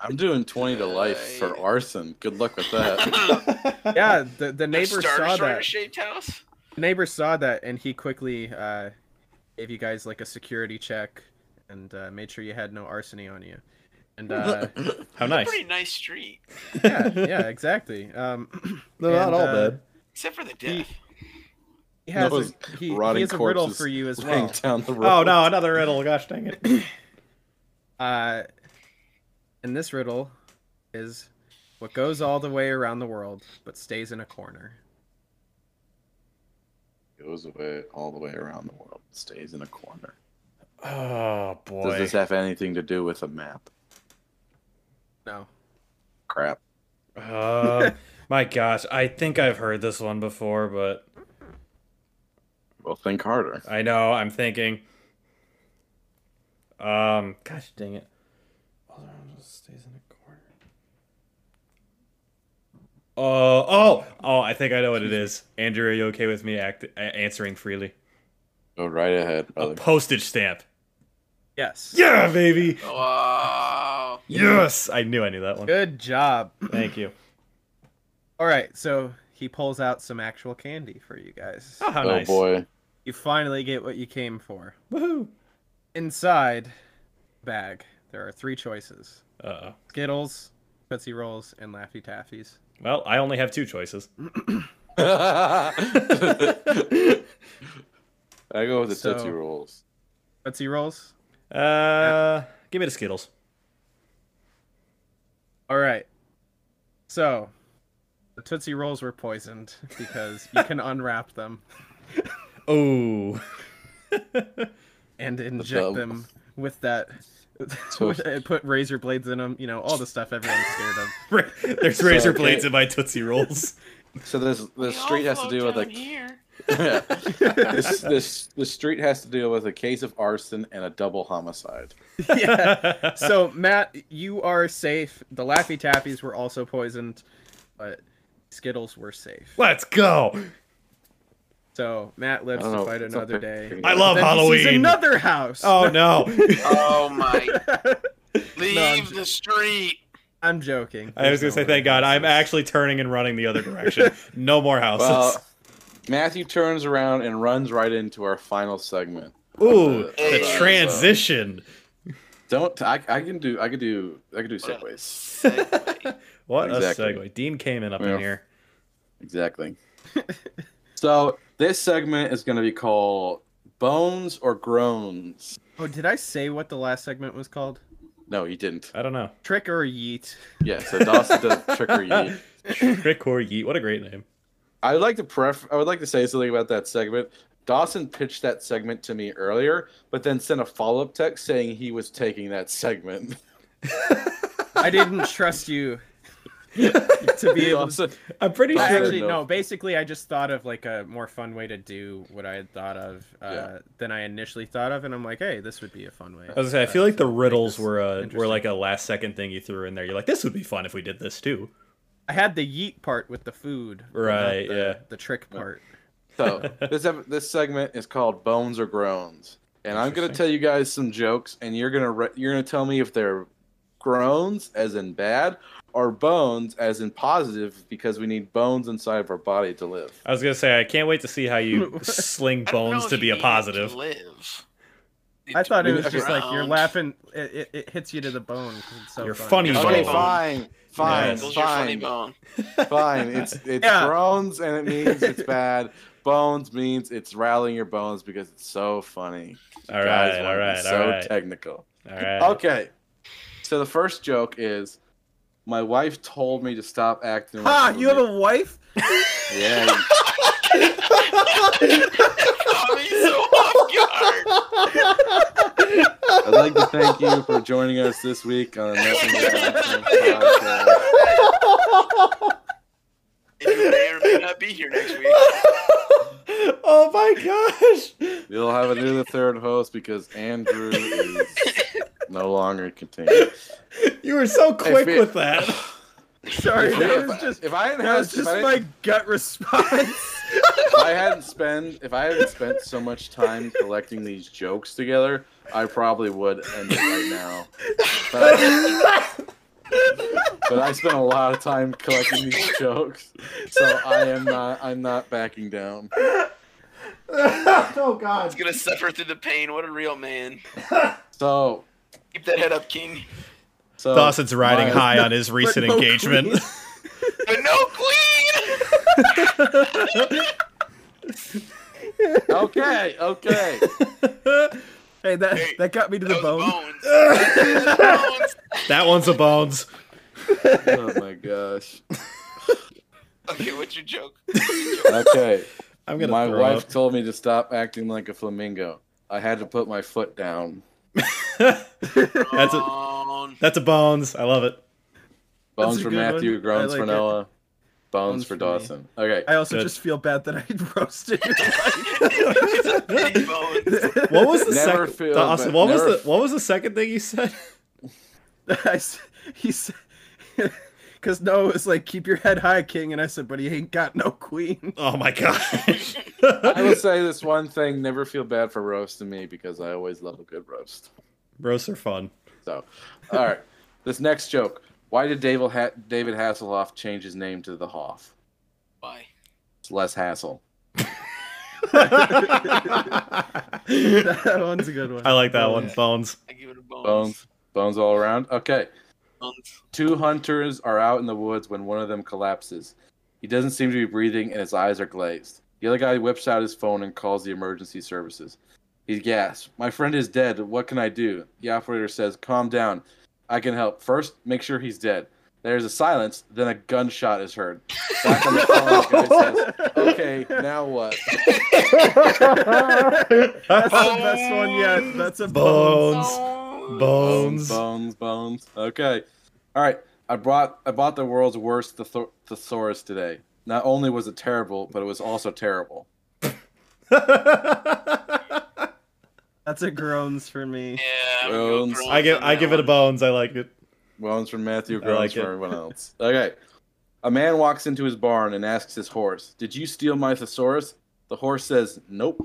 S2: I'm doing 20 to life for
S4: Uh,
S2: arson. Good luck with that.
S1: *laughs*
S3: yeah, the the neighbor
S4: Star
S3: saw
S4: Destroyer
S3: that.
S4: shaped house.
S3: The neighbor saw that, and he quickly uh, gave you guys like a security check and uh, made sure you had no arsony on you. And
S2: *laughs*
S3: uh,
S1: How nice.
S4: Pretty nice street,
S3: yeah, yeah, exactly. Um, *clears throat*
S1: They're
S3: and, uh,
S4: except for the death.
S3: He has,
S2: Those
S3: a, he, he
S2: rotting
S3: has a riddle
S2: corpses
S3: for you as
S2: Laying
S3: well.
S2: down the road.
S1: Oh no, another riddle. Gosh dang
S2: *laughs*
S1: it.
S3: Uh, and this riddle is what goes all the way around the world but stays in a corner.
S2: Goes away all the way around the world. Stays in a corner.
S1: Oh *laughs*
S2: Does
S1: boy.
S2: this have anything to do with a map?
S3: No.
S2: Crap.
S1: Uh, my gosh, I think I've heard this one before, but
S2: Well, think harder.
S1: I know I'm thinking. Um, gosh dang it. Hold on, it just stays in a corner. Oh, oh, oh! I think I know what it is. Andrew, are you okay with me act- a- answering freely?
S2: Go right ahead,
S1: A
S2: brother.
S1: postage stamp.
S3: Yes.
S1: Yeah, baby.
S4: Wow.
S1: Yes, I knew I knew that one.
S3: Good job. *clears throat*
S1: Thank you.
S3: All right, so he pulls out some actual candy for you guys.
S1: Oh, how
S2: oh
S1: nice.
S2: boy.
S3: You finally get what you came for.
S1: Woohoo.
S3: Inside bag, there are three choices:
S1: Uh oh.
S3: Skittles, Tootsie Rolls, and Laffy Taffies.
S1: Well, I only have two choices.
S2: I go with the
S3: So-
S2: Tootsie Rolls.
S3: Tootsie Rolls.
S1: Uh, give me the Skittles.
S3: All right. So, the Tootsie Rolls were poisoned because you
S1: *laughs*
S3: can unwrap them
S1: Oh.
S3: and inject
S2: dumb.
S3: them with that. *laughs* with- and put razor blades in them. You know all the stuff everyone's scared
S1: *laughs*
S2: *laughs*
S3: of.
S1: There's
S2: So,
S1: razor
S2: okay.
S1: blades in my Tootsie *laughs* Rolls.
S2: So this
S4: They
S2: the
S4: all
S2: street has to
S4: float
S2: do with
S4: down
S2: *laughs* a
S4: here.
S2: *laughs* this, this the street has to deal with a case of arson and a double homicide.
S3: yeah. *laughs* so Matt, you are safe. The Laffy Taffies were also poisoned, but Skittles were safe.
S1: Let's go.
S3: So Matt lives
S2: I don't
S3: to
S2: know,
S3: fight
S2: it's
S3: another
S2: okay.
S3: day.
S1: I love
S3: Then he sees
S1: Halloween.
S3: another house.
S1: Oh *laughs* no.
S4: Oh
S3: *laughs*
S4: my!
S3: I'm
S4: Leave
S3: j-
S4: the street.
S3: I'm joking.
S1: I was gonna
S3: There's
S1: say
S3: no way.
S1: thank God. I'm actually turning and running the other direction. No more houses.
S2: Well, Matthew turns around and runs right into our final segment. uh,
S1: Ooh, the
S4: Hey.
S1: transition.
S2: Don't I, I can do I could do I could do segues.
S4: Segway.
S1: What
S2: Exactly.
S1: a segue. Dean came in up
S2: Yeah.
S1: in here.
S2: *laughs* Exactly. so this segment is going to be called Bones or Groans.
S3: Oh, did I say what the last segment was called?
S2: No, you didn't.
S1: I don't know.
S3: Trick or yeet?
S2: Yeah, so Dawson does trickery.
S1: Rick or Yeet. What a great name.
S2: I would like to pref- I would like to say something about that segment. Dawson pitched that segment to me earlier, but then sent a follow up text saying he was taking that segment.
S3: I didn't
S2: *laughs*
S3: trust you to *laughs* be able. to...
S2: Dawson,
S1: I'm pretty
S3: *laughs* I
S2: Dawson
S1: sure.
S3: actually
S2: knows.
S3: no. Basically, I just thought of like a more fun way to do what I had thought of uh,
S2: Yeah.
S3: than I initially thought of, and I'm like, hey, this would be a fun way. Uh,
S1: I was gonna say, I feel like the riddles
S3: this
S1: were a, were
S3: interesting.
S1: like a last second thing you threw in there. You're like, this would be fun if we did this too.
S3: I had the yeet part with the food. but not
S1: Right,
S3: the-
S1: yeah.
S3: The trick part.
S2: So this ep- this segment is called Bones or Groans, and I'm gonna
S1: Interesting.
S2: tell you guys some jokes, and you're gonna re- you're gonna tell me if they're groans as in bad or bones as in positive because we need bones inside of our body to live.
S1: I was gonna say I can't wait to see how
S4: *laughs*
S1: you sling
S4: I don't know
S1: bones
S4: if
S1: to be
S4: you
S1: a
S4: need
S1: positive.
S4: To live.
S3: I thought it was
S2: Okay.
S3: just like you're
S4: Round.
S3: laughing. It, it, it hits you to the bone. 'cause it's so
S1: You're
S3: funny.
S1: funny.
S2: Okay,
S1: bone.
S2: fine, fine,
S1: Yes.
S4: Those are funny
S2: fine,
S3: *laughs*
S4: bone.
S2: fine. It's it's
S3: Yeah.
S2: groans and it means
S3: *laughs*
S2: it's bad. Bones means it's rattling your bones because it's so funny.
S1: All
S2: Guys
S1: right,
S2: wanna
S1: all
S2: be
S1: right,
S2: so
S1: all right,
S2: technical.
S1: all right.
S2: Okay. So the first joke is my wife told me to stop acting like
S3: Ha!
S2: a
S3: Ah, You have
S2: weird-
S3: a wife?
S2: Yeah.
S4: Caught me Oh, so off guard.
S2: I'd like to thank you for joining us this week on the Nothing But
S3: *laughs*
S2: Nothing podcast.
S4: You may or may not be here next week.
S1: *laughs* oh my gosh!
S3: *laughs*
S2: You'll have a new the third host because Andrew is No longer continue. *laughs*
S1: You were so quick
S2: it-
S1: with that.
S3: *laughs*
S4: *laughs*
S3: Sorry,
S2: If-
S3: that
S2: if
S3: was
S2: I-
S3: just
S2: if I hadn't
S3: that
S2: had-
S3: was
S2: if
S3: just
S2: I didn't-
S3: my
S1: *laughs*
S3: gut response.
S2: if I hadn't spent if I hadn't spent so much time collecting these jokes together, I probably would end it right now. But I, but I spent a lot of time collecting these jokes, so I am not I'm not backing down.
S1: oh
S4: He's
S1: god.
S4: gonna suffer through the pain. What a real man.
S2: So
S4: Keep that head up, King.
S1: *laughs*
S2: so
S1: Dawson's riding
S2: my-
S1: high
S4: *laughs*
S1: on his recent
S3: no
S1: engagement.
S4: But no queen.
S2: Okay, okay.
S3: hey, that
S4: Hey,
S3: that got me to the
S4: Those
S3: bone.
S4: bones. Those bones.
S1: *laughs* that one's a bones.
S2: Oh my gosh.
S4: Okay, what's your joke?
S2: Okay.
S1: *laughs* I'm gonna
S2: My
S1: throw
S2: wife told me to stop acting like a flamingo. I had to put my foot down.
S1: up. *laughs* that's a
S4: Bone.
S1: that's a bones. I love
S2: *laughs*
S1: it.
S3: That's
S2: Bones
S3: a
S2: for
S3: good
S2: Matthew,
S3: one.
S2: groans
S3: I
S2: for
S3: like it.
S2: Noah, bones,
S3: Bones
S2: for
S3: for me.
S2: Dawson. Okay.
S3: I also
S1: Good.
S3: just feel bad that I *laughs* roasted
S1: *laughs*
S3: your
S4: Pity bones.
S3: wife.
S1: What was the
S2: Never
S1: second?
S2: feel
S1: Dawson,
S2: bad-
S1: what was
S2: never-
S1: the what was the second thing you said? *laughs*
S3: *laughs* I s- *laughs* he said, because Noah was like, "Keep your head high, King," and I said, "But he ain't got no queen." *laughs*
S1: Oh my gosh.
S2: I will say this one thing: never feel bad for roasting me because I always love a good roast.
S1: *laughs* Roasts are
S2: *laughs*
S1: fun. *laughs*
S2: So, all right, this next joke: Why did David ha- David Hasselhoff change his name to the Hoff?
S4: Bye.
S2: It's less hassle.
S1: I
S3: that one's a good one.
S1: like that
S2: *laughs*
S1: one. Bones.
S4: I give it a bone.
S2: Bones, bones all around. Okay,
S4: Bones.
S2: two hunters are out in the woods when one of them collapses. He doesn't seem to be breathing, and his eyes are glazed. The other guy whips out his phone and calls the emergency services. He gasps, "My friend is dead. What can I do?" The operator says, "Calm down. I can help. First, make sure he's dead." There's a silence, then a gunshot is heard. Back on the phone, the guy says, "Okay, now what?"
S3: *laughs* That's the best one yet. That's a bone.
S1: Bones.
S4: Bones.
S1: Bones.
S2: bones, bones. Okay. All right. I brought I bought the world's worst thetho- thesaurus today. Not only was it terrible, but it was also terrible.
S1: *laughs*
S3: That's a groans for me.
S4: Yeah.
S2: Bones.
S1: I give I give it a bones. I like
S3: *laughs*
S1: it.
S2: One's from Matthew,
S1: I like
S2: one's
S1: it.
S2: from everyone else. Okay. A man walks into his barn and asks his horse, "Did you steal my thesaurus?" The horse says, "Nope."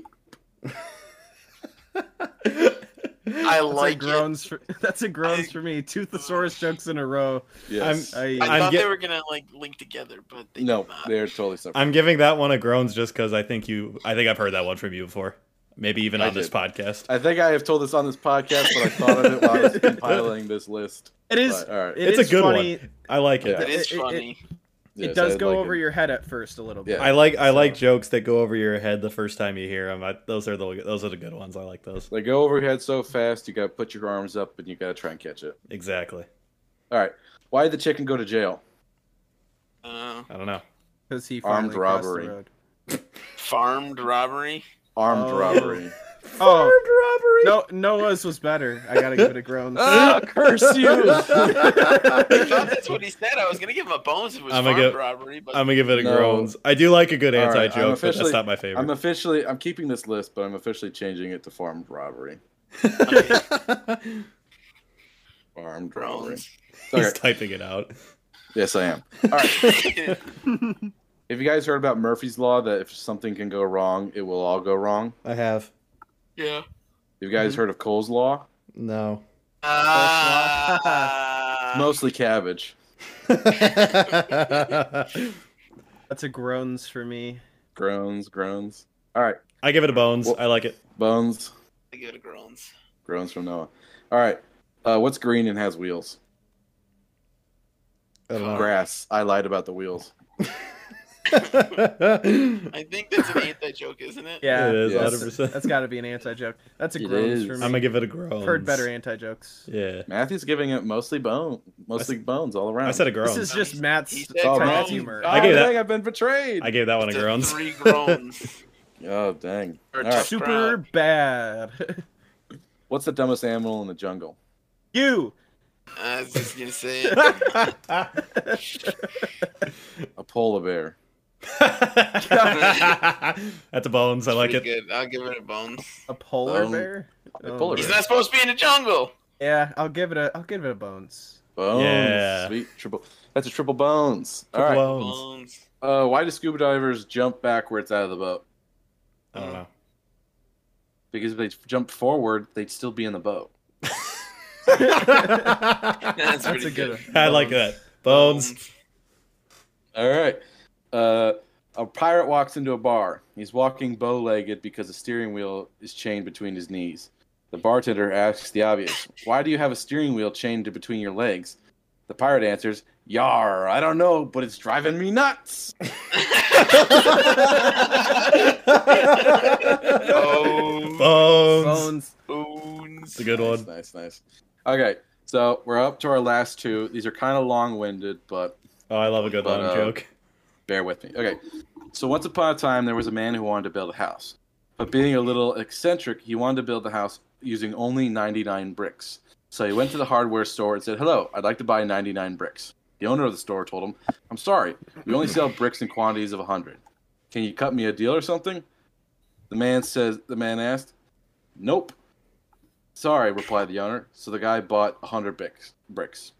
S4: I
S3: That's
S4: like
S3: a
S4: it.
S3: groans for. *laughs* That's a groans for me. Two thesaurus jokes in a row.
S2: Yes.
S3: I,
S4: I
S1: I'm
S4: thought
S1: get-
S4: they were gonna like link together, but they
S2: no,
S4: did not.
S2: they're totally separate.
S1: I'm giving that one a groans just because I think you. I think I've heard that one from you before. Maybe even
S2: I
S1: on this
S2: did.
S1: podcast.
S2: I think I have told this on this podcast, but I thought of it while I
S3: *laughs*
S2: was compiling this list.
S3: it is.
S2: But, all right.
S3: it
S1: It's a
S3: is
S1: good one.
S3: funny.
S1: I like
S2: Yeah.
S1: it.
S4: It is
S3: It- it-
S4: funny.
S3: It
S2: Yes,
S3: does
S2: I
S3: go
S2: like
S3: over
S2: it.
S3: your head at first a little bit.
S2: Yeah.
S1: I like I
S2: So-
S1: like jokes that go over your head the first time you hear them. I, those are the those are the good ones. I like those.
S2: They go overhead so fast, you gotta put your arms up and you gotta try and catch it.
S1: Exactly.
S2: All right. Why did the chicken go to jail?
S4: Uh,
S1: I don't know.
S3: Because he
S2: Armed
S3: finally crossed the
S2: robbery.
S3: road.
S1: *laughs*
S4: farmed robbery.
S2: Armed
S3: Oh.
S2: robbery.
S3: Oh.
S1: robbery.
S3: No, Noah's was better. I gotta
S2: *laughs*
S3: give it a groan.
S2: Ah, curse
S3: *laughs*
S2: you!
S4: I thought that's what he said. I was gonna give him a bones if it was
S1: I'm gonna
S4: farmed
S1: go-
S4: robbery, but
S1: I'm gonna give it a
S2: No.
S1: groans. I do like a good
S2: All right,
S1: anti
S2: I'm
S1: joke, but that's
S2: officially-
S1: not my favorite.
S2: I'm officially I'm keeping this list, but I'm officially changing it to farmed robbery.
S1: *laughs*
S2: Farmed robbery.
S1: *laughs*
S4: groans.
S1: He's
S2: Okay.
S1: typing it out.
S2: Yes, I am.
S4: *laughs*
S2: Have you guys heard about Murphy's Law that if something can go wrong, it will all go wrong?
S1: I have
S4: yeah.
S2: Have you guys heard of Cole's Law?
S1: *laughs* no.
S4: Ah.
S2: Mostly cabbage.
S1: I
S3: That's a groans for me.
S2: Groans, groans. All right.
S1: give it a bones.
S2: Well-
S1: I like
S2: *laughs*
S1: it.
S2: Bones,
S4: *laughs* I give it a groans.
S2: groans from Noah. All right. Uh, what's green and has wheels?
S1: I don't know.
S2: Grass. I lied about the wheels.
S4: I think that's an anti joke, isn't it?
S3: *laughs* Yeah,
S1: it is
S2: Yes.
S1: 100. percent
S3: that's gotta be an anti joke. That's a
S2: It
S3: groans
S2: is.
S3: for
S1: I'm
S3: me.
S1: gonna give it a groans.
S3: I've heard better anti jokes.
S1: Yeah.
S2: Matthew's giving it mostly bone, mostly bones all around.
S1: I said a
S3: This
S1: groans.
S3: is just Matt's
S4: He said
S2: Oh,
S3: type of
S4: groans.
S3: humor.
S2: Oh,
S1: I gave that-
S2: dang, I've been betrayed.
S1: I gave that one a
S4: To
S1: groans.
S4: Three groans.
S2: Oh, dang.
S4: Or
S2: All right.
S3: Super bad. *laughs*
S2: What's the dumbest animal in the jungle?
S3: you.
S4: I was just gonna say it.
S2: Ah. A polar bear.
S1: *laughs* That's a bones. I like
S4: Pretty
S1: it.
S4: Good. I'll give it a bones.
S3: A polar
S2: Um,
S3: bear.
S2: a
S3: Oh.
S2: polar
S4: He's
S2: bear.
S4: not supposed to be in the jungle.
S3: Yeah, I'll give it a I'll give it a bones.
S1: *laughs*
S2: Bones.
S1: Yeah.
S2: Sweet triple. That's a triple bones. All right.
S1: Triple bones.
S4: Bones.
S2: Uh, why do scuba divers jump backwards out of the boat?
S1: I don't know.
S2: Because if they jumped forward, they'd still be in the boat.
S4: That's,
S3: That's
S4: pretty
S3: a good one.
S1: *laughs* I like that. Bones.
S2: All right. Uh, a pirate walks into a bar. He's walking bow-legged because the steering wheel is chained between his knees. The bartender asks the obvious, "Why do you have a steering wheel chained to between your legs?" The pirate answers, "Yar, I don't know, but it's driving me nuts."
S4: *laughs*
S1: *laughs* Bones.
S4: Bones.
S3: Bones.
S4: Bones.
S1: It's a good
S2: nice,
S1: one.
S2: Nice, nice. Okay, so we're up to our last two. These are kind of long-winded, but
S1: Oh, I love a good
S2: But,
S1: long
S2: uh,
S1: joke.
S2: bear with me. Okay. So once upon a time, there was a man who wanted to build a house, but being a little eccentric, he wanted to build the house using only 99 bricks. So he went to the hardware store and said, "Hello, I'd like to buy 99 bricks." The owner of the store told him, "I'm sorry, we only sell bricks in quantities of 100. Can you cut me a deal or something?" The man says, "The man asked." "Nope." "Sorry," replied the owner. So the guy bought 100 bricks. Bricks.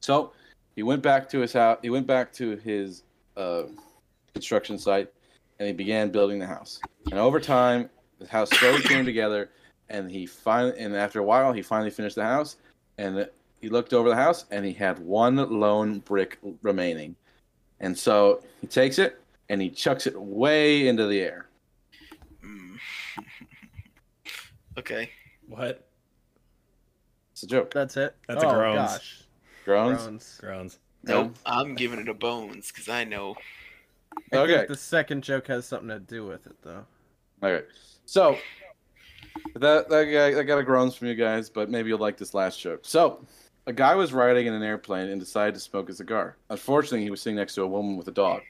S2: So he went back to his house. He went back to his uh, construction site, and he began building the house. And over time, the house slowly came together. And he finally, and after a while, he finally finished the house. And he looked over the house, and he had one lone brick remaining. And so he takes it and he chucks it way into the air.
S4: Mm. *laughs* okay.
S1: What?
S2: It's a joke.
S3: That's it.
S1: That's a
S3: oh,
S1: groans.
S3: Gosh.
S2: Groans.
S3: Groans.
S1: Groans.
S2: Nope.
S4: I'm giving it a bones because I know.
S3: I
S2: Okay.
S3: think the second joke has something to do with it though.
S2: Okay. So that that guy I got a groans from you guys, but maybe you'll like this last joke. So a guy was riding in an airplane and decided to smoke a cigar. Unfortunately, he was sitting next to a woman with a dog.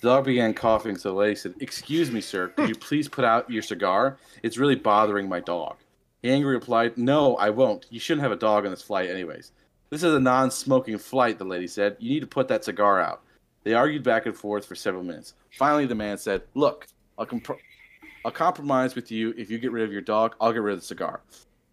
S2: The dog began coughing, so the lady said, "Excuse me, sir. Could you please put out your cigar? It's really bothering my dog." He angrily replied, "No, I won't. You shouldn't have a dog on this flight, anyways. This is a non-smoking flight." The lady said, "You need to put that cigar out." They argued back and forth for several minutes. Finally, the man said, "Look, I'll compro- I'll compromise with you if you get rid of your dog. I'll get rid of the cigar.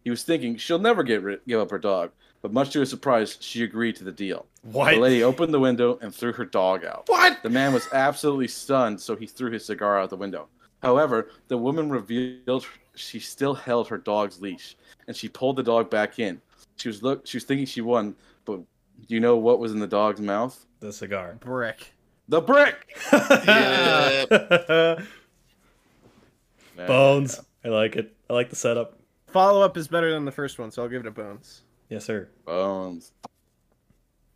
S2: He was thinking she'll never get rid- give up her dog, but much to his surprise, she agreed to the deal.
S1: What?
S2: The lady opened the window and threw her dog out.
S1: What?
S2: The man was absolutely stunned, so he threw his cigar out the window. However, the woman revealed she still held her dog's leash, and she pulled the dog back in. She was look. She was thinking she won, but do you know what was in the dog's mouth?
S1: The cigar.
S3: Brick.
S2: The brick.
S4: Yeah.
S1: *laughs* Bones. I like it. I like the setup.
S3: Follow up is better than the first one, so I'll give it a bones.
S1: Yes, sir.
S2: Bones.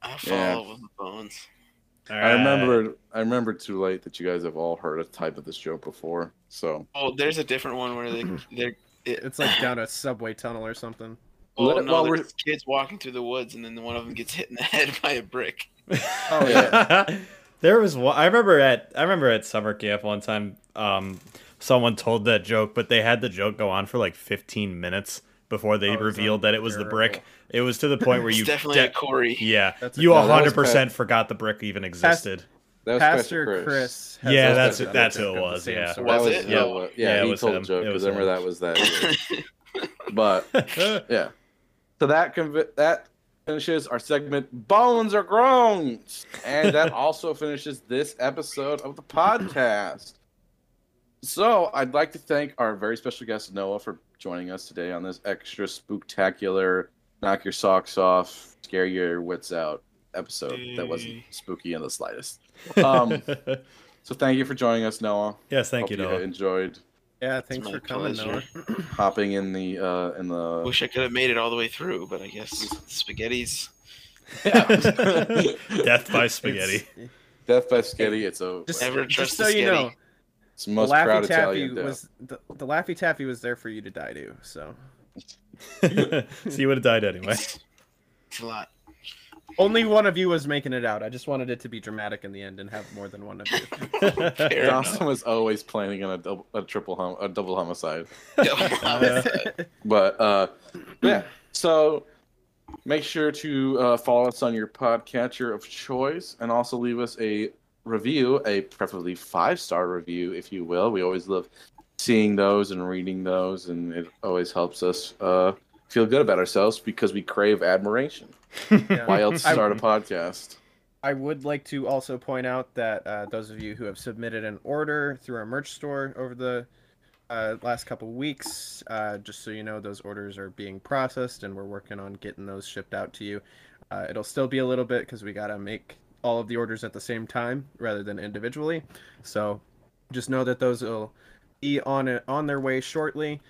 S4: I
S2: Yeah.
S4: follow with the bones.
S2: I remember. I remember too late that you guys have all heard a type of this joke before. So
S4: Oh, there's a different one where they they're. It,
S3: It's like down a subway tunnel or something.
S4: *clears throat* oh,
S2: Let-
S4: no,
S2: while
S4: there's
S2: we're-
S4: kids walking through the woods, and then one of them gets hit in the *laughs* head by a brick.
S2: Oh, yeah.
S1: *laughs* there was one. I remember at I remember at summer camp one time. Um, someone told that joke, but they had the joke go on for like 15 minutes before they
S3: Oh, it sounds
S1: revealed that it was the brick.
S3: terrible.
S1: It was to the point where
S4: It's
S1: you
S4: definitely
S1: de-
S4: a Corey.
S1: yeah,
S3: That's a-
S1: you
S3: no, that
S2: was
S1: 100 percent forgot the brick even
S3: *laughs*
S1: existed.
S2: that was
S3: Pastor Chris. has
S1: Yeah,
S3: also
S1: that's-
S3: done a
S1: that's who
S3: joke
S1: it
S3: of the
S1: was,
S3: same
S1: yeah.
S3: sort.
S2: That
S4: Was
S2: was
S4: it?
S2: yeah,
S1: Yeah.
S2: yeah, he
S1: it was
S2: told
S1: him.
S2: a joke
S1: It
S2: because
S1: was
S2: I remember
S1: him.
S2: that was
S1: *laughs*
S2: that. but
S1: Um,
S2: yeah, so that conv- that finishes our segment bones or groans, and that also finishes this episode of the podcast. So I'd like to thank our very special guest Noah for joining us today on this extra spooktacular, knock your socks off, scare your wits out episode that wasn't spooky in the slightest. Um, So thank you for joining us, Noah.
S1: yes, thank
S2: Hope
S1: you, Noah.
S2: enjoyed
S3: Yeah, thanks
S4: my
S3: for coming,
S4: pleasure.
S3: Noah.
S2: hopping in the uh, in the
S4: Wish I could have made it all the way through, but I guess spaghetti's.
S1: *laughs* *laughs* Death by spaghetti.
S3: It's-
S2: *laughs* Death by Skitty. It's a
S3: Just,
S4: Never
S3: just
S4: trust
S3: so
S4: the
S3: you
S4: skinny.
S3: know,
S2: it's the most
S3: the Laffy
S2: proud
S3: Taffy
S2: Italian. death.
S3: was the, the Laffy Taffy was there for you to die to. So
S1: *laughs* so you would have died
S4: *laughs*
S1: anyway.
S4: It's, it's a lot.
S3: only one of you was making it out. I just wanted it to be dramatic in the end and have more than one of you.
S4: Fair enough.
S2: Dawson was always planning on a, double, a triple hom- a double homicide.
S4: Yeah.
S2: But uh, yeah, so make sure to uh, follow us on your podcatcher of choice, and also leave us a review, a preferably five star review, if you will. We always love seeing those and reading those, and it always helps us uh, feel good about ourselves because we crave admiration.
S3: Yeah.
S2: Why else
S3: *laughs* I-
S2: start a podcast?
S3: I would like to also point out that uh, those of you who have submitted an order through our merch store over the uh, last couple weeks, uh, just so you know, those orders are being processed and we're working on getting those shipped out to you. Uh, it'll still be a little bit because we got to make all of the orders at the same time rather than individually. So just know that those will be on it, on their way shortly,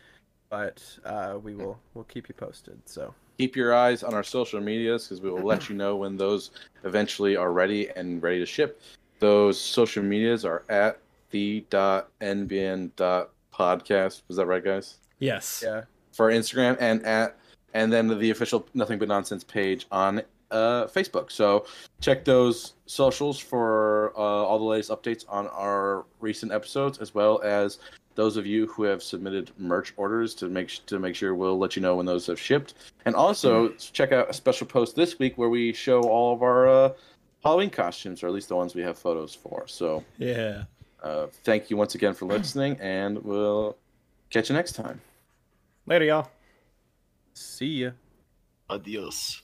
S3: but uh, we will we'll keep you posted. So
S2: Keep your eyes on our social medias because we will let you know when those eventually are ready and ready to ship. Those social medias are at the dot nbn dot podcast. Was that right, guys?
S1: *laughs* Yes.
S3: yeah,
S2: For Instagram and at and then the official Nothing But Nonsense page on uh, Facebook. So check those socials for uh, all the latest updates on our recent episodes, as well as those of you who have submitted merch orders to make to make sure we'll let you know when those have shipped. And also check out a special post this week where we show all of our uh, Halloween costumes, or at least the ones we have photos for. So
S1: Yeah.
S2: uh, thank you once again for listening, and we'll catch you next time.
S1: Later, y'all.
S3: see ya.
S4: Adios.